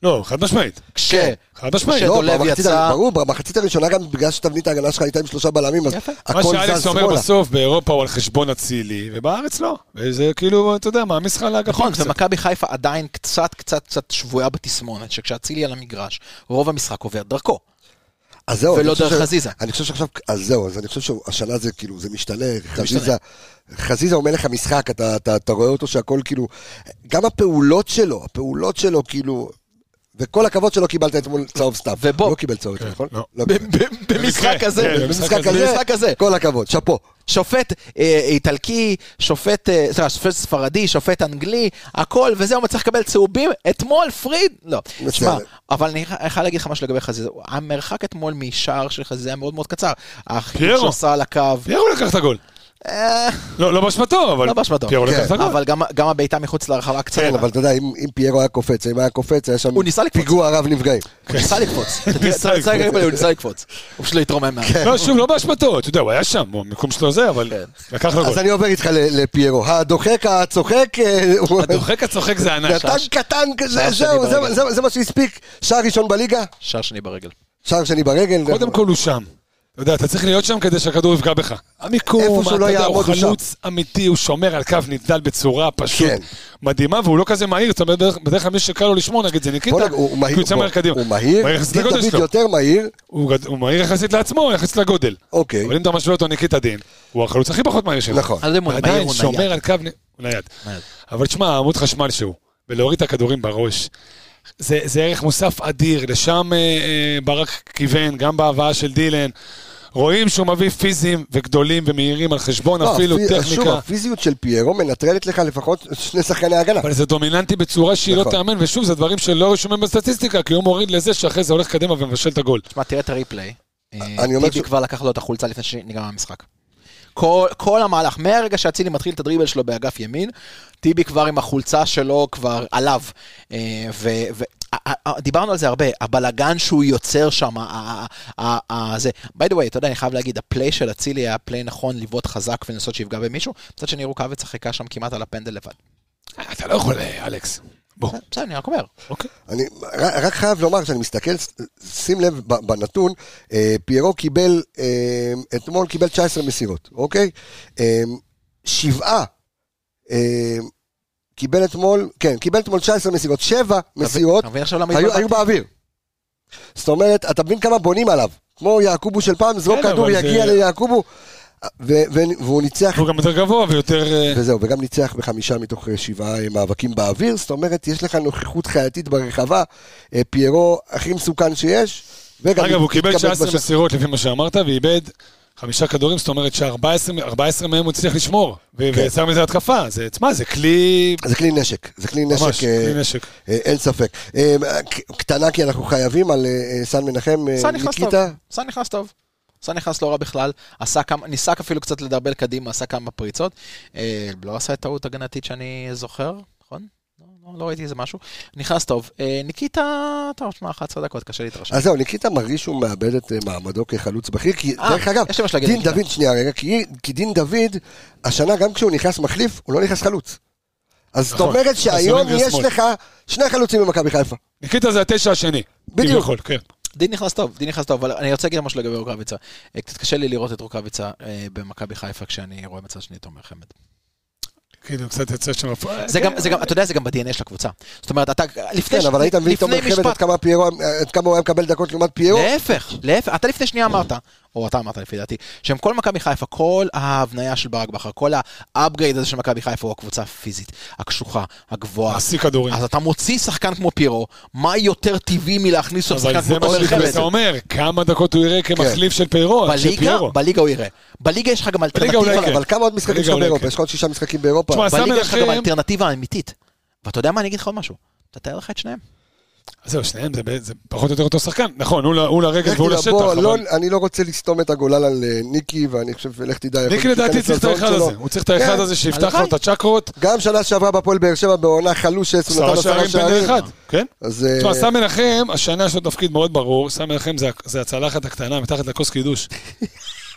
[SPEAKER 6] לא, חד משמעית.
[SPEAKER 5] כש...
[SPEAKER 1] כן.
[SPEAKER 6] חד משמעית.
[SPEAKER 5] כשדולב
[SPEAKER 1] לא, במחצית
[SPEAKER 5] יצא-
[SPEAKER 1] הראשונה- ברור, במחצית הראשונה גם בגלל שתבנית ההגנה שלך הייתה עם שלושה בלמים, אז
[SPEAKER 5] יפה.
[SPEAKER 6] מה
[SPEAKER 1] הכל זז
[SPEAKER 6] שאלכס אומר
[SPEAKER 1] שמאלה.
[SPEAKER 6] בסוף, באירופה הוא על חשבון אצילי, ובארץ לא. וזה כאילו, אתה יודע, מעמיס לך על האגפים
[SPEAKER 5] נכון,
[SPEAKER 6] קצת.
[SPEAKER 5] ומכבי חיפה עדיין קצת קצת קצת שבויה בתסמונת, שכשאצילי על המגרש, רוב המשחק עובר דרכו.
[SPEAKER 1] אז זהו,
[SPEAKER 5] ולא
[SPEAKER 1] אני חושב
[SPEAKER 5] דרך
[SPEAKER 1] ש-
[SPEAKER 5] חזיזה.
[SPEAKER 1] אני חושב שעכשיו, אז זהו, אז אני חושב שהשנה זה כאילו, זה משתנה, חזיזה, חזיזה הוא מלך המשחק, אתה, אתה, אתה רואה אותו שהכל כאילו, גם הפעולות שלו, הפעולות שלו כאילו, וכל הכבוד שלא קיבלת אתמול צהוב סתם.
[SPEAKER 5] ובוא-
[SPEAKER 1] לא קיבל צהוב, נכון?
[SPEAKER 6] לא.
[SPEAKER 1] לא
[SPEAKER 5] ב-
[SPEAKER 1] קיבל.
[SPEAKER 5] ב- במשחק
[SPEAKER 6] במקרה,
[SPEAKER 5] הזה,
[SPEAKER 6] כן, במשחק
[SPEAKER 1] במשחק הזה,
[SPEAKER 5] במשחק הזה.
[SPEAKER 1] כל הכבוד, שאפו.
[SPEAKER 5] שופט אה, איטלקי, שופט, אה, סליחה, שופט ספרדי, שופט אנגלי, הכל, וזה הוא מצליח לקבל צהובים, אתמול פריד, לא.
[SPEAKER 1] בסדר.
[SPEAKER 5] תשמע, אבל אני ח- אני חייב להגיד לך משהו לגבי חזיזה, המרחק אתמול משער של חזיזה היה מאוד מאוד קצר. החיבור
[SPEAKER 6] פיירו.
[SPEAKER 5] שעשה על הקו,
[SPEAKER 6] פיירו לקח את הגול.
[SPEAKER 5] אה,
[SPEAKER 6] לא, לא באשמתו, אבל...
[SPEAKER 5] לא באשמתו.
[SPEAKER 6] פיירו
[SPEAKER 1] כן,
[SPEAKER 6] לקח את הגול.
[SPEAKER 5] אבל גם- גם הבעיטה מחוץ לרחבה הקצרה,
[SPEAKER 1] כן, אבל אתה יודע, אם אם פיירו היה קופץ, אם היה קופץ, היה שם
[SPEAKER 5] הוא ניסה לקפוץ.
[SPEAKER 1] פיגוע רב נפגעים.
[SPEAKER 5] הוא ניסה לקפוץ. אתה תראה,
[SPEAKER 6] ניסה
[SPEAKER 5] אתה תראה,
[SPEAKER 6] לקפוץ.
[SPEAKER 5] הוא ניסה לקפוץ. הוא פשוט לא התרומם מה...
[SPEAKER 6] לא, שוב, לא באשמתו, אתה יודע, הוא היה שם, הוא המיקום שלו זה, אבל לקח לו גול.
[SPEAKER 1] כן. אז אני עובר איתך ל- לפיירו. הדוחק, הצוחק, אה, הוא-
[SPEAKER 6] הדוחק הצוחק זה ענק.
[SPEAKER 1] נתן קטן
[SPEAKER 5] שער
[SPEAKER 1] כזה,
[SPEAKER 5] שני
[SPEAKER 1] זהו, זה-
[SPEAKER 5] ברגל.
[SPEAKER 1] זה- זה מה שהספיק. שער ראשון בליגה,
[SPEAKER 5] שער שני ברגל.
[SPEAKER 1] שער שני ברגל. נכון.
[SPEAKER 6] קודם כל הוא שם. אתה יודע, אתה צריך להיות שם כדי שהכדור יפגע בך. המיקום,
[SPEAKER 1] איפה שהוא
[SPEAKER 6] אתה
[SPEAKER 1] לא
[SPEAKER 6] יודע,
[SPEAKER 1] יעמוד,
[SPEAKER 6] הוא
[SPEAKER 1] הוא שם.
[SPEAKER 6] חלוץ אמיתי, הוא שומר על קו נבדל בצורה פשוט
[SPEAKER 1] כן.
[SPEAKER 6] מדהימה, והוא לא כזה מהיר, זאת אומרת, בדרך- בדרך כלל מי שקל לו לשמור, נגיד, זה
[SPEAKER 1] בוא
[SPEAKER 6] ניקיטה,
[SPEAKER 1] נגיד, הוא מהיר,
[SPEAKER 6] כי הוא צמר
[SPEAKER 1] בוא,
[SPEAKER 6] קדימה.
[SPEAKER 1] הוא מהיר,
[SPEAKER 6] יחסית
[SPEAKER 1] דין
[SPEAKER 6] לגודל
[SPEAKER 1] דוד
[SPEAKER 6] שלו.
[SPEAKER 1] יותר מהיר,
[SPEAKER 6] הוא גד- הוא מהיר יחסית לעצמו, יחסית לגודל.
[SPEAKER 1] אוקיי.
[SPEAKER 6] אבל אם אתה משווה אותו ניקיטה דין, הוא החלוץ הכי פחות מהיר שלו.
[SPEAKER 1] נכון.
[SPEAKER 5] אני לא יודע אם הוא מהיר,
[SPEAKER 6] עדיין
[SPEAKER 5] הוא
[SPEAKER 6] שומר
[SPEAKER 5] נייד.
[SPEAKER 6] על קו... נ- הוא נייד.
[SPEAKER 5] נייד.
[SPEAKER 6] אבל תשמע, עמוד חשמל שהוא, ולהוריד את הכדורים בראש, זה, זה ערך מוסף אדיר, לשם אה, אה, ברק כיוון, גם בהבאה של דילן. רואים שהוא מביא פיזיים וגדולים ומהירים על חשבון
[SPEAKER 1] לא,
[SPEAKER 6] אפילו
[SPEAKER 1] הפי- שוב,
[SPEAKER 6] טכניקה.
[SPEAKER 1] הפיזיות של פיירו מנטרלת לך לפחות שני שחקני הגנה.
[SPEAKER 6] אבל זה דומיננטי בצורה שהיא לא
[SPEAKER 1] נכון.
[SPEAKER 6] תיאמן, ושוב, זה דברים שלא רשומים בסטטיסטיקה, כי הוא מוריד לזה שאחרי זה הולך קדימה ומבשל את הגול.
[SPEAKER 5] תשמע, תראה את הריפליי. אה,
[SPEAKER 1] אני אומר
[SPEAKER 5] טיבי
[SPEAKER 1] ש-
[SPEAKER 5] כבר לקח לו את החולצה לפני שנגמר המשחק. כל, כל המהלך, מהרגע שאצילי מתחיל את הדריבל שלו באגף ימין, טיבי כבר עם החולצה שלו כבר עליו. אה, ו, ו, ה- ה- ה- דיברנו על זה הרבה, הבלגן שהוא יוצר שם, ה- ה- ה- ה- זה. by the way, אתה יודע, אני חייב להגיד, הפליי של אצילי היה פליי נכון לבעוט חזק ולנסות שיפגע במישהו, מצד שני רוקאביץ שיחקה שם כמעט על הפנדל לבד.
[SPEAKER 6] אה, אתה לא יכול, אה, אלכס. בוא.
[SPEAKER 5] בסדר, אני רק אומר.
[SPEAKER 6] אוקיי.
[SPEAKER 1] אני רק, רק חייב לומר, כשאני מסתכל, שים לב ב- בנתון, אה, פיירו קיבל, אה, אתמול קיבל 19 מסירות, אוקיי? אה, שבעה, אה, קיבל אתמול, כן, קיבל אתמול 19 מסירות, שבע מסירות
[SPEAKER 5] אתה מבין עכשיו למה
[SPEAKER 1] היו,
[SPEAKER 5] התבלבלתי?
[SPEAKER 1] היו באוויר. זאת אומרת, אתה מבין כמה בונים עליו. כמו יעקובו של פעם, זרוק
[SPEAKER 6] כן,
[SPEAKER 1] כדור,
[SPEAKER 6] אבל
[SPEAKER 1] יגיע
[SPEAKER 6] זה-
[SPEAKER 1] ליעקובו, ו- ו- והוא ניצח
[SPEAKER 6] הוא גם יותר גבוה ויותר... אה,
[SPEAKER 1] וזהו, וגם ניצח בחמישה מתוך אה, שבעה אה, מאבקים באוויר, זאת אומרת, יש לך נוכחות חייתית ברחבה, אה, פיירו הכי מסוכן שיש, וגם...
[SPEAKER 6] אגב, הוא קיבל
[SPEAKER 1] התקבל
[SPEAKER 6] 19
[SPEAKER 1] בשער.
[SPEAKER 6] מסירות לפי מה שאמרת, ואיבד חמישה כדורים, זאת אומרת ש-14 מהם הוא הצליח לשמור, ו-
[SPEAKER 1] כן.
[SPEAKER 6] ויצר מזה התקפה. זה, תשמע, זה כלי...
[SPEAKER 1] זה כלי נשק, זה כלי נשק,
[SPEAKER 6] ממש,
[SPEAKER 1] אה,
[SPEAKER 6] כלי נשק.
[SPEAKER 1] אה, אין ספק. אה, ק- קטנה כי אנחנו חייבים על אה, אה, סן מנחם, אה,
[SPEAKER 5] סאן נכנס טוב,
[SPEAKER 1] ניקיטה.
[SPEAKER 5] סאן נכנס טוב. סאן נכנס לא רע בכלל, עשה כמה, ניסה אפילו קצת לדרבל קדימה, עשה כמה פריצות. אה, לא עשה את טעות הגנתית שאני זוכר, נכון? לא, לא, לא ראיתי איזה משהו. נכנס טוב. אה, ניקיטה, טוב, שמע, 11 דקות, קשה להתרשם.
[SPEAKER 1] אז זהו, ניקיטה מרגיש שהוא מאבד את אה, מעמדו כחלוץ בכיר, כי
[SPEAKER 5] אה,
[SPEAKER 1] דרך אגב,
[SPEAKER 5] יש לי משהו להגיד על
[SPEAKER 1] דין
[SPEAKER 5] ניקיטה.
[SPEAKER 1] דוד, שנייה רגע, כי כי דין דוד, השנה גם כשהוא נכנס מחליף, הוא לא נכנס חלוץ. אז זאת
[SPEAKER 6] נכון.
[SPEAKER 1] אומרת שהיום
[SPEAKER 6] אז הוא
[SPEAKER 1] יש
[SPEAKER 6] שמאל.
[SPEAKER 1] לך שני חלוצים במכבי חיפה.
[SPEAKER 6] ניקיטה זה התשע השני.
[SPEAKER 1] בדיוק.
[SPEAKER 6] כביכול, כן.
[SPEAKER 5] דין נכנס טוב, דין נכנס טוב, אבל אני רוצה להגיד משהו לגבי רוקאביצה. אה, קצת קשה לי לראות את רוקאביצה אה, במכבי חיפה כשאני רואה מצד שני תומר חמד.
[SPEAKER 6] כאילו, קצת יוצא שם... כן,
[SPEAKER 5] זה גם, זה גם, אתה יודע, זה גם ב-DNA של הקבוצה. זאת אומרת, אתה, לפני,
[SPEAKER 1] כן, אבל היית מבין תומר
[SPEAKER 5] לפני
[SPEAKER 1] חמד
[SPEAKER 5] משפט
[SPEAKER 1] עד כמה פיירו, עד כמה הוא היה מקבל דקות לעומת פיירו?
[SPEAKER 5] להפך, להפך, אתה לפני שנייה אמרת, או אתה אמרת לפי דעתי, שהם כל מכבי חיפה, כל ההבניה של ברק בכר, כל האפגרייד הזה של מכבי חיפה הוא הקבוצה הפיזית, הקשוחה, הגבוהה.
[SPEAKER 6] להשיג כדורים.
[SPEAKER 5] אז אתה מוציא שחקן כמו פירו, מה יותר טבעי מלהכניס אותו
[SPEAKER 6] אבל
[SPEAKER 5] שחקן
[SPEAKER 6] זה
[SPEAKER 5] כמו
[SPEAKER 6] מה
[SPEAKER 5] תומר
[SPEAKER 6] שאתה
[SPEAKER 5] חמד?
[SPEAKER 6] אומר, כמה דקות הוא יראה
[SPEAKER 1] כן.
[SPEAKER 6] כמחליף של פיירו, של
[SPEAKER 5] בליגה,
[SPEAKER 6] פיירו.
[SPEAKER 5] בליגה הוא יראה. בליגה יש לך גם
[SPEAKER 6] אולי
[SPEAKER 5] אלטרנטיבה,
[SPEAKER 6] כן.
[SPEAKER 1] אבל כמה עוד משחקים
[SPEAKER 6] בליגה
[SPEAKER 1] יש לך באירופה? יש
[SPEAKER 6] אולי כן.
[SPEAKER 1] לך עוד שישה משחקים באירופה.
[SPEAKER 6] תשמע, סן
[SPEAKER 5] בליגה יש לך גם
[SPEAKER 6] מנחם-
[SPEAKER 5] אלטרנטיבה אמיתית. ואתה יודע מה, אני אגיד לך עוד משהו. תתאר לך את שניהם.
[SPEAKER 6] אז זהו, שניהם זה, ב- זה פחות או יותר אותו שחקן. נכון, הוא ל- הוא לרגל והוא
[SPEAKER 1] רגע,
[SPEAKER 6] לשטח,
[SPEAKER 1] בוא, לא,
[SPEAKER 6] אבל...
[SPEAKER 1] אני לא רוצה לסתום את הגולל על אה, ניקי, ואני חושב, לך תדע... יכול
[SPEAKER 6] ניקי
[SPEAKER 1] להיות
[SPEAKER 6] לדעתי
[SPEAKER 1] שייכנס
[SPEAKER 6] צריך את
[SPEAKER 1] לזון
[SPEAKER 6] האחד
[SPEAKER 1] שלו.
[SPEAKER 6] הזה. הוא צריך את האחד
[SPEAKER 1] כן.
[SPEAKER 6] הזה שיפתח לו
[SPEAKER 5] הלוואי.
[SPEAKER 6] את הצ'קרות,
[SPEAKER 1] גם שנה שעברה בהפועל באר שבע בעונה חלושס, הוא נתן
[SPEAKER 6] עשרה
[SPEAKER 1] עשרה
[SPEAKER 6] שערים בנר אחד.
[SPEAKER 1] שערים.
[SPEAKER 6] כן.
[SPEAKER 1] אז אה,
[SPEAKER 6] תשמע, סם מנחם, השנה יש לו תפקיד מאוד ברור, סם מנחם זה- זה הצלחת הקטנה מתחת לכוס קידוש.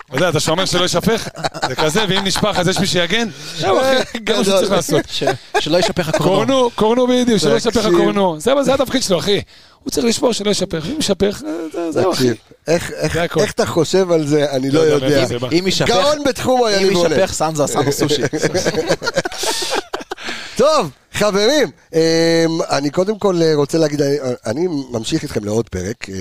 [SPEAKER 6] אתה יודע, אתה שומר שלא יישפך, זה כזה, ואם נשפך אז יש מי שיגן? זהו,
[SPEAKER 1] אה,
[SPEAKER 6] אחי,
[SPEAKER 1] לא,
[SPEAKER 6] זה מה שצריך לעשות.
[SPEAKER 5] אה, ש- שלא ישפך הקורונה.
[SPEAKER 6] קורנו, קורנו בדיוק, שלא
[SPEAKER 1] תקשיב.
[SPEAKER 6] ישפך הקורנו. זה מה- זה התפקיד שלו, אחי. הוא צריך לשמור שלא ישפך, אם ישפך, אה, זה- זה- זהו, אחי.
[SPEAKER 1] תקשיב, איך- איך-
[SPEAKER 6] זה הכל.
[SPEAKER 1] איך אתה חושב על זה, אני לא
[SPEAKER 6] לא יודע
[SPEAKER 1] יודע.
[SPEAKER 6] מאיפה זה בא.
[SPEAKER 5] אם יישפך,
[SPEAKER 1] גאון בתחום היה
[SPEAKER 5] אם
[SPEAKER 1] לי בונה.
[SPEAKER 5] יישפך סנזה עשה לו סושי.
[SPEAKER 1] טוב, חברים, אמ, אני קודם כל אה, רוצה להגיד, אה, אני ממשיך איתכם לעוד פרק, אמ,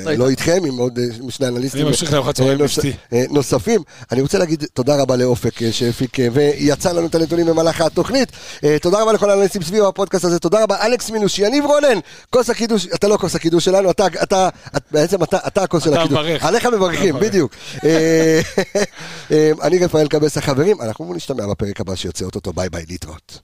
[SPEAKER 5] איתך.
[SPEAKER 1] לא איתכם, עם עוד אה, שני אנליסטים.
[SPEAKER 6] אני ממשיך לארוחת צהריים עם
[SPEAKER 1] אה, נוס-
[SPEAKER 6] אשתי.
[SPEAKER 1] אה, נוספים. אני רוצה להגיד תודה רבה לאופק אה, שהפיק אה, ויצא לנו את הנתונים במהלך התוכנית. אה, תודה רבה לכל האנליסטים סביב הפודקאסט הזה, תודה רבה אלכס מינוש, יניב רונן, כוס הקידוש, אתה לא כוס הקידוש שלנו, אתה, אתה, את- בעצם אתה, אתה הכוס של
[SPEAKER 6] אתה
[SPEAKER 1] הקידוש.
[SPEAKER 6] מברך.
[SPEAKER 1] עליך מברכים, בדיוק. אה, אה, אני רפאל קבס החברים, אנחנו נשתמע בפרק הבא שיוצא אוטוטו, ביי ביי, להתראות.